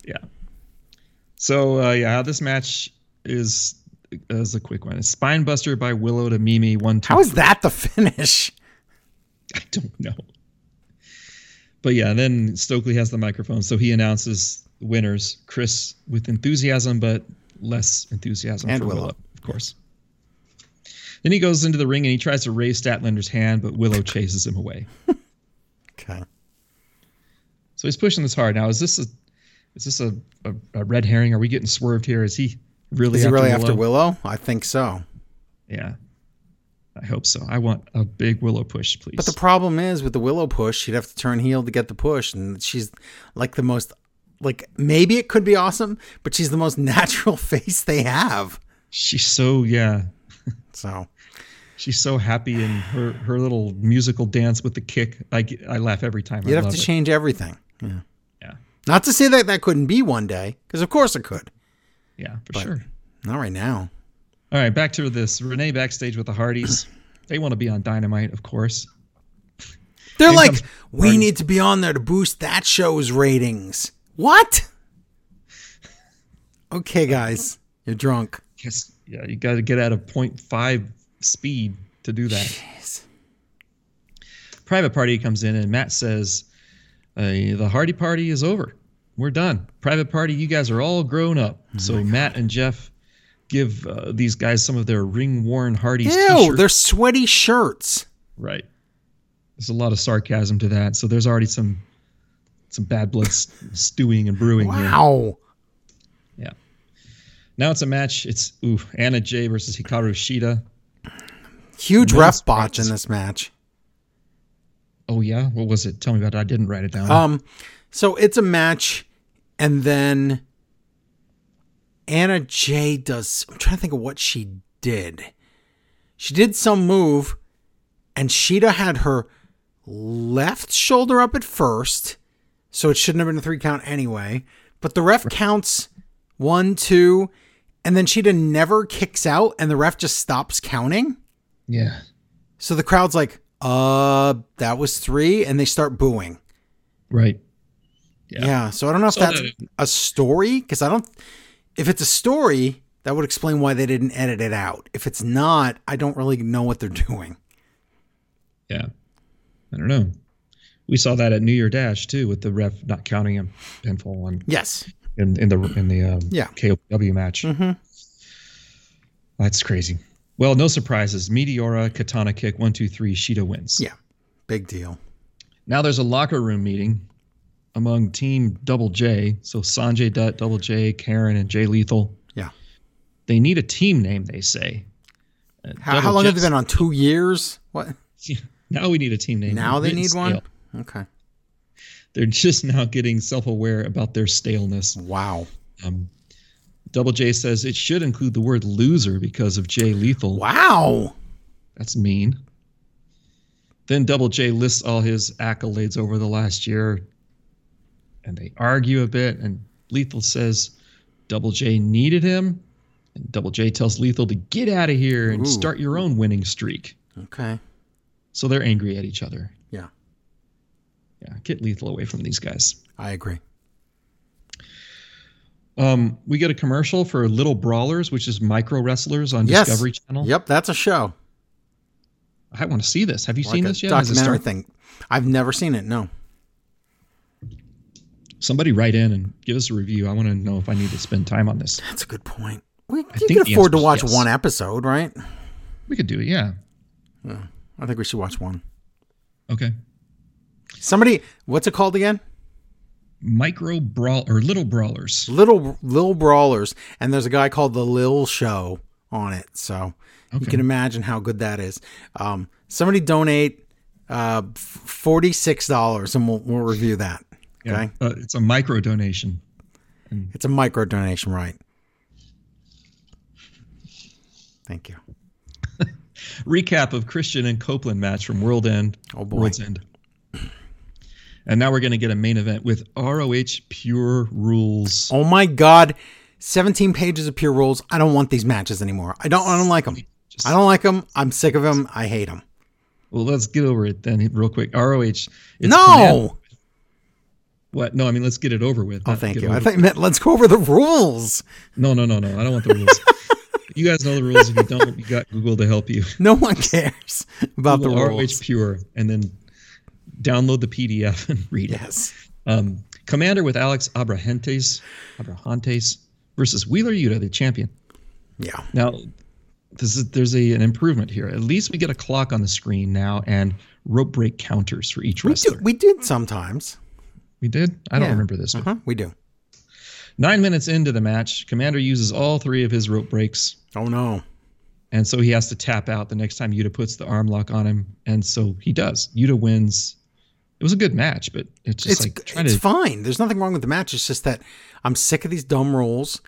Speaker 2: Yeah. So, uh, yeah, this match is is a quick one. It's Spinebuster by Willow to Mimi. One, two,
Speaker 1: How is that the finish?
Speaker 2: I don't know. But yeah, then Stokely has the microphone, so he announces the winners. Chris with enthusiasm, but less enthusiasm
Speaker 1: And
Speaker 2: for Willow.
Speaker 1: Willow.
Speaker 2: of course. Then he goes into the ring and he tries to raise Statlander's hand, but Willow chases him away.
Speaker 1: Okay.
Speaker 2: So he's pushing this hard. Now, is this a is this a, a, a red herring? Are we getting swerved here? Is he really
Speaker 1: Is he
Speaker 2: after
Speaker 1: really
Speaker 2: Willow?
Speaker 1: after Willow? I think so.
Speaker 2: Yeah. I hope so. I want a big Willow push, please.
Speaker 1: But the problem is with the Willow push, she'd have to turn heel to get the push, and she's like the most like maybe it could be awesome, but she's the most natural face they have.
Speaker 2: She's so yeah.
Speaker 1: So
Speaker 2: She's so happy in her, her little musical dance with the kick. I, get- I laugh every time.
Speaker 1: you'd
Speaker 2: I
Speaker 1: have
Speaker 2: love
Speaker 1: to
Speaker 2: it.
Speaker 1: change everything. Yeah.
Speaker 2: Yeah,
Speaker 1: Not to say that that couldn't be one day, because of course it could.
Speaker 2: yeah, for sure.
Speaker 1: Not right now.
Speaker 2: All right, back to this. Renee backstage with the Hardys. they want to be on Dynamite, of course.
Speaker 1: They're
Speaker 2: Here
Speaker 1: like,
Speaker 2: comes
Speaker 1: we need to be on there to boost that show's ratings. What? Okay, guys, you're drunk.
Speaker 2: Yes. Yeah, you got to get out of 0.5 speed to do that.
Speaker 1: Jeez.
Speaker 2: Private Party comes in and Matt says, uh, "The Hardy Party is over. We're done. Private Party, you guys are all grown up."
Speaker 1: Oh
Speaker 2: so Matt and Jeff give uh, these guys some of their ring worn Hardys.
Speaker 1: Ew,
Speaker 2: t-shirts.
Speaker 1: they're sweaty shirts.
Speaker 2: Right. There's a lot of sarcasm to that. So there's already some some bad blood s- stewing and brewing here.
Speaker 1: Wow.
Speaker 2: Yeah. Now it's a match. It's ooh, Anna Jay versus Hikaru Shida.
Speaker 1: Huge
Speaker 2: No
Speaker 1: ref botch
Speaker 2: surprise.
Speaker 1: in this match.
Speaker 2: Oh yeah, what was it? Tell me about it. I didn't write it down.
Speaker 1: Um, so it's a match, and then Anna Jay does. I'm trying to think of what she did. She did some move, and Sheeta had her left shoulder up at first, so it shouldn't have been a three count anyway. But the ref counts one, two, and then Sheeta never kicks out, and the ref just stops counting.
Speaker 2: Yeah.
Speaker 1: So the crowd's like, uh, that was three, and they start booing.
Speaker 2: Right.
Speaker 1: Yeah.
Speaker 2: Yeah.
Speaker 1: so I don't know if
Speaker 2: So
Speaker 1: that's
Speaker 2: the-
Speaker 1: a story because I don't. If it's a story, that would explain why they didn't edit it out. If it's not, I don't really know what they're doing.
Speaker 2: Yeah. I don't know. We saw that at New Year Dash too, with the ref not counting him pinfall on
Speaker 1: Yes.
Speaker 2: in, in the in the um,
Speaker 1: Yeah.
Speaker 2: KOW match.
Speaker 1: Mhm.
Speaker 2: That's crazy. Well, no surprises. Meteora, Katana kick, one, two, three. Sheeta wins.
Speaker 1: Yeah. Big deal.
Speaker 2: Now there's a locker room meeting among Team Double J. So Sanjay Dutt, Double J, Karen, and Jay Lethal.
Speaker 1: Yeah.
Speaker 2: They need a team name, they say. Uh,
Speaker 1: How, how
Speaker 2: Double
Speaker 1: long have they
Speaker 2: J's-
Speaker 1: been on? Two years? What?
Speaker 2: Now we need a team name.
Speaker 1: Now
Speaker 2: We're
Speaker 1: they
Speaker 2: getting
Speaker 1: need one?
Speaker 2: stale.
Speaker 1: Okay.
Speaker 2: They're just now getting self aware about their staleness.
Speaker 1: Wow.
Speaker 2: Um, Double J says it should include the word loser because of Jay Lethal.
Speaker 1: Wow.
Speaker 2: That's mean. Then Double J lists all his accolades over the last year and they argue a bit. And Lethal says Double J needed him. And Double J tells Lethal to get out of here and
Speaker 1: Ooh.
Speaker 2: start your own winning streak.
Speaker 1: Okay.
Speaker 2: So they're angry at each other.
Speaker 1: Yeah.
Speaker 2: Yeah, get Lethal away from these guys.
Speaker 1: I agree.
Speaker 2: Um, we get a commercial for Little Brawlers, which is micro wrestlers on
Speaker 1: Yes.
Speaker 2: Discovery Channel.
Speaker 1: Yep. That's a show.
Speaker 2: I want to see this. Have you
Speaker 1: Like
Speaker 2: seen
Speaker 1: a
Speaker 2: this yet? Has it
Speaker 1: Documentary
Speaker 2: started?
Speaker 1: thing. I've never seen it. No.
Speaker 2: Somebody write in and give us a review. I want to know if I need to spend time on this.
Speaker 1: That's a good point. We, you
Speaker 2: think
Speaker 1: can
Speaker 2: the
Speaker 1: afford to
Speaker 2: answer is
Speaker 1: watch
Speaker 2: yes.
Speaker 1: one episode, right?
Speaker 2: We could do it. Yeah.
Speaker 1: I think we should watch one.
Speaker 2: Okay.
Speaker 1: Somebody, what's it called again?
Speaker 2: Micro brawl or little brawlers.
Speaker 1: Little Lil Brawlers, and there's a guy called the Lil Show on it. So you
Speaker 2: Okay.
Speaker 1: can imagine how good that is. Um, somebody donate uh, forty six dollars, and we'll we'll review that. Okay,
Speaker 2: Uh, it's a micro donation.
Speaker 1: it's a micro donation, right? Thank you.
Speaker 2: Recap of Christian and Copeland match from World End.
Speaker 1: Oh, boy.
Speaker 2: World's End. And now we're going to get a main event with ROH Pure Rules.
Speaker 1: Oh my God, seventeen pages of pure rules. I don't want these matches anymore. I don't. I don't like them.
Speaker 2: Just-
Speaker 1: I don't like them. I'm sick of them. I hate them.
Speaker 2: Well, let's get over it then, real quick. ROH. It's Conan-
Speaker 1: No.
Speaker 2: What? No, I mean let's get it over with.
Speaker 1: Oh,
Speaker 2: not
Speaker 1: thank
Speaker 2: get
Speaker 1: you. I
Speaker 2: over-
Speaker 1: thought you meant let's go over the rules.
Speaker 2: no, no, no, no. I don't want the rules. you guys know the rules. If you don't, you got Google to help you.
Speaker 1: No one cares about the
Speaker 2: Google
Speaker 1: rules.
Speaker 2: ROH Pure, and then download the PDF and read it.
Speaker 1: Yes.
Speaker 2: Um, Commander with Alex Abrahantes, Abrahantes versus Wheeler Yuta, the champion.
Speaker 1: Yeah.
Speaker 2: Now, this is, there's a, an improvement here. At least we get a clock on the screen now and rope break counters for each
Speaker 1: We, do,
Speaker 2: wrestler.
Speaker 1: we did sometimes.
Speaker 2: We did? I don't
Speaker 1: Yeah.
Speaker 2: remember this one.
Speaker 1: Huh? We do.
Speaker 2: Nine minutes into the match, Commander uses all three of his rope breaks,
Speaker 1: Oh, no.
Speaker 2: and so he has to tap out the next time Yuta puts the arm lock on him, and so he does. Yuta wins. It was a good match, but it's just
Speaker 1: It's,
Speaker 2: like trying
Speaker 1: it's
Speaker 2: to
Speaker 1: fine. There's nothing wrong with the match. It's just that I'm sick of these dumb rules.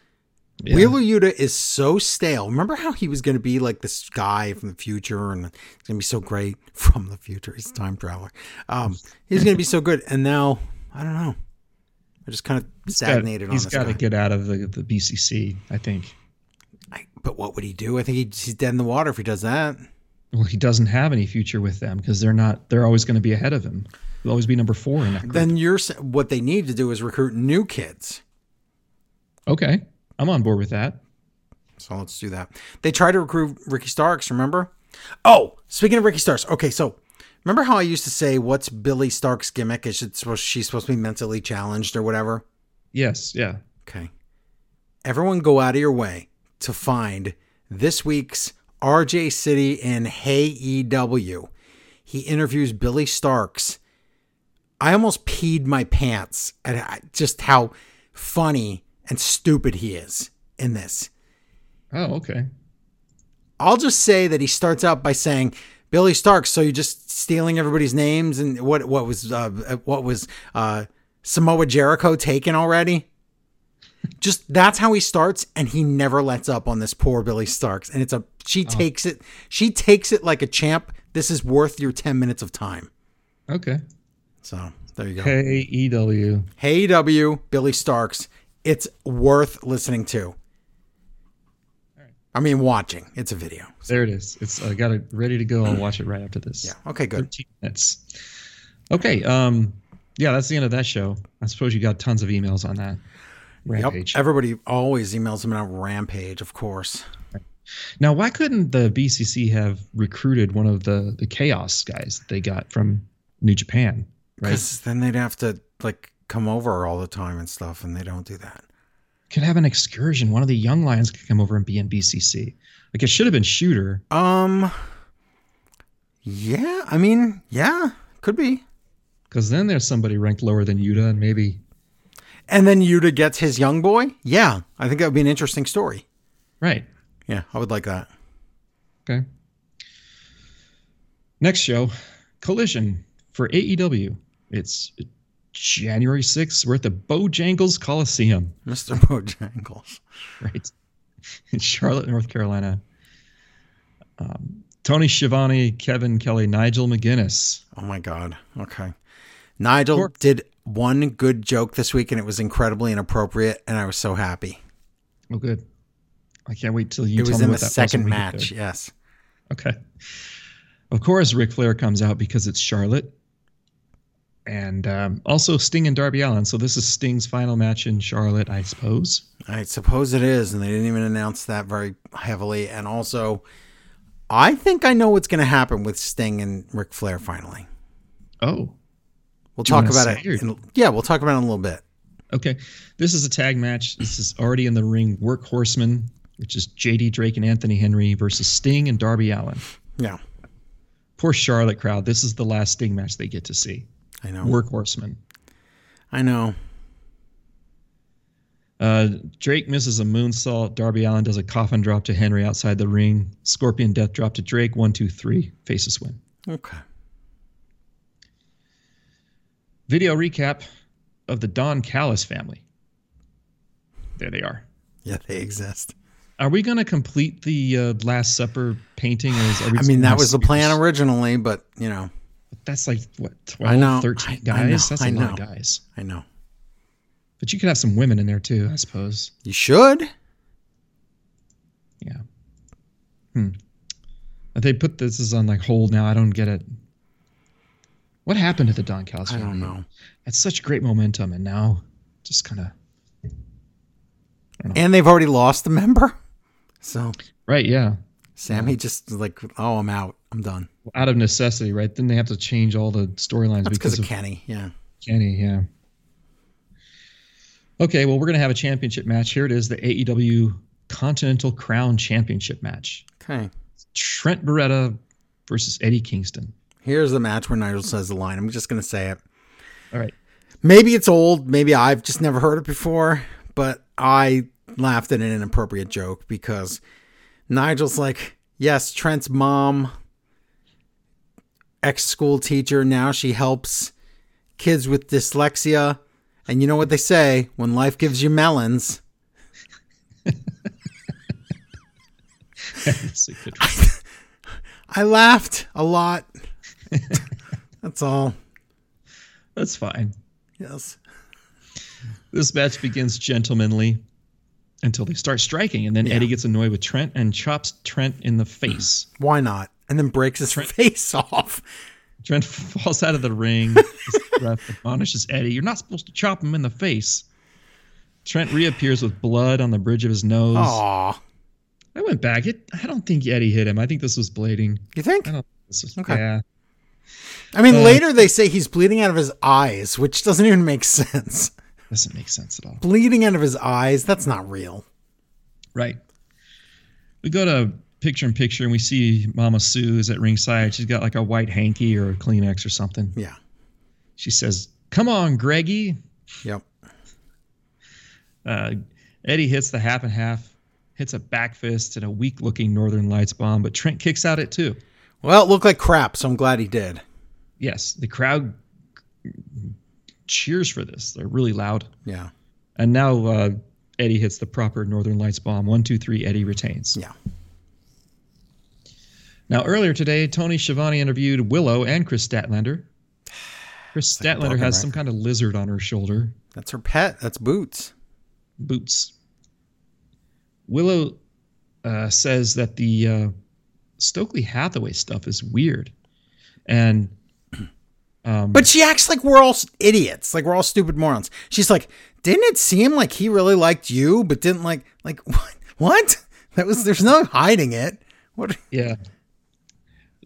Speaker 2: yeah,
Speaker 1: Wheeler Yuta is so stale. Remember how he was going to be like this guy from the future and it's going to be so great from the future. He's a time traveler. Um, he's going to be so good. And now, I don't know. I just kind of
Speaker 2: he's gotta-
Speaker 1: stagnated
Speaker 2: He's
Speaker 1: on
Speaker 2: got to
Speaker 1: this guy.
Speaker 2: get out of the, the BCC, I think.
Speaker 1: I, but what would he do? I think he, he's dead in the water if he does that.
Speaker 2: Well, he doesn't have any future with them because they're not. They're always going to be ahead of him. He'll always be number four in that group.
Speaker 1: Then you're sa- what they need to do is recruit new kids.
Speaker 2: okay, I'm on board with that.
Speaker 1: So let's do that. They tried to recruit Ricky Starks, remember? Oh, speaking of Ricky Starks, okay, so remember how I used to say what's Billy Stark's gimmick? Is it supposed she's supposed to be mentally challenged or whatever?
Speaker 2: Yes, yeah.
Speaker 1: Okay. Everyone go out of your way to find this week's RJ City in Hey EW. He interviews Billy Starks. I almost peed my pants at uh, just how funny and stupid he is in this.
Speaker 2: Oh, okay.
Speaker 1: I'll just say that he starts out by saying, "Billy Starks, so you're just stealing everybody's names and what what was uh, what was uh, Samoa Jericho taken already?" just that's how he starts, and he never lets up on this poor Billy Starks. And it's a she takes it she takes it like a champ. This is worth your ten minutes of time.
Speaker 2: Okay.
Speaker 1: So there you go. Hey,
Speaker 2: K E W.
Speaker 1: W Billy Starks, it's worth listening to. I mean, watching. It's a video.
Speaker 2: There it is. It's I got it ready to go. I'll watch it right after this.
Speaker 1: Yeah. Okay. Good.
Speaker 2: 13 minutes. Okay. Um. Yeah, that's the end of that show. I suppose you got tons of emails on that. Rampage.
Speaker 1: Yep. Everybody always emails them out. Rampage, of course.
Speaker 2: Now, why couldn't the BCC have recruited one of the the Chaos guys that they got from New Japan? Right.
Speaker 1: Because then they'd have to like come over all the time and stuff, and they don't do that.
Speaker 2: Could have an excursion. One of the young lions could come over and be in BCC. Like it should have been Shooter.
Speaker 1: Um. Yeah. I mean, yeah. Could be.
Speaker 2: Because then there's somebody ranked lower than Yuta, and maybe
Speaker 1: And then Yuta gets his young boy. Yeah. I think that would be an interesting story.
Speaker 2: right.
Speaker 1: Yeah. I would like that.
Speaker 2: Okay. Next show, Collision for AEW. It's January sixth. We're at the Bojangles Coliseum,
Speaker 1: Mr. Bojangles.
Speaker 2: right in Charlotte, North Carolina. Um, Tony Schiavone, Kevin Kelly, Nigel McGuinness.
Speaker 1: Oh my God. Okay. Nigel
Speaker 2: Sure.
Speaker 1: did one good joke this week and it was incredibly inappropriate. And I was so happy.
Speaker 2: Oh, good. I can't wait till you.
Speaker 1: it
Speaker 2: tell
Speaker 1: was
Speaker 2: me
Speaker 1: in the
Speaker 2: what that
Speaker 1: second
Speaker 2: when we get
Speaker 1: match. Yes.
Speaker 2: there. Okay. Of course, Ric Flair comes out because it's Charlotte, and um, also Sting and Darby Allen. So this is Sting's final match in Charlotte, I suppose.
Speaker 1: I suppose it is. And they didn't even announce that very heavily. And also, I think I know what's going to happen with Sting and Ric Flair finally.
Speaker 2: Oh,
Speaker 1: We'll
Speaker 2: Do you
Speaker 1: talk
Speaker 2: wanna
Speaker 1: about
Speaker 2: say
Speaker 1: it.
Speaker 2: or-
Speaker 1: in- yeah, we'll talk about it in a little bit.
Speaker 2: okay. This is a tag match. This is already in the ring. Workhorsemen, which is JD Drake and Anthony Henry versus Sting and Darby Allen.
Speaker 1: Yeah,
Speaker 2: Poor Charlotte crowd. This is the last Sting match they get to see.
Speaker 1: I know.
Speaker 2: Workhorsemen.
Speaker 1: I know.
Speaker 2: Uh, Drake misses a moonsault. Darby Allen does a coffin drop to Henry outside the ring. Scorpion death drop to Drake. One, two, three. Faces win.
Speaker 1: Okay.
Speaker 2: Video recap of the Don Callis family. There they are.
Speaker 1: Yeah, they exist.
Speaker 2: Are we going to complete the uh, Last Supper painting? Or is, are we
Speaker 1: I mean, that was the
Speaker 2: plan.
Speaker 1: plan originally, but you know,
Speaker 2: That's like what
Speaker 1: I
Speaker 2: 12,
Speaker 1: know.
Speaker 2: 13
Speaker 1: I- I know.
Speaker 2: guys. That's a
Speaker 1: I
Speaker 2: lot of
Speaker 1: know.
Speaker 2: guys.
Speaker 1: I know.
Speaker 2: But you could have some women in there too, I suppose.
Speaker 1: You should.
Speaker 2: Yeah. Hmm. But They put this is on like hold now. I don't get it. What happened to the Don Callis?
Speaker 1: I don't
Speaker 2: family?
Speaker 1: know.
Speaker 2: It's such great momentum, and now just kind of
Speaker 1: And they've already lost a member. So
Speaker 2: right. Yeah,
Speaker 1: Sammy just was like, oh, I'm out. I'm done.
Speaker 2: out of necessity, right? Then they have to change all the storylines
Speaker 1: That's because
Speaker 2: because
Speaker 1: of
Speaker 2: of
Speaker 1: Kenny. Yeah.
Speaker 2: Kenny, yeah. Okay, well, we're going to have a championship match. Here it is the AEW Continental Crown Championship match.
Speaker 1: Okay.
Speaker 2: Trent Beretta versus Eddie Kingston.
Speaker 1: Here's the match where Nigel says the line. I'm just gonna say it.
Speaker 2: All right.
Speaker 1: Maybe it's old. Maybe I've just never heard it before. But I laughed at an inappropriate joke because Nigel's like, yes, Trent's mom, ex school teacher. Now she helps kids with dyslexia. And you know what they say when life gives you melons?
Speaker 2: That's a good one.
Speaker 1: I laughed a lot. That's all.
Speaker 2: That's fine.
Speaker 1: Yes.
Speaker 2: This match begins gentlemanly until they start striking, and then Eddie gets annoyed with Trent and chops Trent in the face.
Speaker 1: Why not? And then breaks his face off.
Speaker 2: Trent falls out of the ring. His breath admonishes Eddie, "You're not supposed to chop him in the face." Trent reappears with blood on the bridge of his nose.
Speaker 1: Aw.
Speaker 2: I went back. It, I don't think Eddie hit him. I think this was blading.
Speaker 1: You think?
Speaker 2: I don't. This was,
Speaker 1: Okay.
Speaker 2: Yeah.
Speaker 1: I mean,
Speaker 2: Uh,
Speaker 1: later they say he's bleeding out of his eyes, which doesn't even make sense.
Speaker 2: Doesn't make sense at all.
Speaker 1: Bleeding out of his eyes, that's not real.
Speaker 2: Right. We go to picture in picture and we see Mama Sue is at ringside. She's got like a white hanky or a Kleenex or something.
Speaker 1: Yeah.
Speaker 2: She says, Come on, Greggy.
Speaker 1: Yep.
Speaker 2: Uh, Eddie hits the half and half, hits a back fist and a weak looking Northern Lights bomb, but Trent kicks out at two.
Speaker 1: Well, it looked like crap, so I'm glad he did.
Speaker 2: Yes, the crowd cheers for this. They're really loud.
Speaker 1: Yeah.
Speaker 2: And now uh, Eddie hits the proper Northern Lights bomb. One, two, three, Eddie retains.
Speaker 1: Yeah.
Speaker 2: Now, earlier today, Tony Schiavone interviewed Willow and Chris Statlander. Chris
Speaker 1: like a
Speaker 2: Statlander
Speaker 1: broken
Speaker 2: has some kind of lizard on her shoulder,
Speaker 1: That's her pet. That's Boots.
Speaker 2: boots. Willow uh, says that the uh, Stokely Hathaway stuff is weird, and um,
Speaker 1: But she acts like we're all s- idiots, like we're all stupid morons. She's like, didn't it seem like he really liked you, but didn't like like what? What? That was there's no hiding it. What?
Speaker 2: yeah,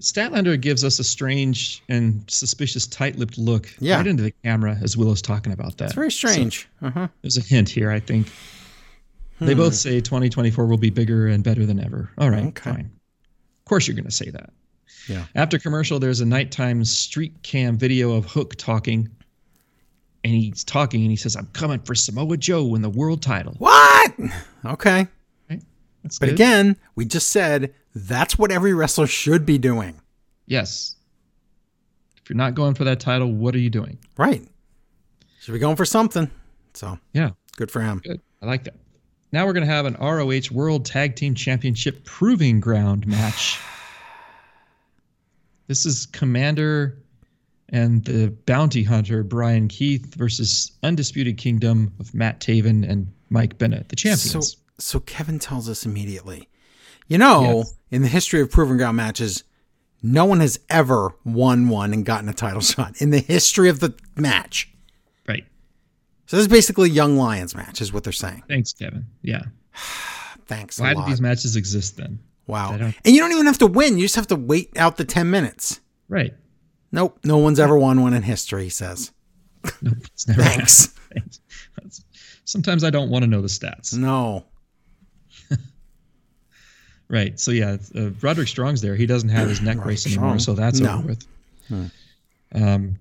Speaker 2: Statlander gives us a strange and suspicious, tight-lipped look
Speaker 1: Yeah.
Speaker 2: right into the camera as Willow's talking about that.
Speaker 1: It's very strange. uh-huh.
Speaker 2: There's a hint here, I think. They both say 2024 will be bigger and better than ever. All right,
Speaker 1: Hmm. Okay.
Speaker 2: fine. Of course, you're going to say that.
Speaker 1: Yeah.
Speaker 2: After commercial, there's a nighttime street cam video of Hook talking. And he's talking and he says, I'm coming for Samoa Joe in the world title.
Speaker 1: What? Okay.
Speaker 2: That's
Speaker 1: But
Speaker 2: good.
Speaker 1: again, we just said that's what every wrestler should be doing.
Speaker 2: yes. If you're not going for that title, what are you doing?
Speaker 1: Right. Should be going for something. So
Speaker 2: Yeah.
Speaker 1: good for him.
Speaker 2: Good. I like that. Now we're going to have an ROH World Tag Team Championship Proving Ground match. This is Commander and the Bounty Hunter Brian Keith versus Undisputed Kingdom of Matt Taven and Mike Bennett, the
Speaker 1: So
Speaker 2: champions.
Speaker 1: so Kevin tells us immediately. You know,
Speaker 2: Yes.
Speaker 1: in the history of proven ground matches, no one has ever won one and gotten a title shot in the history of the match.
Speaker 2: right.
Speaker 1: So this is basically a young lions match, is what they're saying.
Speaker 2: Thanks, Kevin. Yeah.
Speaker 1: Thanks
Speaker 2: Why
Speaker 1: a
Speaker 2: did
Speaker 1: lot.
Speaker 2: these matches exist then?
Speaker 1: wow.
Speaker 2: I
Speaker 1: And
Speaker 2: don't-
Speaker 1: you don't even have to win. You just have to wait out the ten minutes.
Speaker 2: Right.
Speaker 1: Nope, no one's ever won one in history. He says.
Speaker 2: Nope. It's never
Speaker 1: Thanks.
Speaker 2: Thanks. That's- Sometimes I don't want to know the stats.
Speaker 1: no.
Speaker 2: Right. So yeah, uh, Roderick Strong's there. He doesn't have his neck brace anymore, so
Speaker 1: Strong.
Speaker 2: that's
Speaker 1: No.
Speaker 2: over with. Um,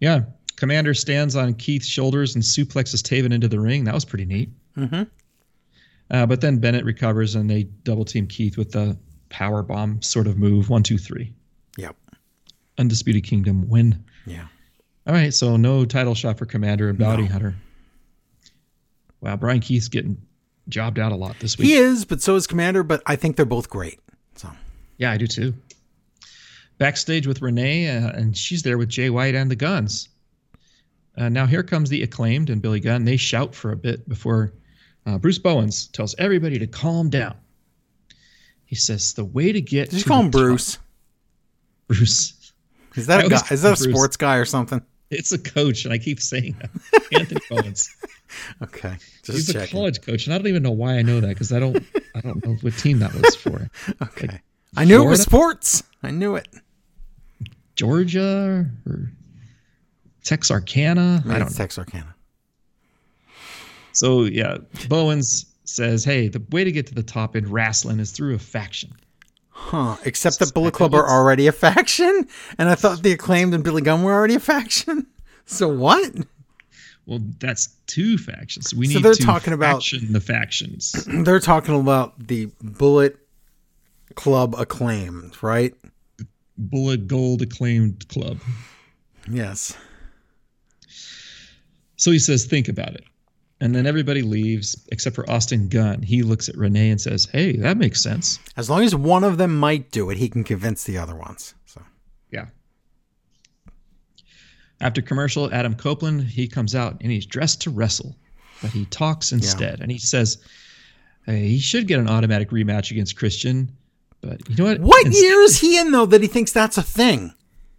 Speaker 2: yeah. Commander stands on Keith's shoulders and suplexes Taven into the ring. That was pretty neat. Mm-hmm. Uh, but then Bennett recovers and they double team Keith with the power bomb sort of move. One, two, three.
Speaker 1: Yep.
Speaker 2: Undisputed Kingdom win.
Speaker 1: Yeah.
Speaker 2: All right. So no title shot for Commander and Bounty Hunter. Wow, Brian Keith's getting jobbed out a lot this week.
Speaker 1: He is, but so is Commander. But I think they're both great. So
Speaker 2: Yeah, I do too. Backstage with Renee, uh, and she's there with Jay White and the Guns. Uh, now here comes the acclaimed and Billy Gunn. They shout for a bit before uh, Bruce Bowens tells everybody to calm down. He says the way to get
Speaker 1: did you
Speaker 2: to
Speaker 1: call
Speaker 2: the
Speaker 1: him
Speaker 2: top-
Speaker 1: Bruce?
Speaker 2: Bruce,
Speaker 1: Is
Speaker 2: I
Speaker 1: that a
Speaker 2: always
Speaker 1: guy? Is that a
Speaker 2: call him Bruce.
Speaker 1: sports guy or something?
Speaker 2: it's a coach, and I keep saying that. Anthony Bowens.
Speaker 1: Okay, just
Speaker 2: He's a
Speaker 1: checking.
Speaker 2: college coach, and I don't even know why I know that because I don't, I don't know what team that was for.
Speaker 1: Okay, I knew it was
Speaker 2: Florida?
Speaker 1: sports. I knew it.
Speaker 2: Georgia or Texarkana? I
Speaker 1: Maybe
Speaker 2: don't
Speaker 1: it's
Speaker 2: know.
Speaker 1: Texarkana.
Speaker 2: So yeah, Bowens says, "Hey, the way to get to the top in wrestling is through a faction."
Speaker 1: Huh? Except that
Speaker 2: I
Speaker 1: Bullet
Speaker 2: think
Speaker 1: Club are
Speaker 2: it's-
Speaker 1: already a faction, and I thought the acclaimed and Billy Gunn were already a faction. So what?
Speaker 2: Well, that's two factions. We
Speaker 1: So
Speaker 2: need
Speaker 1: they're
Speaker 2: to
Speaker 1: talking about-
Speaker 2: faction the factions.
Speaker 1: They're talking about the Bullet Club acclaimed, right?
Speaker 2: Bullet Gold acclaimed club.
Speaker 1: Yes.
Speaker 2: So he says, "Think about it." And then everybody leaves except for Austin Gunn. He looks at Renee and says, "Hey, that makes sense."
Speaker 1: As long as one of them might do it, he can convince the other ones. So
Speaker 2: Yeah. After commercial, Adam Copeland, he comes out and he's dressed to wrestle, but he talks instead. And he says uh, he should get an automatic rematch against Christian, but you know what?
Speaker 1: what
Speaker 2: Instead-
Speaker 1: year is he in though that he thinks that's a thing?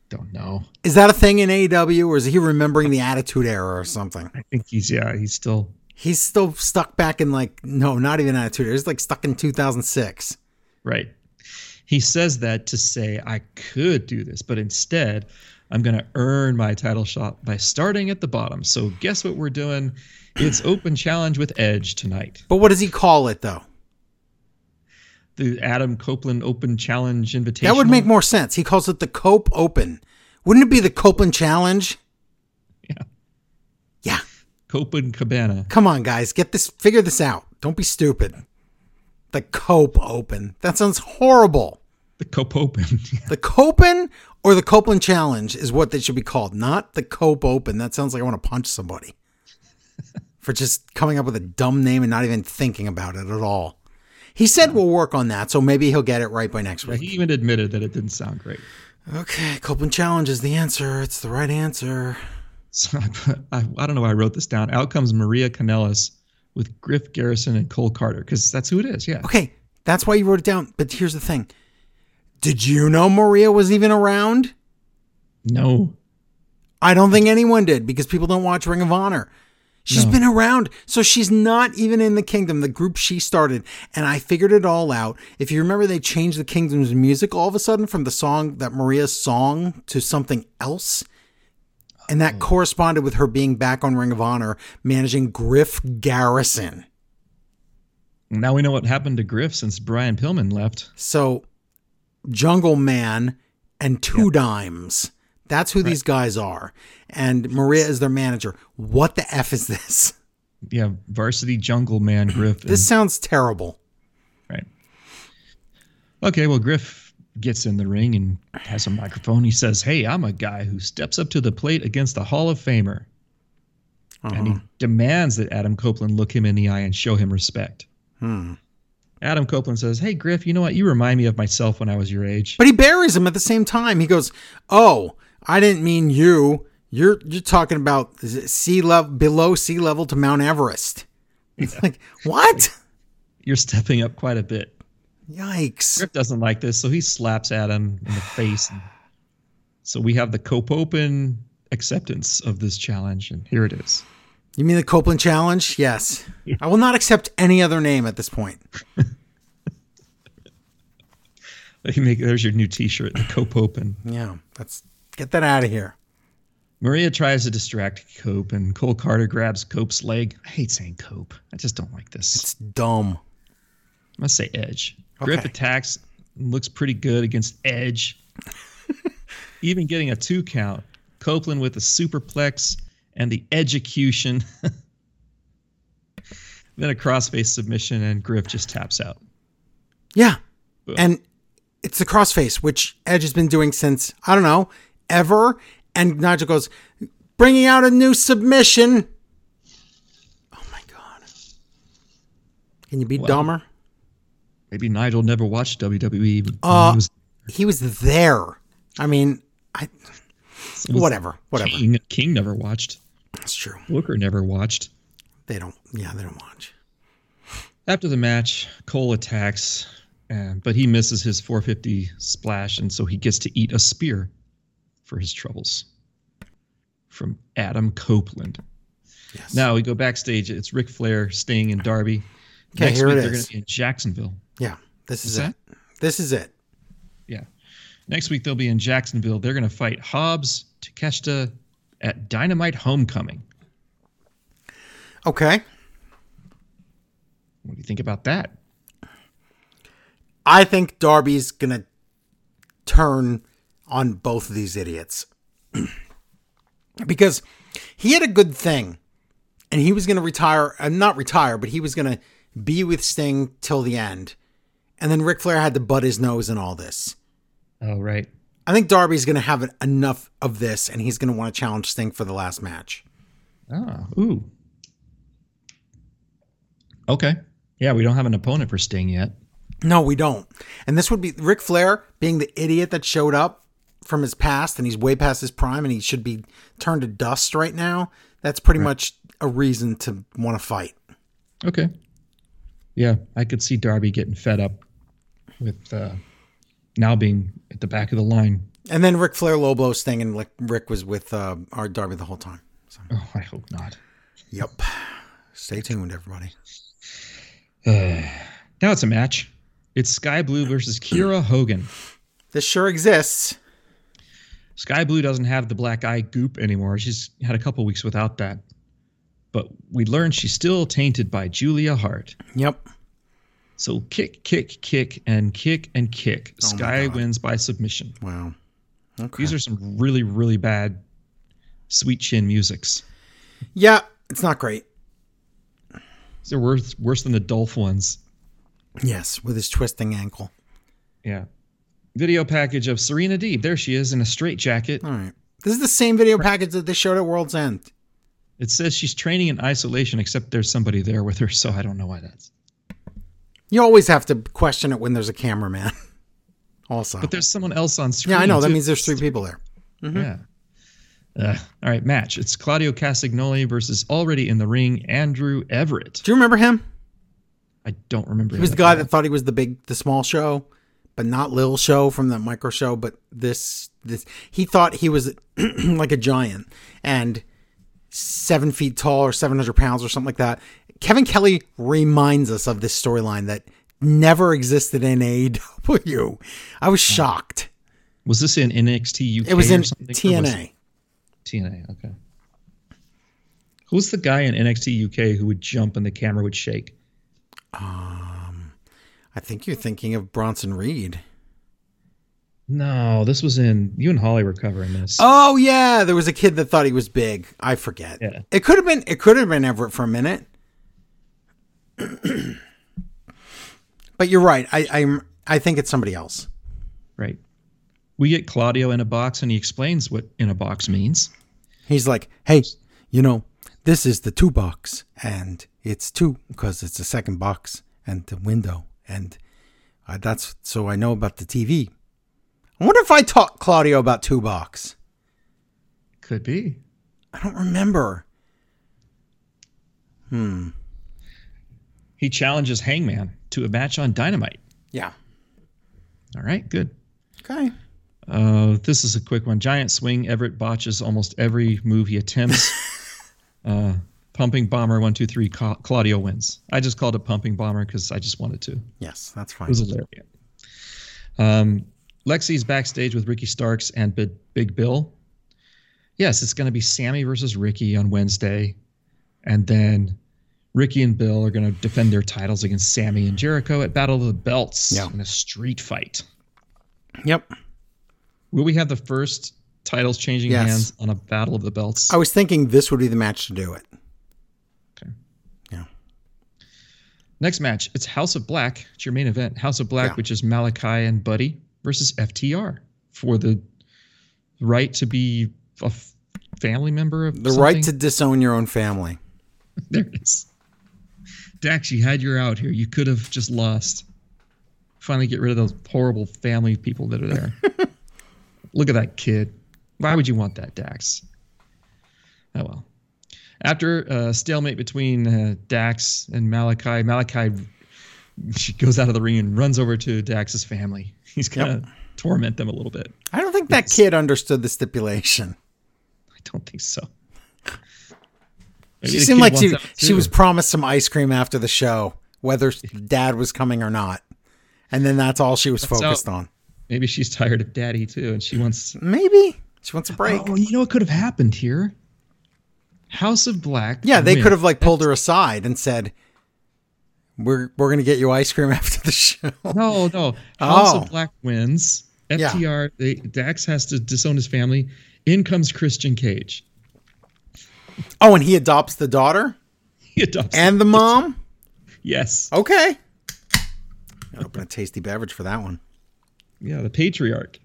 Speaker 2: Don't know.
Speaker 1: Is that a thing in AEW or is he remembering the Attitude Era or something?
Speaker 2: I think he's, yeah, he's still,
Speaker 1: He's still stuck back in like no, not even Attitude Era. He's like stuck in 2006.
Speaker 2: right. He says that to say, I could do this, but instead, I'm going to earn my title shot by starting at the bottom. So guess what we're doing? It's open challenge with Edge tonight.
Speaker 1: But what does he call it though?
Speaker 2: the Adam Copeland Open Challenge invitation.
Speaker 1: That would make more sense. He calls it the Cope Open. Wouldn't it be the Copeland Challenge?
Speaker 2: Yeah.
Speaker 1: Yeah.
Speaker 2: Copeland Cabana.
Speaker 1: Come on, guys, get this figure this out. Don't be stupid. The Cope Open. That sounds horrible.
Speaker 2: The Cope Open.
Speaker 1: The Copen or the Copeland Challenge is what they should be called, not the Cope Open. That sounds like I want to punch somebody for just coming up with a dumb name and not even thinking about it at all. He said we'll work on that, so maybe he'll get it right by next
Speaker 2: he
Speaker 1: week.
Speaker 2: even admitted that it didn't sound great.
Speaker 1: Okay, Copeland Challenge is the answer. It's the right answer.
Speaker 2: So I, put, I, I don't know why I wrote this down. Out comes Maria Canellis with Griff Garrison and Cole Carter because that's who it is. Yeah.
Speaker 1: Okay, That's why you wrote it down. But here's the thing Did you know Maria was even around?
Speaker 2: No.
Speaker 1: I don't think anyone did because people don't watch Ring of Honor. She's
Speaker 2: No.
Speaker 1: been around, so she's not even in the kingdom, the group she started. And I figured it all out. If you remember, they changed the kingdom's music all of a sudden from the song that Maria's song to something else. And that corresponded with her being back on Ring of Honor, managing Griff Garrison.
Speaker 2: Now we know what happened to Griff since Brian Pillman left.
Speaker 1: So, Jungle Man and Two Dimes. That's who these guys are. And Maria is their manager. What the F is this?
Speaker 2: Yeah, varsity jungle man Griff. and-
Speaker 1: This sounds terrible.
Speaker 2: right. Okay, well Griff gets in the ring and has a microphone. He says, "Hey, I'm a guy who steps up to the plate against a Hall of Famer." and he demands that Adam Copeland look him in the eye and show him respect.
Speaker 1: Hmm.
Speaker 2: Adam Copeland says, "Hey Griff, you know what? You remind me of myself when I was your age."
Speaker 1: But he buries him at the same time. He goes, "Oh, I didn't mean you. You're you're talking about is it sea level below sea level to Mount Everest." It's like what?
Speaker 2: You're stepping up quite a bit.
Speaker 1: Yikes!
Speaker 2: Griff doesn't like this, so he slaps Adam in the face. And so we have the cope open acceptance of this challenge, and here it is.
Speaker 1: You mean the Copeland Challenge? Yes. I will not accept any other name at this point.
Speaker 2: You make- There's your new T-shirt, the cope open.
Speaker 1: Yeah, let's get that out of here.
Speaker 2: Maria tries to distract Cope, and Cole Carter grabs Cope's leg. I hate saying Cope. I just don't like this.
Speaker 1: It's dumb.
Speaker 2: I'm gonna say Edge. Griff
Speaker 1: Okay.
Speaker 2: attacks, looks pretty good against Edge. Even getting a two count. Copeland with a superplex and the execution. then a crossface submission, and Griff just taps out.
Speaker 1: Yeah,
Speaker 2: Boom.
Speaker 1: and it's the crossface which Edge has been doing since I don't know ever. And Nigel goes, bringing out a new submission. Oh my god! Can you be dumber?
Speaker 2: Maybe Nigel never watched WWE. But
Speaker 1: Uh,
Speaker 2: he was,
Speaker 1: He was there. I mean, I
Speaker 2: he was
Speaker 1: whatever, whatever.
Speaker 2: King, King never watched.
Speaker 1: That's true.
Speaker 2: Booker never watched.
Speaker 1: They don't. Yeah, they don't watch.
Speaker 2: After the match, Cole attacks, uh, but he misses his 450 splash, and so he gets to eat a spear for his troubles from Adam Copeland.
Speaker 1: Yes.
Speaker 2: Now we go backstage. It's Ric Flair, Sting, and Darby.
Speaker 1: Okay, here it
Speaker 2: They're
Speaker 1: is.
Speaker 2: to be in Jacksonville.
Speaker 1: Yeah, this is
Speaker 2: What's
Speaker 1: it. This is it.
Speaker 2: Yeah. Next week, they'll be in Jacksonville. They're going to fight Hobbs, Takeshita at Dynamite Homecoming.
Speaker 1: Okay.
Speaker 2: What do you think about that?
Speaker 1: I think Darby's gonna turn on both of these idiots because he had a good thing, and he was gonna retire. Uh, not retire, but he was gonna be with Sting till the end, and then Ric Flair had to butt his nose in all this.
Speaker 2: Oh, right.
Speaker 1: I think Darby's gonna have en- enough of this, and he's gonna want to challenge Sting for the last match.
Speaker 2: Oh, ooh. Okay. Yeah, we don't have an opponent for Sting yet.
Speaker 1: No, we don't. And this would be Ric Flair being the idiot that showed up from his past and he's way past his prime and he should be turned to dust right now. That's pretty much a reason to want to fight.
Speaker 2: Okay. Yeah, I could see Darby getting fed up with uh, now being at the back of the line.
Speaker 1: And then Ric Flair low blow Sting and like Rick was with uh, our Darby the whole time. So,
Speaker 2: Oh, I hope not.
Speaker 1: yep. Stay tuned, everybody.
Speaker 2: Now it's a match. It's Sky Blue versus Kira Hogan.
Speaker 1: This sure exists.
Speaker 2: Sky Blue doesn't have the black eye goop anymore. She's had a couple weeks without that. But we learned she's still tainted by Julia Hart.
Speaker 1: Yep.
Speaker 2: So kick, kick, kick, and kick and kick. Sky wins by submission.
Speaker 1: Wow. Okay.
Speaker 2: These are some really, really bad sweet chin musics.
Speaker 1: Yeah, it's not great.
Speaker 2: They're worse worse than the Dolph ones.
Speaker 1: Yes, with his twisting ankle.
Speaker 2: Yeah. Video package of Serena Deeb. There she is in a straight jacket.
Speaker 1: All right. This is the same video package that they showed at World's End.
Speaker 2: It says she's training in isolation, except there's somebody there with her, so I don't know why that's.
Speaker 1: You always have to question it when there's a cameraman. Also,
Speaker 2: But there's someone else on screen.
Speaker 1: yeah, I know that
Speaker 2: too.
Speaker 1: means there's three people there.
Speaker 2: Yeah. Uh, all right, match. It's Claudio Castagnoli versus already in the ring Andrew Everett.
Speaker 1: Do you remember him?
Speaker 2: I don't remember.
Speaker 1: He was the guy that thought he was the big, the small show, but not Lil Show from the micro show. But this, this, he thought he was like a giant and seven feet tall or 700 pounds or something like that. Kevin Kelly reminds us of this storyline that never existed in AEW. I was shocked.
Speaker 2: Was this in NXT UK?
Speaker 1: It was in
Speaker 2: or something, or was
Speaker 1: TNA.
Speaker 2: it TNA. Okay. Who's the guy in NXT UK who would jump and the camera would shake?
Speaker 1: I think you're thinking of Bronson Reed.
Speaker 2: No, this was in you and Holly were covering this.
Speaker 1: Oh yeah, there was a kid that thought he was big. I forget.
Speaker 2: Yeah.
Speaker 1: It could have been it could have been Everett for a minute. but you're right. I I'm I think it's somebody else.
Speaker 2: Right. We get Claudio in a box and he explains what in a box means.
Speaker 1: He's like, "Hey, you know, this is the two box and it's two because it's the second box and the window and I, that's so I know about the TV." I wonder if I taught Claudio about two box.
Speaker 2: Could be.
Speaker 1: I don't remember.
Speaker 2: He challenges Hangman to a match on Dynamite.
Speaker 1: Yeah.
Speaker 2: All right, good.
Speaker 1: Okay.
Speaker 2: Uh, this is a quick one. Giant swing. Everett botches almost every move he attempts. uh, pumping bomber one two three. Ca- Claudio wins. I just called it pumping bomber because I just wanted to. It
Speaker 1: Yes, that's fine.
Speaker 2: was hilarious. Um, Lexi's backstage with Ricky Starks and Big, Big Bill. Yes, it's going to be Sammy versus Ricky on Wednesday, and then Ricky and Bill are going to defend their titles against Sammy and Jericho at Battle of the Belts
Speaker 1: Yeah.
Speaker 2: in a street fight.
Speaker 1: Yep.
Speaker 2: Will we have the first titles changing
Speaker 1: Yes.
Speaker 2: hands on a battle of the belts?
Speaker 1: I was thinking this would be the match to do it.
Speaker 2: Okay.
Speaker 1: Yeah.
Speaker 2: Next match, it's House of Black. It's your main event, House of Black,
Speaker 1: Yeah.
Speaker 2: which is Malachi and Buddy versus FTR for the right to be a f- family member of
Speaker 1: The right to disown your own family.
Speaker 2: there it is. Dax, you had your out here. You could have just lost. Finally, get rid of those horrible family people that are there. Look at that kid. Why would you want that, Dax? Oh well. After a stalemate between uh, Dax and Malachi, Malachi she goes out of the ring and runs over to Dax's family. He's gonna torment them a little bit.
Speaker 1: I don't think that kid understood the stipulation.
Speaker 2: I don't think so. Maybe
Speaker 1: She
Speaker 2: the
Speaker 1: seemed
Speaker 2: kid
Speaker 1: like she
Speaker 2: wants out
Speaker 1: she
Speaker 2: too.
Speaker 1: was promised some ice cream after the show, whether dad was coming or not. And then that's all she was
Speaker 2: That's
Speaker 1: focused
Speaker 2: how-
Speaker 1: on.
Speaker 2: Maybe she's tired of daddy too, and she wants
Speaker 1: Maybe she wants a break.
Speaker 2: Oh, you know what could have happened here? House of Black.
Speaker 1: yeah, they
Speaker 2: win.
Speaker 1: could have like pulled her aside and said, "We're we're gonna get you ice cream after the show."
Speaker 2: No, no. House
Speaker 1: Oh.
Speaker 2: of Black wins.
Speaker 1: Yeah.
Speaker 2: FTR. They, Dax has to disown his family. In comes Christian Cage.
Speaker 1: Oh, and he adopts the daughter
Speaker 2: He adopts.
Speaker 1: and the mom.
Speaker 2: yes.
Speaker 1: Okay, Gotta open a tasty beverage for that one.
Speaker 2: Yeah, the patriarch.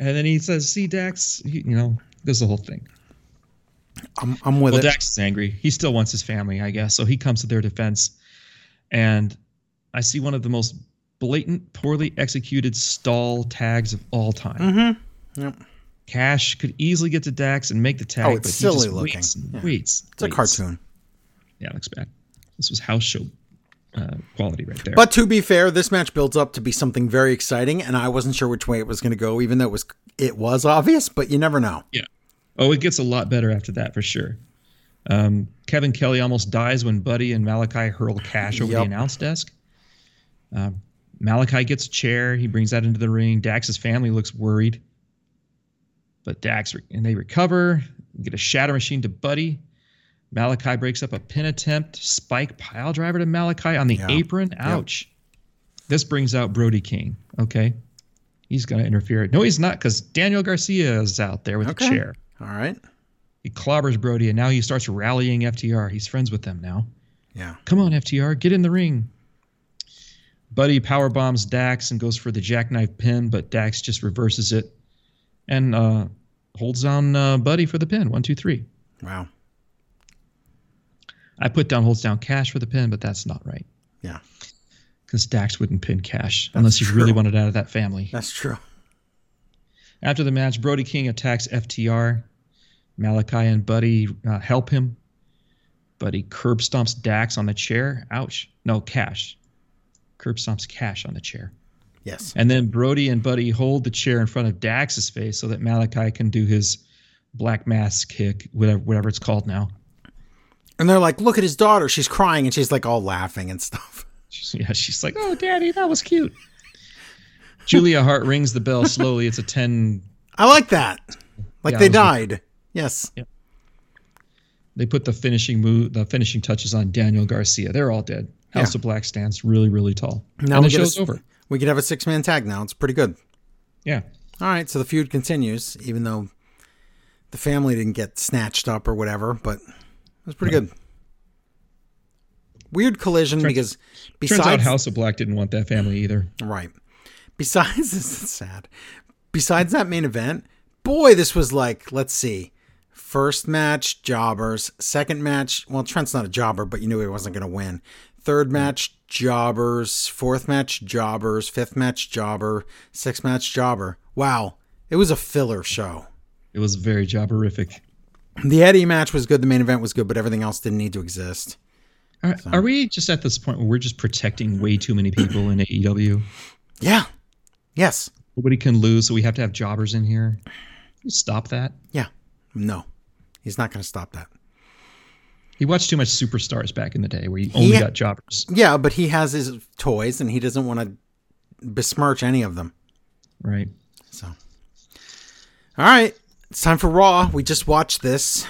Speaker 2: And then he says, "See, Dax. he- you know, there's the whole thing."
Speaker 1: I'm I'm with
Speaker 2: Well,
Speaker 1: it.
Speaker 2: Dax is angry. He still wants his family, I guess. So he comes to their defense. And I see one of the most blatant, poorly executed stall tags of all time.
Speaker 1: Mm-hmm. Yep.
Speaker 2: Cash could easily get to Dax and make the tag.
Speaker 1: Oh, it's
Speaker 2: but he
Speaker 1: silly
Speaker 2: just
Speaker 1: looking.
Speaker 2: Waits, and
Speaker 1: Yeah.
Speaker 2: waits,
Speaker 1: It's a cartoon.
Speaker 2: Yeah, it looks bad. This was house show uh, quality right there.
Speaker 1: But to be fair, this match builds up to be something very exciting, and I wasn't sure which way it was going to go, even though it was it was obvious. But you never know.
Speaker 2: yeah. Oh, it gets a lot better after that for sure. Um, Kevin Kelly almost dies when Buddy and Malachi hurl Cash over the
Speaker 1: Yep.
Speaker 2: announce desk. Um, Malachi gets a chair. He brings that into the ring. Dax's family looks worried, but Dax re- and they recover. Get a shatter machine to Buddy. Malachi breaks up a pin attempt. Spike pile driver to Malachi on the
Speaker 1: Yeah.
Speaker 2: apron. Ouch. This brings out Brody King. Okay, he's gonna interfere. No, he's not because Daniel Garcia is out there with
Speaker 1: Okay.
Speaker 2: a chair.
Speaker 1: All right.
Speaker 2: He clobbers Brody, and now he starts rallying FTR. He's friends with them now.
Speaker 1: Yeah.
Speaker 2: Come on, FTR, get in the ring. Buddy power bombs Dax and goes for the jackknife pin, but Dax just reverses it and uh, holds on uh, Buddy for the pin. One, two, three.
Speaker 1: Wow.
Speaker 2: I put down holds down Cash for the pin, but that's not right
Speaker 1: Yeah.
Speaker 2: because Dax wouldn't pin Cash unless he really
Speaker 1: true.
Speaker 2: wanted out of that family.
Speaker 1: That's true.
Speaker 2: After the match, Brody King attacks FTR. Malachi and Buddy uh, help him. but he curb stomps Dax on the chair. Ouch. No, Cash. Curb stomps Cash on the chair.
Speaker 1: Yes.
Speaker 2: And then Brody and Buddy hold the chair in front of Dax's face so that Malachi can do his black mass kick, whatever, whatever it's called now.
Speaker 1: And they're like, look at his daughter. She's crying and she's like all laughing and stuff.
Speaker 2: She's, yeah, she's like, oh, daddy, that was cute. Julia Hart rings the bell slowly. It's a 10.
Speaker 1: I like that. Like they
Speaker 2: Yeah, I was with-
Speaker 1: died. Yes.
Speaker 2: They put the finishing move, the finishing touches on Daniel Garcia. They're all dead. House of Black stands really, really tall.
Speaker 1: Now
Speaker 2: and
Speaker 1: we
Speaker 2: the
Speaker 1: get a
Speaker 2: show's
Speaker 1: s-
Speaker 2: over.
Speaker 1: We could have a six man tag now. It's pretty good.
Speaker 2: Yeah.
Speaker 1: All right. So the feud continues, even though the family didn't get snatched up or whatever, but it was pretty good. Weird collision because
Speaker 2: Turns
Speaker 1: besides
Speaker 2: out House of Black didn't want that family either.
Speaker 1: Right. Besides this is sad. Besides that main event, boy, this was like, let's see. First match, jobbers. Second match, well, Trent's not a jobber, but you knew he wasn't gonna win. Third match, jobbers. Fourth match, jobbers. Fifth match, jobber. Sixth match, jobber. Wow. It was a filler show.
Speaker 2: It was very jobberific.
Speaker 1: The Eddie match was good, the main event was good, but everything else didn't need to exist.
Speaker 2: Are, are we just at this point where we're just protecting way too many people in AEW?
Speaker 1: Yeah. Yes.
Speaker 2: Nobody can lose, so we have to have jobbers in here. Can you Stop that.
Speaker 1: Yeah. No. He's not gonna stop that.
Speaker 2: He watched too much superstars back in the day where you only
Speaker 1: Yeah.
Speaker 2: got jobbers.
Speaker 1: Yeah, but he has his toys and he doesn't want to besmirch any of them.
Speaker 2: Right.
Speaker 1: So, all right, it's time for Raw. We just watched this,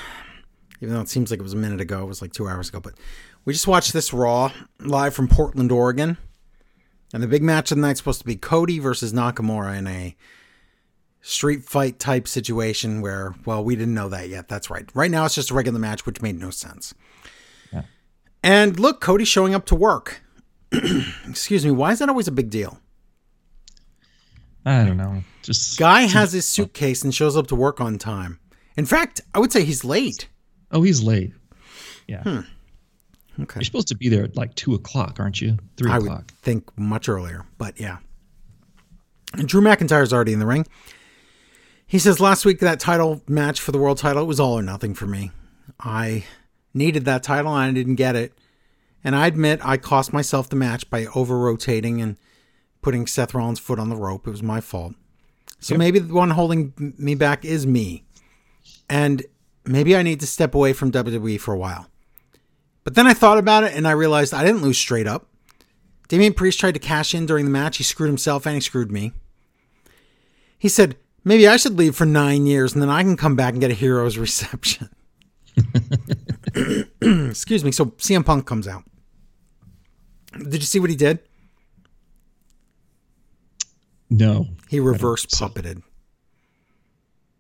Speaker 1: even though it seems like it was a minute ago. It was like two hours ago, but we just watched this Raw live from Portland, Oregon. And the big match of the night's supposed to be Cody versus Nakamura in a street fight type situation where, well, we didn't know that yet. That's right. Right now, it's just a regular match, which made no sense.
Speaker 2: Yeah.
Speaker 1: And look, Cody showing up to work. Excuse me. Why is that always a big deal?
Speaker 2: I don't know. Just
Speaker 1: Guy has his suitcase and shows up to work on time. In fact, I would say he's late.
Speaker 2: Oh, he's late. Yeah.
Speaker 1: Hmm. Okay.
Speaker 2: You're supposed to be there at like two o'clock, aren't you? Three
Speaker 1: I would
Speaker 2: o'clock.
Speaker 1: think much earlier, but yeah. And Drew McIntyre's already in the ring. He says last week that title match for the world title it was all or nothing for me. I needed that title and I didn't get it. And I admit I cost myself the match by over rotating and putting Seth Rollins' foot on the rope. It was my fault. So maybe the one holding m- me back is me. And maybe I need to step away from WWE for a while. But then I thought about it and I realized I didn't lose straight up. Damian Priest tried to cash in during the match. He screwed himself and he screwed me. He said, Maybe I should leave for nine years and then I can come back and get a hero's reception. Excuse me. So CM Punk comes out. Did you see what he did?
Speaker 2: No.
Speaker 1: He reverse puppeted.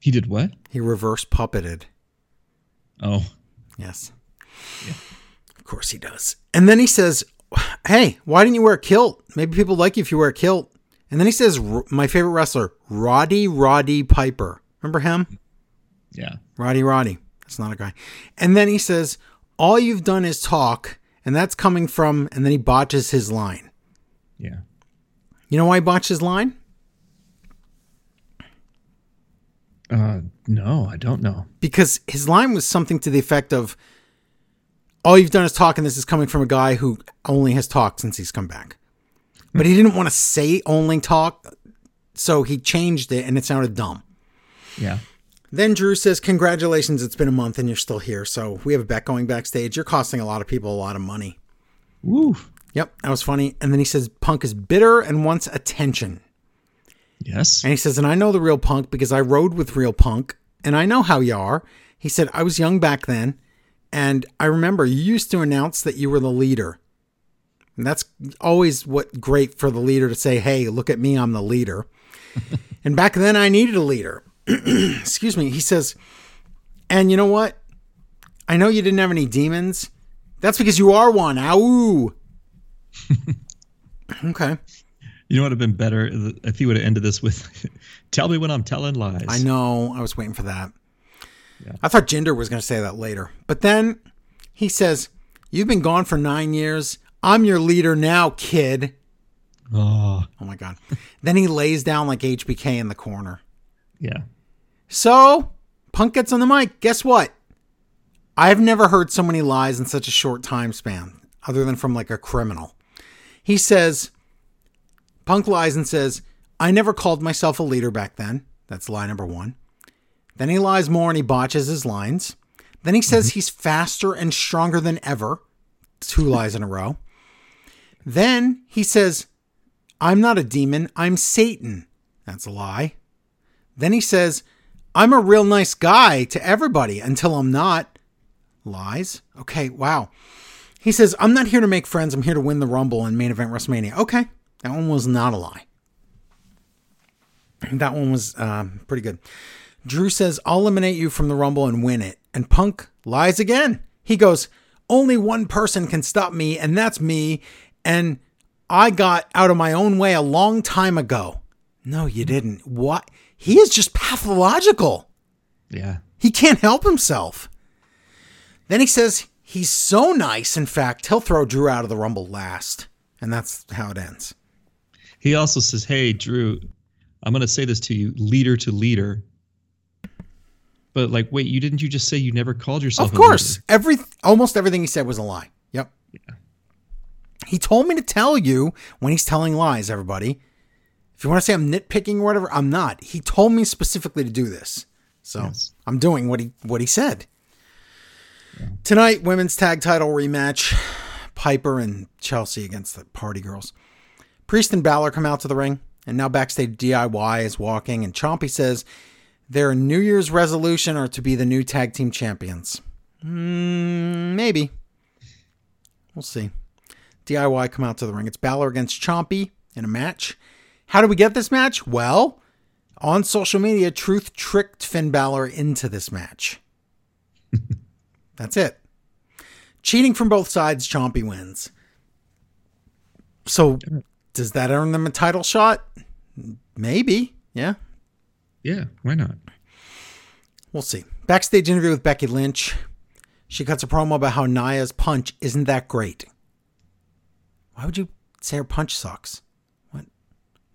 Speaker 2: He did what?
Speaker 1: He reverse puppeted.
Speaker 2: Oh.
Speaker 1: Yes. Of course he does. And then he says, Hey, why didn't you wear a kilt? Maybe people like you if you wear a kilt. And then he says, "R- My favorite wrestler, Roddy Roddy Piper. Remember him?
Speaker 2: Yeah.
Speaker 1: Roddy Roddy. That's not a guy. And then he says, All you've done is talk, and that's coming from, and then he botches his line.
Speaker 2: Yeah.
Speaker 1: You know why he botched his line?
Speaker 2: Uh no, I don't know.
Speaker 1: because his line was something to the effect of all you've done is talk and this is coming from a guy who only has talked since he's come back but he didn't want to say only talk so he changed it and it sounded dumb
Speaker 2: Yeah.
Speaker 1: then drew says congratulations it's been a month and you're still here so we have a bet going backstage you're costing a lot of people a lot of money
Speaker 2: Woo.
Speaker 1: yep that was funny and then he says punk is bitter and wants attention
Speaker 2: Yes.
Speaker 1: And he says, and I know the real punk because I rode with real punk and I know how you are. He said, I was young back then. And I remember you used to announce that you were the leader. And that's always what great for the leader to say, hey, look at me, I'm the leader. and back then I needed a leader. Excuse me. He says, and you know what? I know you didn't have any demons. That's because you are one. Ow. okay.
Speaker 2: You know what would have been better if he would have ended this with tell me when I'm telling lies.
Speaker 1: I know. I was waiting for that.
Speaker 2: Yeah.
Speaker 1: I thought Jinder was going to say that later. But then he says, You've been gone for nine years. I'm your leader now, kid.
Speaker 2: Oh.
Speaker 1: Oh my God. then he lays down like HBK in the corner.
Speaker 2: Yeah.
Speaker 1: So Punk gets on the mic. Guess what? I've never heard so many lies in such a short time span, other than from like a criminal. He says, Punk lies and says, I never called myself a leader back then. That's lie number one. Then he lies more and he botches his lines. Then he says he's faster and stronger than ever. Two lies in a row. Then he says, I'm not a demon, I'm Satan. That's a lie. Then he says, I'm a real nice guy to everybody until I'm not. Lies. Okay, wow. He says, I'm not here to make friends, I'm here to win the Rumble and main event WrestleMania. Okay, that one was not a lie. That one was um, pretty good. Drew says, I'll eliminate you from the Rumble and win it. And Punk lies again. He goes, Only one person can stop me, and that's me. And I got out of my own way a long time ago. No, you didn't. What? He is just pathological.
Speaker 2: Yeah.
Speaker 1: He can't help himself. Then he says, He's so nice. In fact, he'll throw Drew out of the Rumble last. And that's how it ends.
Speaker 2: He also says, Hey, Drew, I'm going to say this to you leader to leader. But like, wait, you didn't you just say you never called yourself?
Speaker 1: Of course, every almost everything he said was a lie. Yep.
Speaker 2: Yeah.
Speaker 1: He told me to tell you when he's telling lies, everybody. If you want to say I'm nitpicking or whatever, I'm not. He told me specifically to do this. So
Speaker 2: Yes.
Speaker 1: I'm doing what he what he said. Tonight, women's tag title rematch. Piper and Chelsea against the party girls. Priest and Balor come out to the ring, and now backstage DIY is walking, and Chompy says their New Year's resolution are to be the new tag team champions. Mm, maybe. We'll see. DIY come out to the ring. It's Balor against Chompy in a match. How do we get this match? Well, on social media, Truth tricked Finn Balor into this match. That's it. Cheating from both sides, Chompy wins. So, does that earn them a title shot? Maybe. Yeah,
Speaker 2: Yeah. Why not?
Speaker 1: we'll see. Backstage interview with Becky Lynch. She cuts a promo about how Naya's punch isn't that great. Why would you say her punch sucks? What?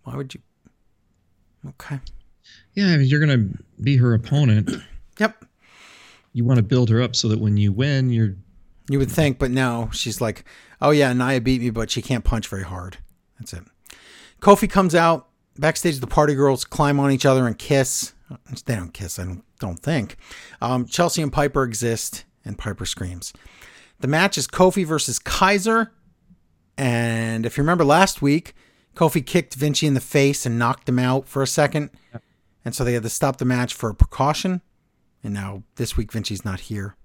Speaker 1: Why would you? Okay.
Speaker 2: Yeah. I mean, you're going to be her opponent.
Speaker 1: Yep.
Speaker 2: You want to build her up so that when you win, you're
Speaker 1: You would think, but no. She's like, oh yeah, Naya beat me, but she can't punch very hard. That's it. Kofi comes out backstage. The party girls climb on each other and kiss. They don't kiss. I don't, don't think. Um, Chelsea and Piper exist, and Piper screams. The match is Kofi versus Kaiser. And if you remember last week, Kofi kicked Vinci in the face and knocked him out for a second. And so they had to stop the match for a precaution. And now this week, Vinci's not here.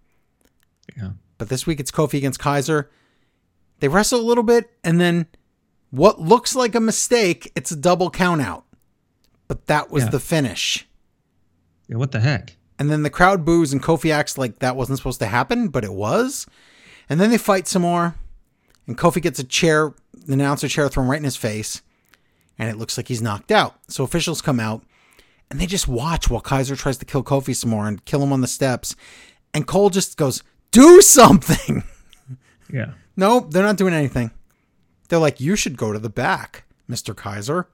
Speaker 2: Yeah.
Speaker 1: But this week it's Kofi against Kaiser. They wrestle a little bit, and then what looks like a mistake, it's a double count out. But that was
Speaker 2: Yeah.
Speaker 1: the finish.
Speaker 2: yeah, what the heck?
Speaker 1: And then the crowd boos, and Kofi acts like that wasn't supposed to happen, but it was. And then they fight some more, and Kofi gets a chair, the announcer chair thrown right in his face, and it looks like he's knocked out. So officials come out, and they just watch while Kaiser tries to kill Kofi some more and kill him on the steps. And Cole just goes, Do something!
Speaker 2: Yeah.
Speaker 1: Nope, they're not doing anything. They're like, you should go to the back, Mr. Kaiser.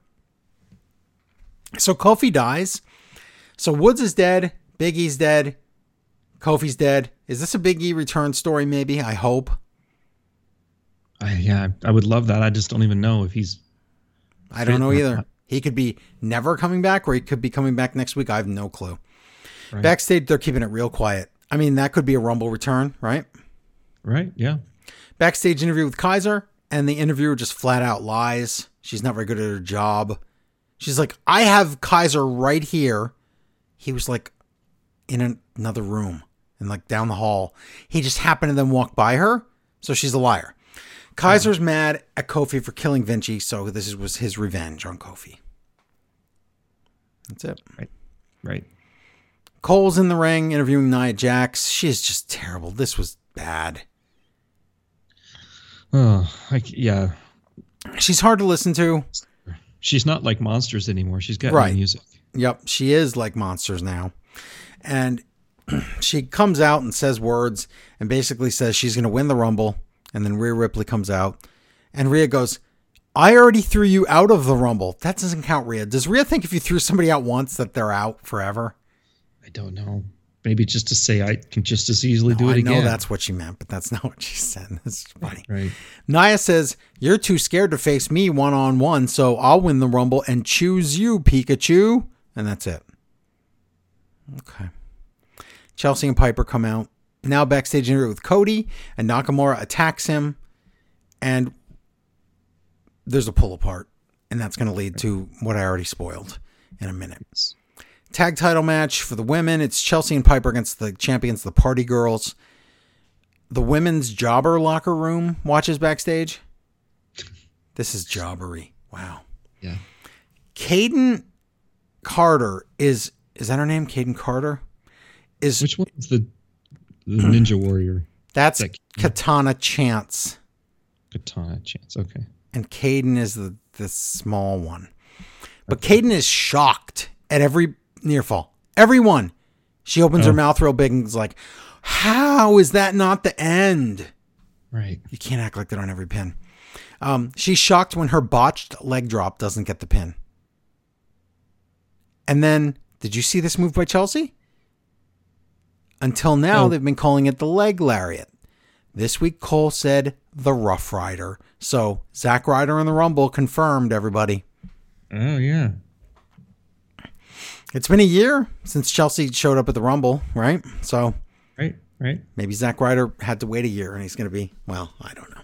Speaker 1: So Kofi dies. So Woods is dead. Biggie's dead. Kofi's dead. Is this a Biggie return story, maybe? I hope.
Speaker 2: I, yeah. I would love that. I just don't even know if he's.
Speaker 1: I don't know either. He could be never coming back or he could be coming back next week. I have no clue.
Speaker 2: Right.
Speaker 1: Backstage, they're keeping it real quiet. I mean, that could be a Rumble return, right?
Speaker 2: Right. Yeah.
Speaker 1: backstage interview with Kaiser, and the interviewer just flat out lies. She's not very good at her job. She's like, I have Kaiser right here. He was like in an- another room and like down the hall. He just happened to then walk by her. So she's a liar. Kaiser's mad at Kofi for killing Vinci. So this is- was his revenge on Kofi. That's it.
Speaker 2: Right.
Speaker 1: Cole's in the ring interviewing Nia Jax. She is just terrible. This was bad.
Speaker 2: Oh, I c yeah.
Speaker 1: She's hard to listen to.
Speaker 2: She's not like monsters anymore. She's got new
Speaker 1: Right.
Speaker 2: music.
Speaker 1: Yep, she is like monsters now. And she comes out and says words and basically says she's going to win the Rumble. And then Rhea Ripley comes out and Rhea goes, I already threw you out of the Rumble. That doesn't count, Rhea. Does Rhea think if you threw somebody out once that they're out forever?
Speaker 2: I don't know. Maybe just to say I can just as easily do it
Speaker 1: I
Speaker 2: again.
Speaker 1: know that's what she meant, but that's not what she said. That's funny.
Speaker 2: right.
Speaker 1: Naya says, You're too scared to face me one on one, so I'll win the Rumble and choose you, Pikachu. And that's it. Okay. Chelsea and Piper come out. Now backstage interview with Cody, and Nakamura attacks him, and there's a pull apart. And that's going to lead to what I already spoiled in a minute. Tag title match for the women. It's Chelsea and Piper against the champions, the Party Girls the women's jobber locker room watches backstage. This is jobbery. Wow.
Speaker 2: Yeah.
Speaker 1: Caden Carter is is that her name? Caden Carter is
Speaker 2: Which one is the the Ninja Warrior
Speaker 1: that's
Speaker 2: that-
Speaker 1: Katana Chance,
Speaker 2: katana chance? Okay.
Speaker 1: and Caden is the the small one. But Caden is shocked at every near fall. Everyone. She opens her mouth real big and is like, "How is that not the end?"
Speaker 2: Right.
Speaker 1: You can't act like that on every pin. Um, she's shocked when her botched leg drop doesn't get the pin. And then, did you see this move by Chelsea? Until now,
Speaker 2: Oh.
Speaker 1: they've been calling it the leg lariat. This week, Cole said the Rough Rider. So, Zack Ryder and the Rumble confirmed, everybody.
Speaker 2: Oh yeah.
Speaker 1: It's been a year since Chelsea showed up at the Rumble, right? So,
Speaker 2: Right. Right.
Speaker 1: Maybe Zack Ryder had to wait a year and he's going to be, well, I don't know.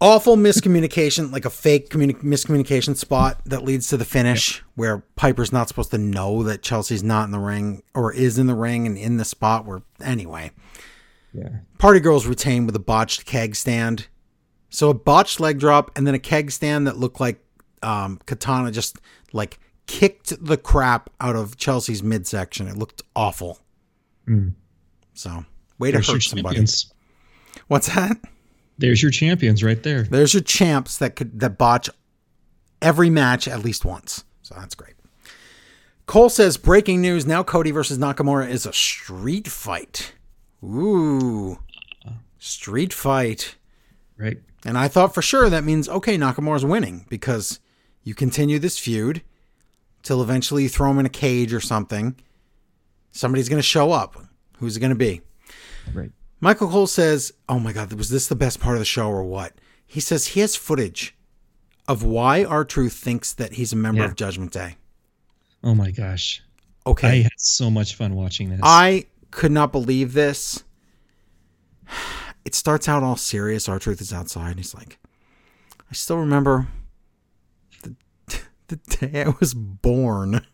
Speaker 1: Awful miscommunication, like a fake communi- miscommunication spot that leads to the finish where Piper's not supposed to know that Chelsea's not in the ring or is in the ring and in the spot where, anyway.
Speaker 2: Yeah.
Speaker 1: Party Girls retain with a botched keg stand. So a botched leg drop and then a keg stand that looked like um, Katana just like kicked the crap out of Chelsea's midsection. It looked awful.
Speaker 2: Mm.
Speaker 1: So way to
Speaker 2: There's your
Speaker 1: hurt somebody.
Speaker 2: champions.
Speaker 1: What's that?
Speaker 2: There's your champions right there.
Speaker 1: There's your champs that could that botch every match at least once. So that's great. Cole says breaking news now Cody versus Nakamura is a street fight. Ooh. Street fight.
Speaker 2: Right.
Speaker 1: And I thought for sure that means okay, Nakamura's winning because you continue this feud till eventually you throw him in a cage or something. Somebody's going to show up. Who's it going to be?
Speaker 2: Right.
Speaker 1: Michael Cole says, Oh my God, was this the best part of the show or what? He says he has footage of why R Truth thinks that he's a member
Speaker 2: Yeah.
Speaker 1: of Judgment Day.
Speaker 2: Oh my gosh. I
Speaker 1: Okay.
Speaker 2: had so much fun watching this.
Speaker 1: I could not believe this. It starts out all serious. R Truth is outside and he's like, I still remember the, the day I was born.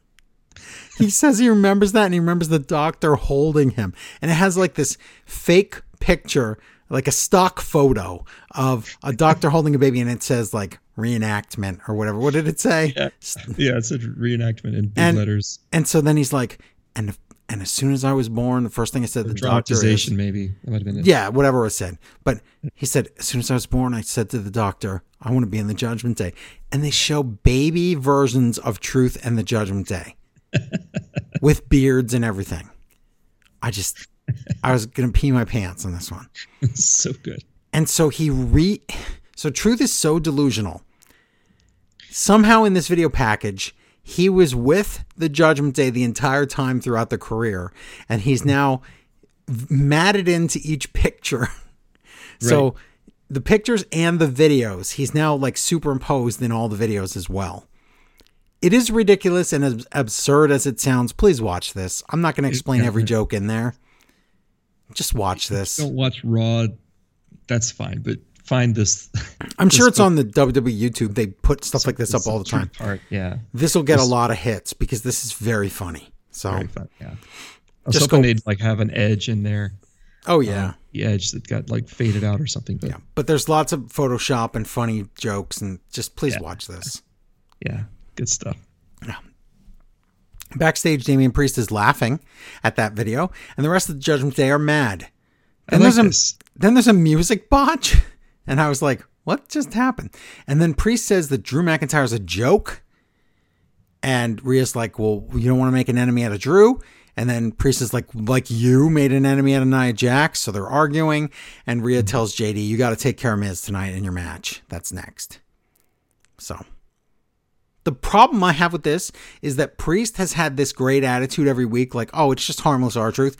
Speaker 1: He says he remembers that and he remembers the doctor holding him. And it has like this fake picture, like a stock photo of a doctor holding a baby and it says like reenactment or whatever. What did it say?
Speaker 2: yeah, it's a reenactment in big
Speaker 1: And-
Speaker 2: letters.
Speaker 1: And so then he's like, and and as soon as I was born, the first thing I said to the doctor is,
Speaker 2: Dramatization, maybe. That might have been it.
Speaker 1: yeah, whatever was said. But he said, as soon as I was born, I said to the doctor, I want to be in the Judgment Day. And they show baby versions of Truth and the Judgment Day with beards and everything. I just, I was gonna pee my pants on this one.
Speaker 2: so good.
Speaker 1: And so he re so truth is so delusional. Somehow in this video package, he was with the judgment day the entire time throughout the career and he's now v- matted into each picture. So the pictures and the videos, he's now like superimposed in all the videos as well. It is ridiculous and as absurd as it sounds. Please watch this. I'm not going to explain every joke in there. Just watch this.
Speaker 2: Don't watch Raw. That's fine, but find this.
Speaker 1: I'm sure it's on the WWE YouTube. They put stuff like this up all the time.
Speaker 2: Part. Yeah.
Speaker 1: This will get a lot of hits because this is very funny. So,
Speaker 2: Very fun. Yeah. I was
Speaker 1: Just
Speaker 2: hoping
Speaker 1: go-
Speaker 2: they'd like have an edge in there,
Speaker 1: oh yeah,
Speaker 2: the edge that got like faded out or something. But yeah.
Speaker 1: but there's lots of Photoshop and funny jokes, and just please watch this.
Speaker 2: Good stuff.
Speaker 1: Backstage, Damian Priest is laughing at that video, and the rest of the Judgment Day are mad.
Speaker 2: I
Speaker 1: Then
Speaker 2: like
Speaker 1: there's a-
Speaker 2: this.
Speaker 1: Then there's a music botch, and I was like, "What just happened?" And then Priest says that Drew McIntyre's a joke, and Rhea's like, "Well, you don't want to make an enemy out of Drew." And then Priest is like, "Like you made an enemy out of Nia Jax," so they're arguing, and Rhea tells JD, "You got to take care of Miz tonight in your match. That's next." So, The problem I have with this is that Priest has had this great attitude every week, like, oh, it's just harmless R Truth,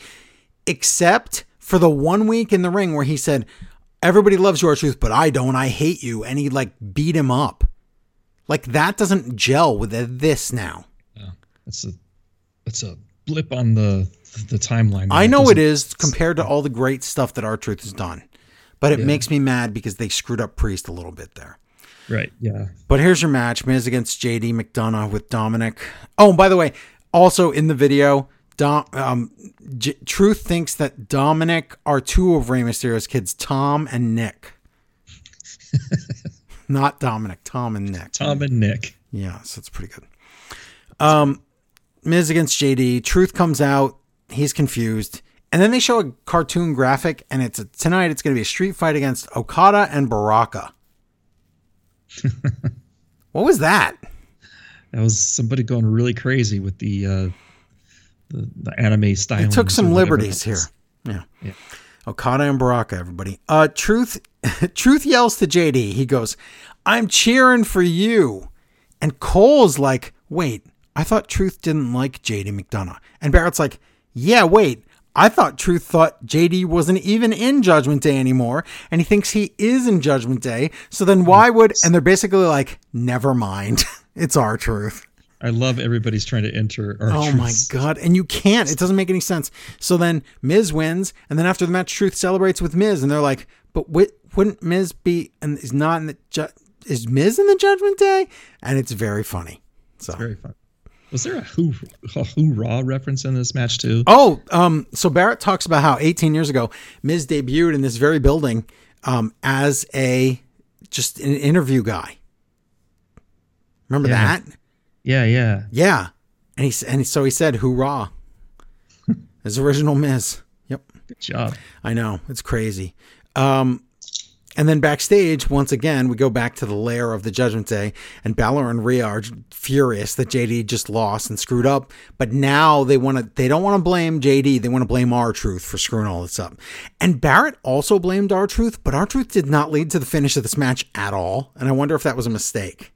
Speaker 1: except for the one week in the ring where he said, everybody loves your truth, but I don't. I hate you. And he like beat him up. Like that doesn't gel with this now.
Speaker 2: Yeah, that's a that's a blip on the the timeline.
Speaker 1: I know it is compared to all the great stuff that our truth has done, but it
Speaker 2: Yeah.
Speaker 1: makes me mad because they screwed up Priest a little bit there.
Speaker 2: Right. Yeah.
Speaker 1: But here's your match: Miz against JD McDonough with Dominic. Oh, and by the way, also in the video, Dom, um, J- Truth thinks that Dominic are two of Rey Mysterio's kids, Tom and Nick. Not Dominic, Tom and Nick.
Speaker 2: Tom and Nick.
Speaker 1: Yeah, so it's pretty good. Um, Miz against JD. Truth comes out. He's confused. And then they show a cartoon graphic, and it's a, tonight it's going to be a street fight against Okada and Baraka. what was that?
Speaker 2: That was somebody going really crazy with the uh, the, the anime style.
Speaker 1: It took some liberties here. Yeah.
Speaker 2: Yeah.
Speaker 1: Okada and Baraka, everybody. Uh, Truth, Truth yells to JD. He goes, "I'm cheering for you," and Cole's like, "Wait, I thought Truth didn't like JD McDonough." And Barrett's like, "Yeah, wait, I thought Truth thought JD wasn't even in Judgment Day anymore, and he thinks he is in Judgment Day. So then why would?" And they're basically like, "Never mind, it's our Truth."
Speaker 2: I love everybody's trying to enter. Our
Speaker 1: Oh my god! And you can't. It doesn't make any sense. So then Miz wins, and then after the match, Truth celebrates with Miz, and they're like, "But wi- wouldn't Miz be and is not in the ju- is Miz in the Judgment Day?" And it's very funny. So
Speaker 2: Very fun. Was there a, hoo- a hoorah reference in this match too?
Speaker 1: oh, um, so Barrett talks about how 18 years ago Miz debuted in this very building um, as a just an interview guy. Remember
Speaker 2: Yeah.
Speaker 1: that?
Speaker 2: Yeah, yeah.
Speaker 1: Yeah, and he s- and so he said, "Hoorah!" His original Miz. Yep.
Speaker 2: Good job.
Speaker 1: I know it's crazy. Um, and then backstage, once again, we go back to the lair of the Judgment Day, and Balor and Rhea are furious that JD just lost and screwed up. But now they want to—they don't want to blame JD; they want to blame our Truth for screwing all this up. And Barrett also blamed our Truth, but our Truth did not lead to the finish of this match at all. And I wonder if that was a mistake.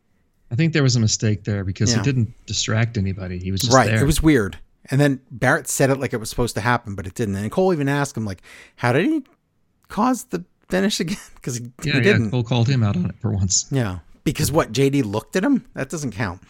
Speaker 2: I think there was a mistake there because
Speaker 1: Yeah.
Speaker 2: he didn't distract anybody. He was just
Speaker 1: right?
Speaker 2: there.
Speaker 1: It was weird. And then Barrett said it like it was supposed to happen, but it didn't. And Cole even asked him, like, "How did he cause the finish again?" Because he,
Speaker 2: yeah,
Speaker 1: he
Speaker 2: yeah.
Speaker 1: didn't.
Speaker 2: Cole called him out on it for once.
Speaker 1: Yeah. Because what, JD looked at him? That doesn't count.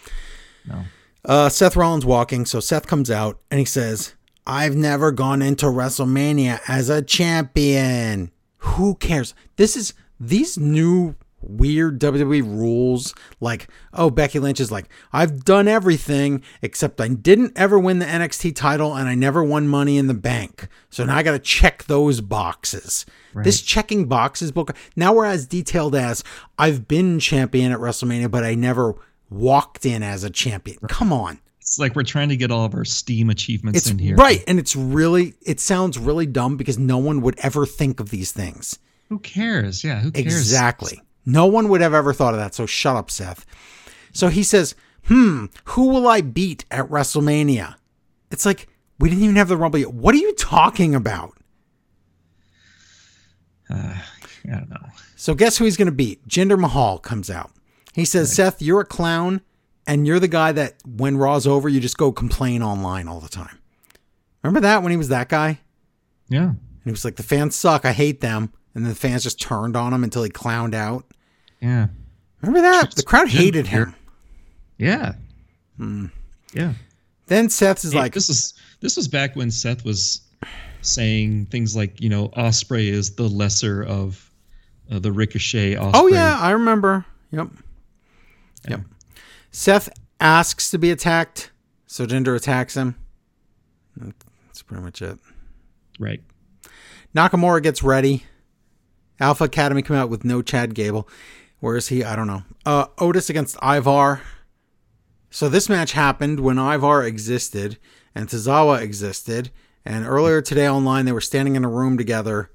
Speaker 2: No.
Speaker 1: Uh, Seth Rollins walking, so Seth comes out and he says, I've never gone into WrestleMania as a champion. Who cares? This is these new weird WWE rules. Like, oh, Becky Lynch is like, I've done everything except I didn't ever win the NXT title and I never won money in the bank. So now I got to check those boxes. This checking boxes book, now we're as detailed as I've been champion at WrestleMania, but I never walked in as a champion. Come on.
Speaker 2: It's like we're trying to get all of our Steam achievements
Speaker 1: It's
Speaker 2: in here.
Speaker 1: right. And it's really, it sounds really dumb because no one would ever think of these things.
Speaker 2: Who cares? Yeah, who cares?
Speaker 1: Exactly. No one would have ever thought of that. So shut up, Seth. So he says, hmm, who will I beat at WrestleMania? It's like, we didn't even have the Rumble yet. What are you talking about?
Speaker 2: Uh, I don't know.
Speaker 1: So guess who he's going to beat? Jinder Mahal comes out. He says, "Seth, you're a clown, and you're the guy that when Raw's over, you just go complain online all the time." Remember that when he was that guy, and
Speaker 2: Yeah.
Speaker 1: he was like, "The fans suck. I hate them," and the fans just turned on him until he clowned out.
Speaker 2: Yeah.
Speaker 1: Remember that? The crowd
Speaker 2: Jinder
Speaker 1: hated him.
Speaker 2: Yeah.
Speaker 1: Hmm.
Speaker 2: Yeah.
Speaker 1: Then Seth is
Speaker 2: Hey,
Speaker 1: like,
Speaker 2: this is this was back when Seth was saying things like, you know, Osprey is the lesser of uh, the Ricochet Osprey.
Speaker 1: "Oh yeah, I remember. Yep, yep." Seth asks to be attacked, so Jinder attacks him. That's pretty much it.
Speaker 2: Right.
Speaker 1: Nakamura gets ready. Alpha Academy come out with no Chad Gable. Where is he? I don't know. Uh, Otis against Ivar. So this match happened when Ivar existed and Tazawa existed. And earlier today online, they were standing in a room together.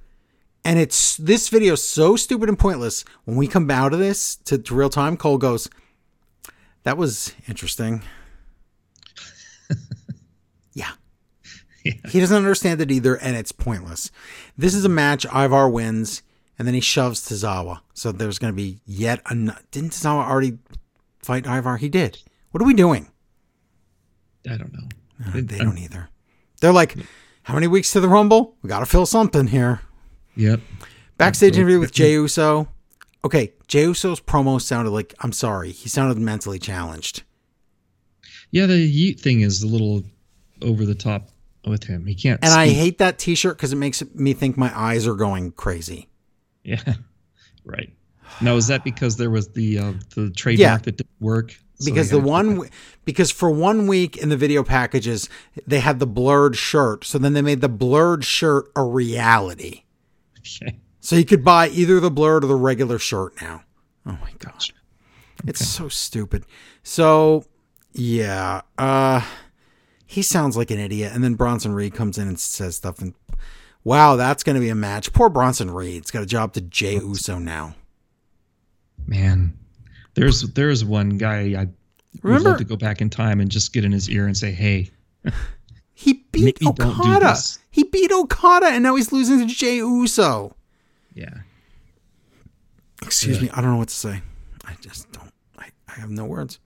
Speaker 1: And it's this video is so stupid and pointless. When we come out of this to, to real time, Cole goes, "That was interesting." yeah. He doesn't understand it either, and it's pointless. This is a match. Ivar wins, and then he shoves Tazawa. So there's going to be yet another. Didn't Tazawa already fight Ivar? He did. What are we doing?
Speaker 2: I don't know.
Speaker 1: No,
Speaker 2: It-
Speaker 1: Ah, they
Speaker 2: I'm-
Speaker 1: don't either. They're like, how many weeks to the Rumble? We got to fill something here.
Speaker 2: Yep.
Speaker 1: Backstage
Speaker 2: Absolutely.
Speaker 1: interview with Jey Uso. Okay, Jey Uso's promo sounded like I'm sorry, he sounded mentally challenged.
Speaker 2: Yeah, the yeet thing is a little over the top with him. He can't.
Speaker 1: And I
Speaker 2: speak.
Speaker 1: hate that T-shirt because it makes me think my eyes are going crazy.
Speaker 2: Yeah. Right. Now is that because there was the uh, the trademark
Speaker 1: Yeah.
Speaker 2: that didn't work? So
Speaker 1: Because the
Speaker 2: they had to-
Speaker 1: one, w- because for one week in the video packages they had the blurred shirt, so then they made the blurred shirt a reality.
Speaker 2: Okay.
Speaker 1: So you could buy either the blurred or the regular shirt now. Oh my gosh. It's so stupid. So yeah, uh he sounds like an idiot and then Bronson Reed comes in and says stuff and wow, that's going to be a match. Poor Bronson Reed's got a job to Jay Uso now.
Speaker 2: Man, there's there's one guy I would
Speaker 1: Remember
Speaker 2: love to go back in time and just get in his ear and say, "Hey,
Speaker 1: he beat
Speaker 2: Maybe don't do
Speaker 1: Okada.
Speaker 2: this.
Speaker 1: he beat Okada and now he's losing to Jay Uso.
Speaker 2: yeah,
Speaker 1: Excuse
Speaker 2: Yeah.
Speaker 1: me, I don't know what to say. I just don't. I, I have no words.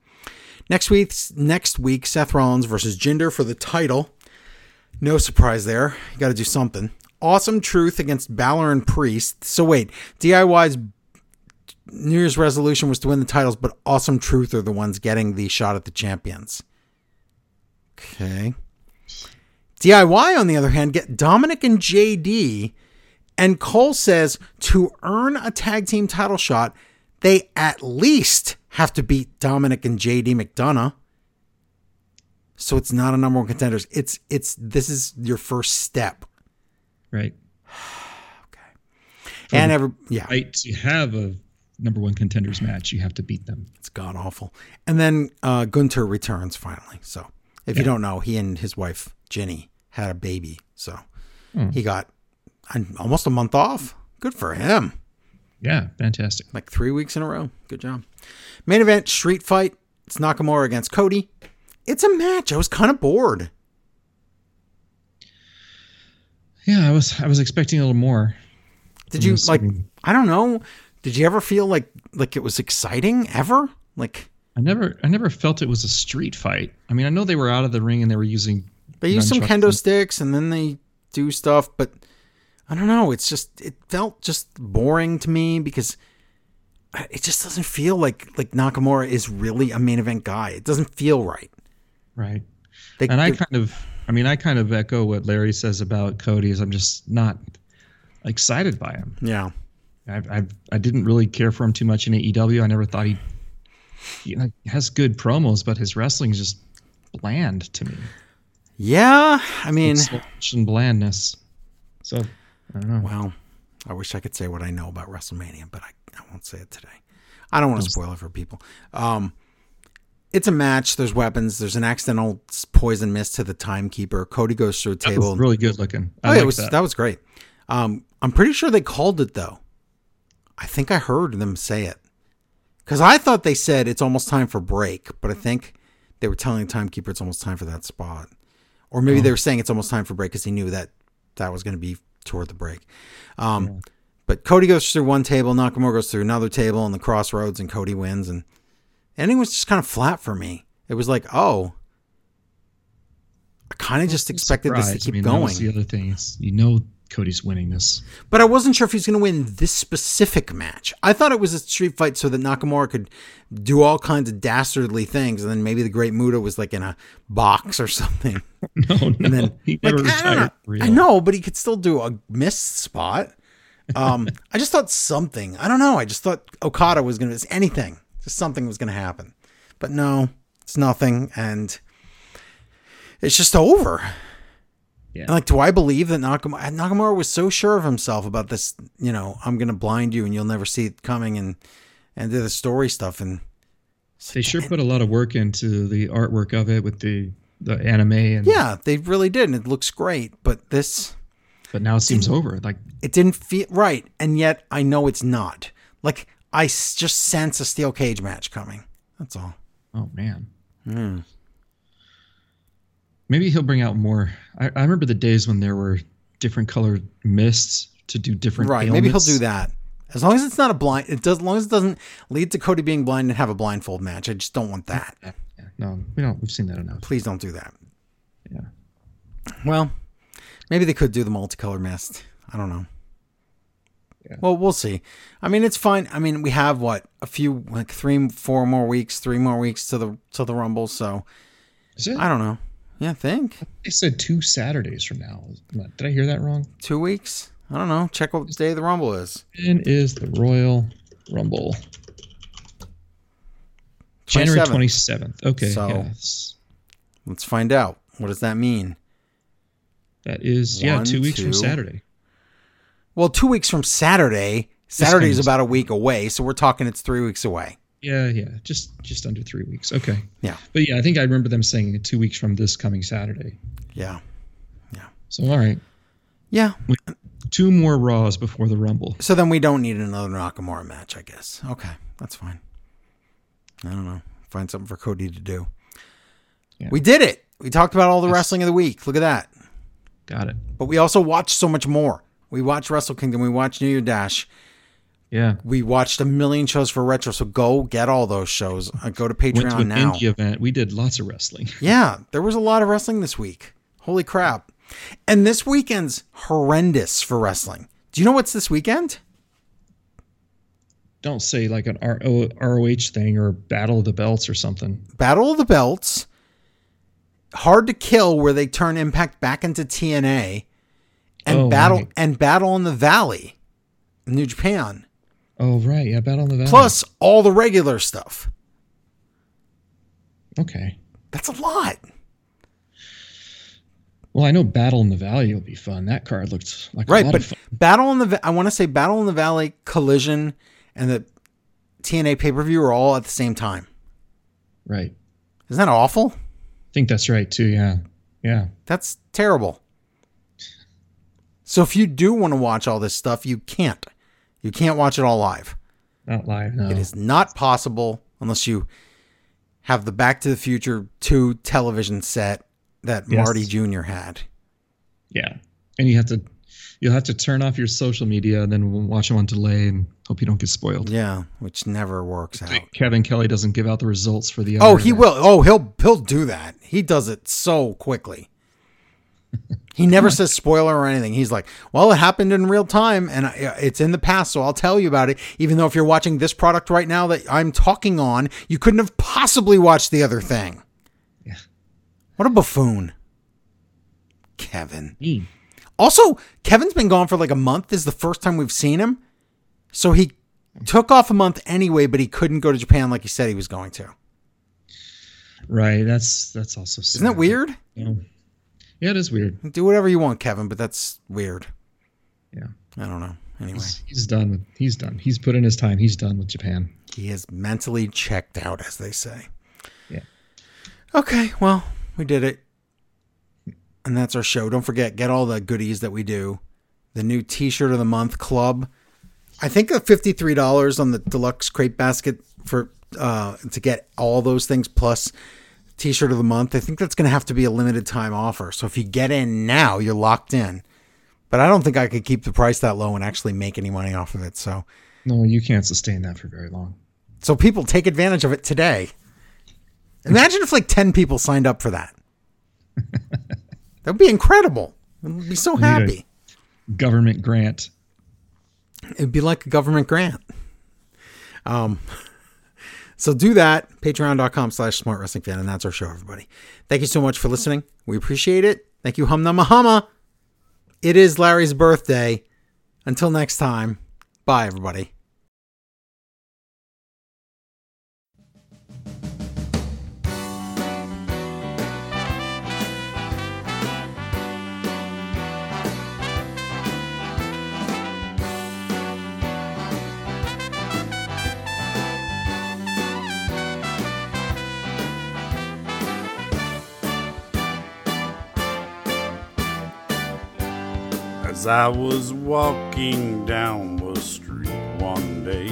Speaker 1: Next week's next week, Seth Rollins versus Jinder for the title. No surprise there. You got to do something. Awesome Truth against Balor and Priest. So wait, DIY's New Year's resolution was to win the titles, but Awesome Truth are the ones getting the shot at the champions. Okay. DIY, on the other hand, get Dominic and JD and Cole says to earn a tag team title shot, they at least have to beat Dominic and JD McDonough. So it's not a number one contenders. It's it's this is your first step.
Speaker 2: right."
Speaker 1: And
Speaker 2: Mm-hmm.
Speaker 1: every yeah,
Speaker 2: Right to have a number one contenders match, you have to beat them.
Speaker 1: it's god awful. And then uh Gunter returns finally. So if you
Speaker 2: Yeah.
Speaker 1: don't know, he and his wife Jenny had a baby. So
Speaker 2: Hmm.
Speaker 1: he got an- almost a month off. Good for him.
Speaker 2: Yeah, fantastic.
Speaker 1: like three weeks in a row. Good job. Main event street fight. It's Nakamura against Cody. It's a match. I was kind of bored.
Speaker 2: Yeah, I was I was expecting a little more.
Speaker 1: Did you
Speaker 2: Yes,
Speaker 1: like?
Speaker 2: I mean-
Speaker 1: I don't know. Did you ever feel like like it was exciting ever? Like
Speaker 2: I never I never felt it was a street fight. I mean, I know they were out of the ring and they were using
Speaker 1: they use some
Speaker 2: Nunchucks
Speaker 1: kendo
Speaker 2: and-
Speaker 1: sticks and then they do stuff, but I don't know. It's just it felt just boring to me because I- it just doesn't feel like like Nakamura is really a main event guy. It doesn't feel right.
Speaker 2: right.
Speaker 1: They,
Speaker 2: And I
Speaker 1: they-
Speaker 2: kind of I mean, I kind of echo what Larry says about Cody is I'm just not excited by him.
Speaker 1: yeah.
Speaker 2: I I I didn't really care for him too much in AEW. I never thought he you know, he has good promos, but his wrestling is just bland to me.
Speaker 1: Yeah. I mean,
Speaker 2: Sludge and blandness. So I don't know.
Speaker 1: Well, I wish I could say what I know about WrestleMania, but I, I won't say it today. I don't want to spoil it for people. Um, it's a match. There's weapons. There's an accidental s- poison mist to the timekeeper. Cody goes through a
Speaker 2: That was
Speaker 1: table.
Speaker 2: really good looking. I
Speaker 1: oh, yeah,
Speaker 2: like
Speaker 1: it was,
Speaker 2: that.
Speaker 1: that. was great. Um, I'm pretty sure they called it though. I think I heard them say it because I thought they said it's almost time for break, but I think they were telling the timekeeper it's almost time for that spot, or maybe
Speaker 2: Hmm.
Speaker 1: they were saying it's almost time for break because he knew that that was going to be toward the break. Um, But Cody goes through one table, Nakamura goes through another table, and the crossroads, and Cody wins, and ending was just kind of flat for me. It was like, oh. I kind of just expected this to
Speaker 2: Surprise.
Speaker 1: keep
Speaker 2: I mean,
Speaker 1: going.
Speaker 2: That was the other thing is you know Cody's winning this.
Speaker 1: But I wasn't sure if he was going to win this specific match. I thought it was a street fight so that Nakamura could do all kinds of dastardly things, and then maybe the Great Muda was like in a box or something.
Speaker 2: No, Oh, no.
Speaker 1: And then,
Speaker 2: he
Speaker 1: like,
Speaker 2: never
Speaker 1: I, don't
Speaker 2: retired. for
Speaker 1: know,
Speaker 2: real.
Speaker 1: I know, but he could still do a missed spot. Um, I just thought something. I don't know. I just thought Okada was going to anything. Just something was going to happen. But no, it's nothing, and it's just over.
Speaker 2: Yeah.
Speaker 1: And like, do I believe that Nakamura, Nakamura was so sure of himself about this? You know, I'm going to blind you, and you'll never see it coming, and and do the story stuff, and
Speaker 2: They sure put a lot of work into the artwork of it with the the anime and
Speaker 1: yeah, they really did, and it looks great. But this,
Speaker 2: But now it seems over. Like
Speaker 1: it didn't feel right, and yet I know it's not. Like I s- just sense a steel cage match coming. That's all.
Speaker 2: oh man.
Speaker 1: Hmm.
Speaker 2: Maybe he'll bring out more. I, I remember the days when there were different colored mists to do different.
Speaker 1: Right? Maybe he'll
Speaker 2: ailments.
Speaker 1: do that. As long as it's not a blind, it does. As long as it doesn't lead to Cody being blind and have a blindfold match, I just don't want that.
Speaker 2: Yeah, No, we don't. We've seen that enough.
Speaker 1: Please don't do that.
Speaker 2: Yeah.
Speaker 1: Well, maybe they could do the multicolor mist. I don't know.
Speaker 2: Yeah.
Speaker 1: Well, we'll see. I mean, it's fine. I mean, we have what a few like three, four more weeks, three more weeks to the to the rumble. So
Speaker 2: Is it?
Speaker 1: I don't know. Yeah, I think
Speaker 2: They said two Saturdays from now. Did I hear that wrong?
Speaker 1: two weeks. I don't know. Check what day the rumble is.
Speaker 2: When is the Royal Rumble? January 27th. Okay.
Speaker 1: So-
Speaker 2: Yes.
Speaker 1: Let's find out. What does that mean?
Speaker 2: That is, yeah,
Speaker 1: One,
Speaker 2: two weeks
Speaker 1: two.
Speaker 2: from Saturday.
Speaker 1: Well, two weeks from Saturday. Saturday is
Speaker 2: comes-
Speaker 1: about a week away, so we're talking it's three weeks away.
Speaker 2: Yeah, yeah. Just just under three weeks. Okay.
Speaker 1: Yeah.
Speaker 2: But yeah, I think I remember them saying two weeks from this coming Saturday.
Speaker 1: Yeah.
Speaker 2: So, all right.
Speaker 1: Yeah.
Speaker 2: Two more Raws before the Rumble.
Speaker 1: So then we don't need another Nakamura match, I guess. Okay, that's fine. I don't know. Find something for Cody to do.
Speaker 2: Yeah.
Speaker 1: We did it. We talked about all the wrestling of the week. Look at that.
Speaker 2: Got it.
Speaker 1: But we also watched so much more. We watched Wrestle Kingdom. We watched New Year Dash.
Speaker 2: Yeah.
Speaker 1: We watched a million shows for retro. So go get all those shows. Uh, go to Patreon
Speaker 2: Went to an
Speaker 1: now.
Speaker 2: indie event. We did lots of wrestling.
Speaker 1: Yeah, there was a lot of wrestling this week. Holy crap. And this weekend's horrendous for wrestling. Do you know what's this weekend?
Speaker 2: Don't say like an R- O- ROH thing or Battle of the Belts or something.
Speaker 1: Battle of the Belts, Hard to Kill, where they turn Impact back into TNA, and
Speaker 2: Oh,
Speaker 1: Battle
Speaker 2: right.
Speaker 1: and Battle in the Valley, New Japan.
Speaker 2: Oh, right. Yeah, Battle of the Belts.
Speaker 1: Plus all the regular stuff.
Speaker 2: Okay.
Speaker 1: That's a lot.
Speaker 2: Well, I know Battle in the Valley will be fun. That card looked like a
Speaker 1: Right,
Speaker 2: lot
Speaker 1: but
Speaker 2: of fun.
Speaker 1: Battle in the Va- I want to say Battle in the Valley, Collision, and the TNA pay per view are all at the same time.
Speaker 2: Right. I
Speaker 1: Isn't that awful?
Speaker 2: think that's right too. Yeah. Yeah.
Speaker 1: That's terrible. So if you do want to watch all this stuff, you can't. You can't watch it all live.
Speaker 2: Not live. No.
Speaker 1: It is not possible unless you have the Back to the Future 2 television set that
Speaker 2: Yes.
Speaker 1: Marty Jr. had.
Speaker 2: Yeah. And you have to, you'll have to turn off your social media and then we'll watch them on delay and hope you don't get spoiled.
Speaker 1: Yeah, which never works out.
Speaker 2: Kevin Kelly doesn't give out the results for the.
Speaker 1: Oh,
Speaker 2: other
Speaker 1: he
Speaker 2: event.
Speaker 1: will. Oh, he'll he'll do that. He does it so quickly. He never says spoiler or anything. He's like, "Well, it happened in real time, and I- uh, it's in the past, so I'll tell you about it." Even though if you're watching this product right now that I'm talking on, you couldn't have possibly watched the other thing.
Speaker 2: Yeah.
Speaker 1: What a buffoon, Kevin.
Speaker 2: Mm.
Speaker 1: Also, Kevin's been gone for like a month. This is the first time we've seen him, so he took off a month anyway. But he couldn't go to Japan like he said he was going to.
Speaker 2: Right. That's that's also. Sad.
Speaker 1: Isn't that weird?
Speaker 2: Yeah. Yeah, it is weird.
Speaker 1: Do whatever you want, Kevin, but that's weird.
Speaker 2: Yeah.
Speaker 1: I don't know. Anyway,
Speaker 2: He's done with. He's done. He's put in his time. He's done with Japan.
Speaker 1: he is mentally checked out, as they say.
Speaker 2: Yeah.
Speaker 1: Okay, well, we did it. And that's our show. Don't forget, get all the goodies that we do. The new t shirt of the month club. I think the $53 on the deluxe crate basket for uh, to get all those things plus t shirt of the month. I think that's going to have to be a limited time offer. So if you get in now, you're locked in. But I don't think I could keep the price that low and actually make any money off of it. So.
Speaker 2: No, you can't sustain that for very long.
Speaker 1: So people take advantage of it today. Imagine if like 10 people signed up for that. that would be incredible. I'd be so happy.
Speaker 2: Government grant.
Speaker 1: It'd be like a government grant. Um, so do that, patreon.com slash smart wrestling fan, and that's our show, everybody. Thank you so much for listening. We appreciate it. Thank you, Hum Nama Hama. It is Larry's birthday. Until next time, bye, everybody.
Speaker 3: As I was walking down the street one day,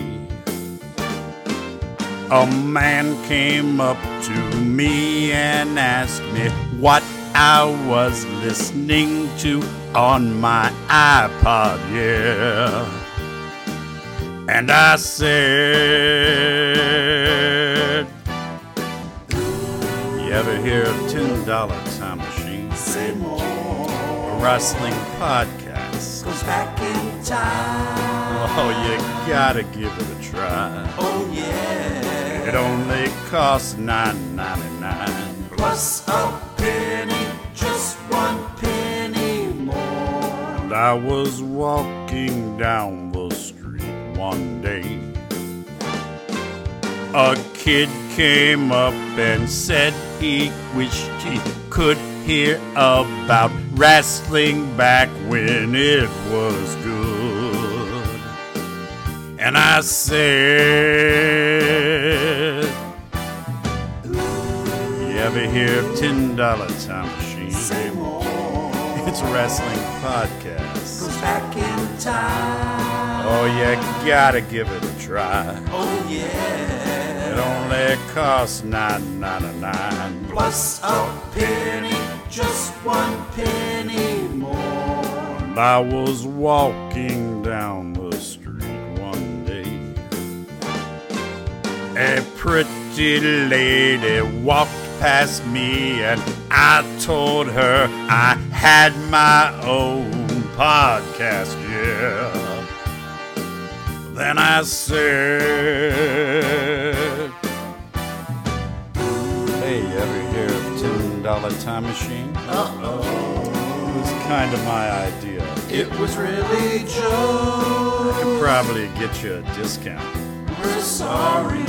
Speaker 3: a man came up to me and asked me what I was listening to on my iPod, yeah. And I said, dollar time machine. Say more. A wrestling podcast. Goes back in time. Oh, you gotta give it a try. Oh yeah. It only costs nine ninety nine. Plus a penny, just one penny more. And I was walking down the street one day. A kid came up and said he wished he could hear about wrestling back when it was good. And I said, You ever hear of $10 Time Machine? Say more. It's a wrestling podcast. Goes back in time. Oh, you gotta give it a try. It only costs nine ninety nine plus a penny, just one penny more. And I was walking down the street one day. A pretty lady walked past me, and I told her I had my own podcast. Yeah. Then I said, Hey, you ever hear of Ten Dollar Time Machine? Uh oh. It was kind of my idea. It was really Joe. I could probably get you a discount. We're sorry.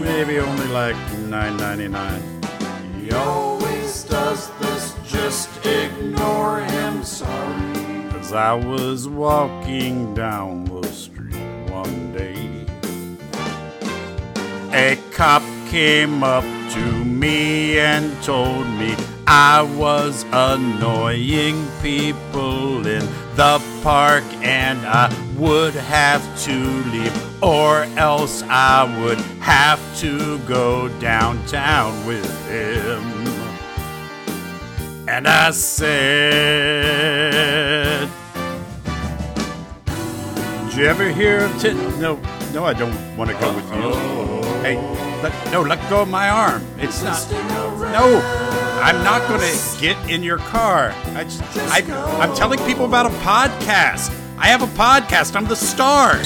Speaker 3: Maybe only like $9.99. He always does this, just ignore him, sorry. As I was walking down the street one day, a cop came up to me and told me I was annoying people in the park and I would have to leave or else I would have to go downtown with him. And I said, Did you ever hear of Tit? No, no, I don't want to go with you. Hey, let, no, let go of my arm. It's not. No, I'm not going to get in your car. I just, I, I'm telling people about a podcast. I have a podcast. I'm the star.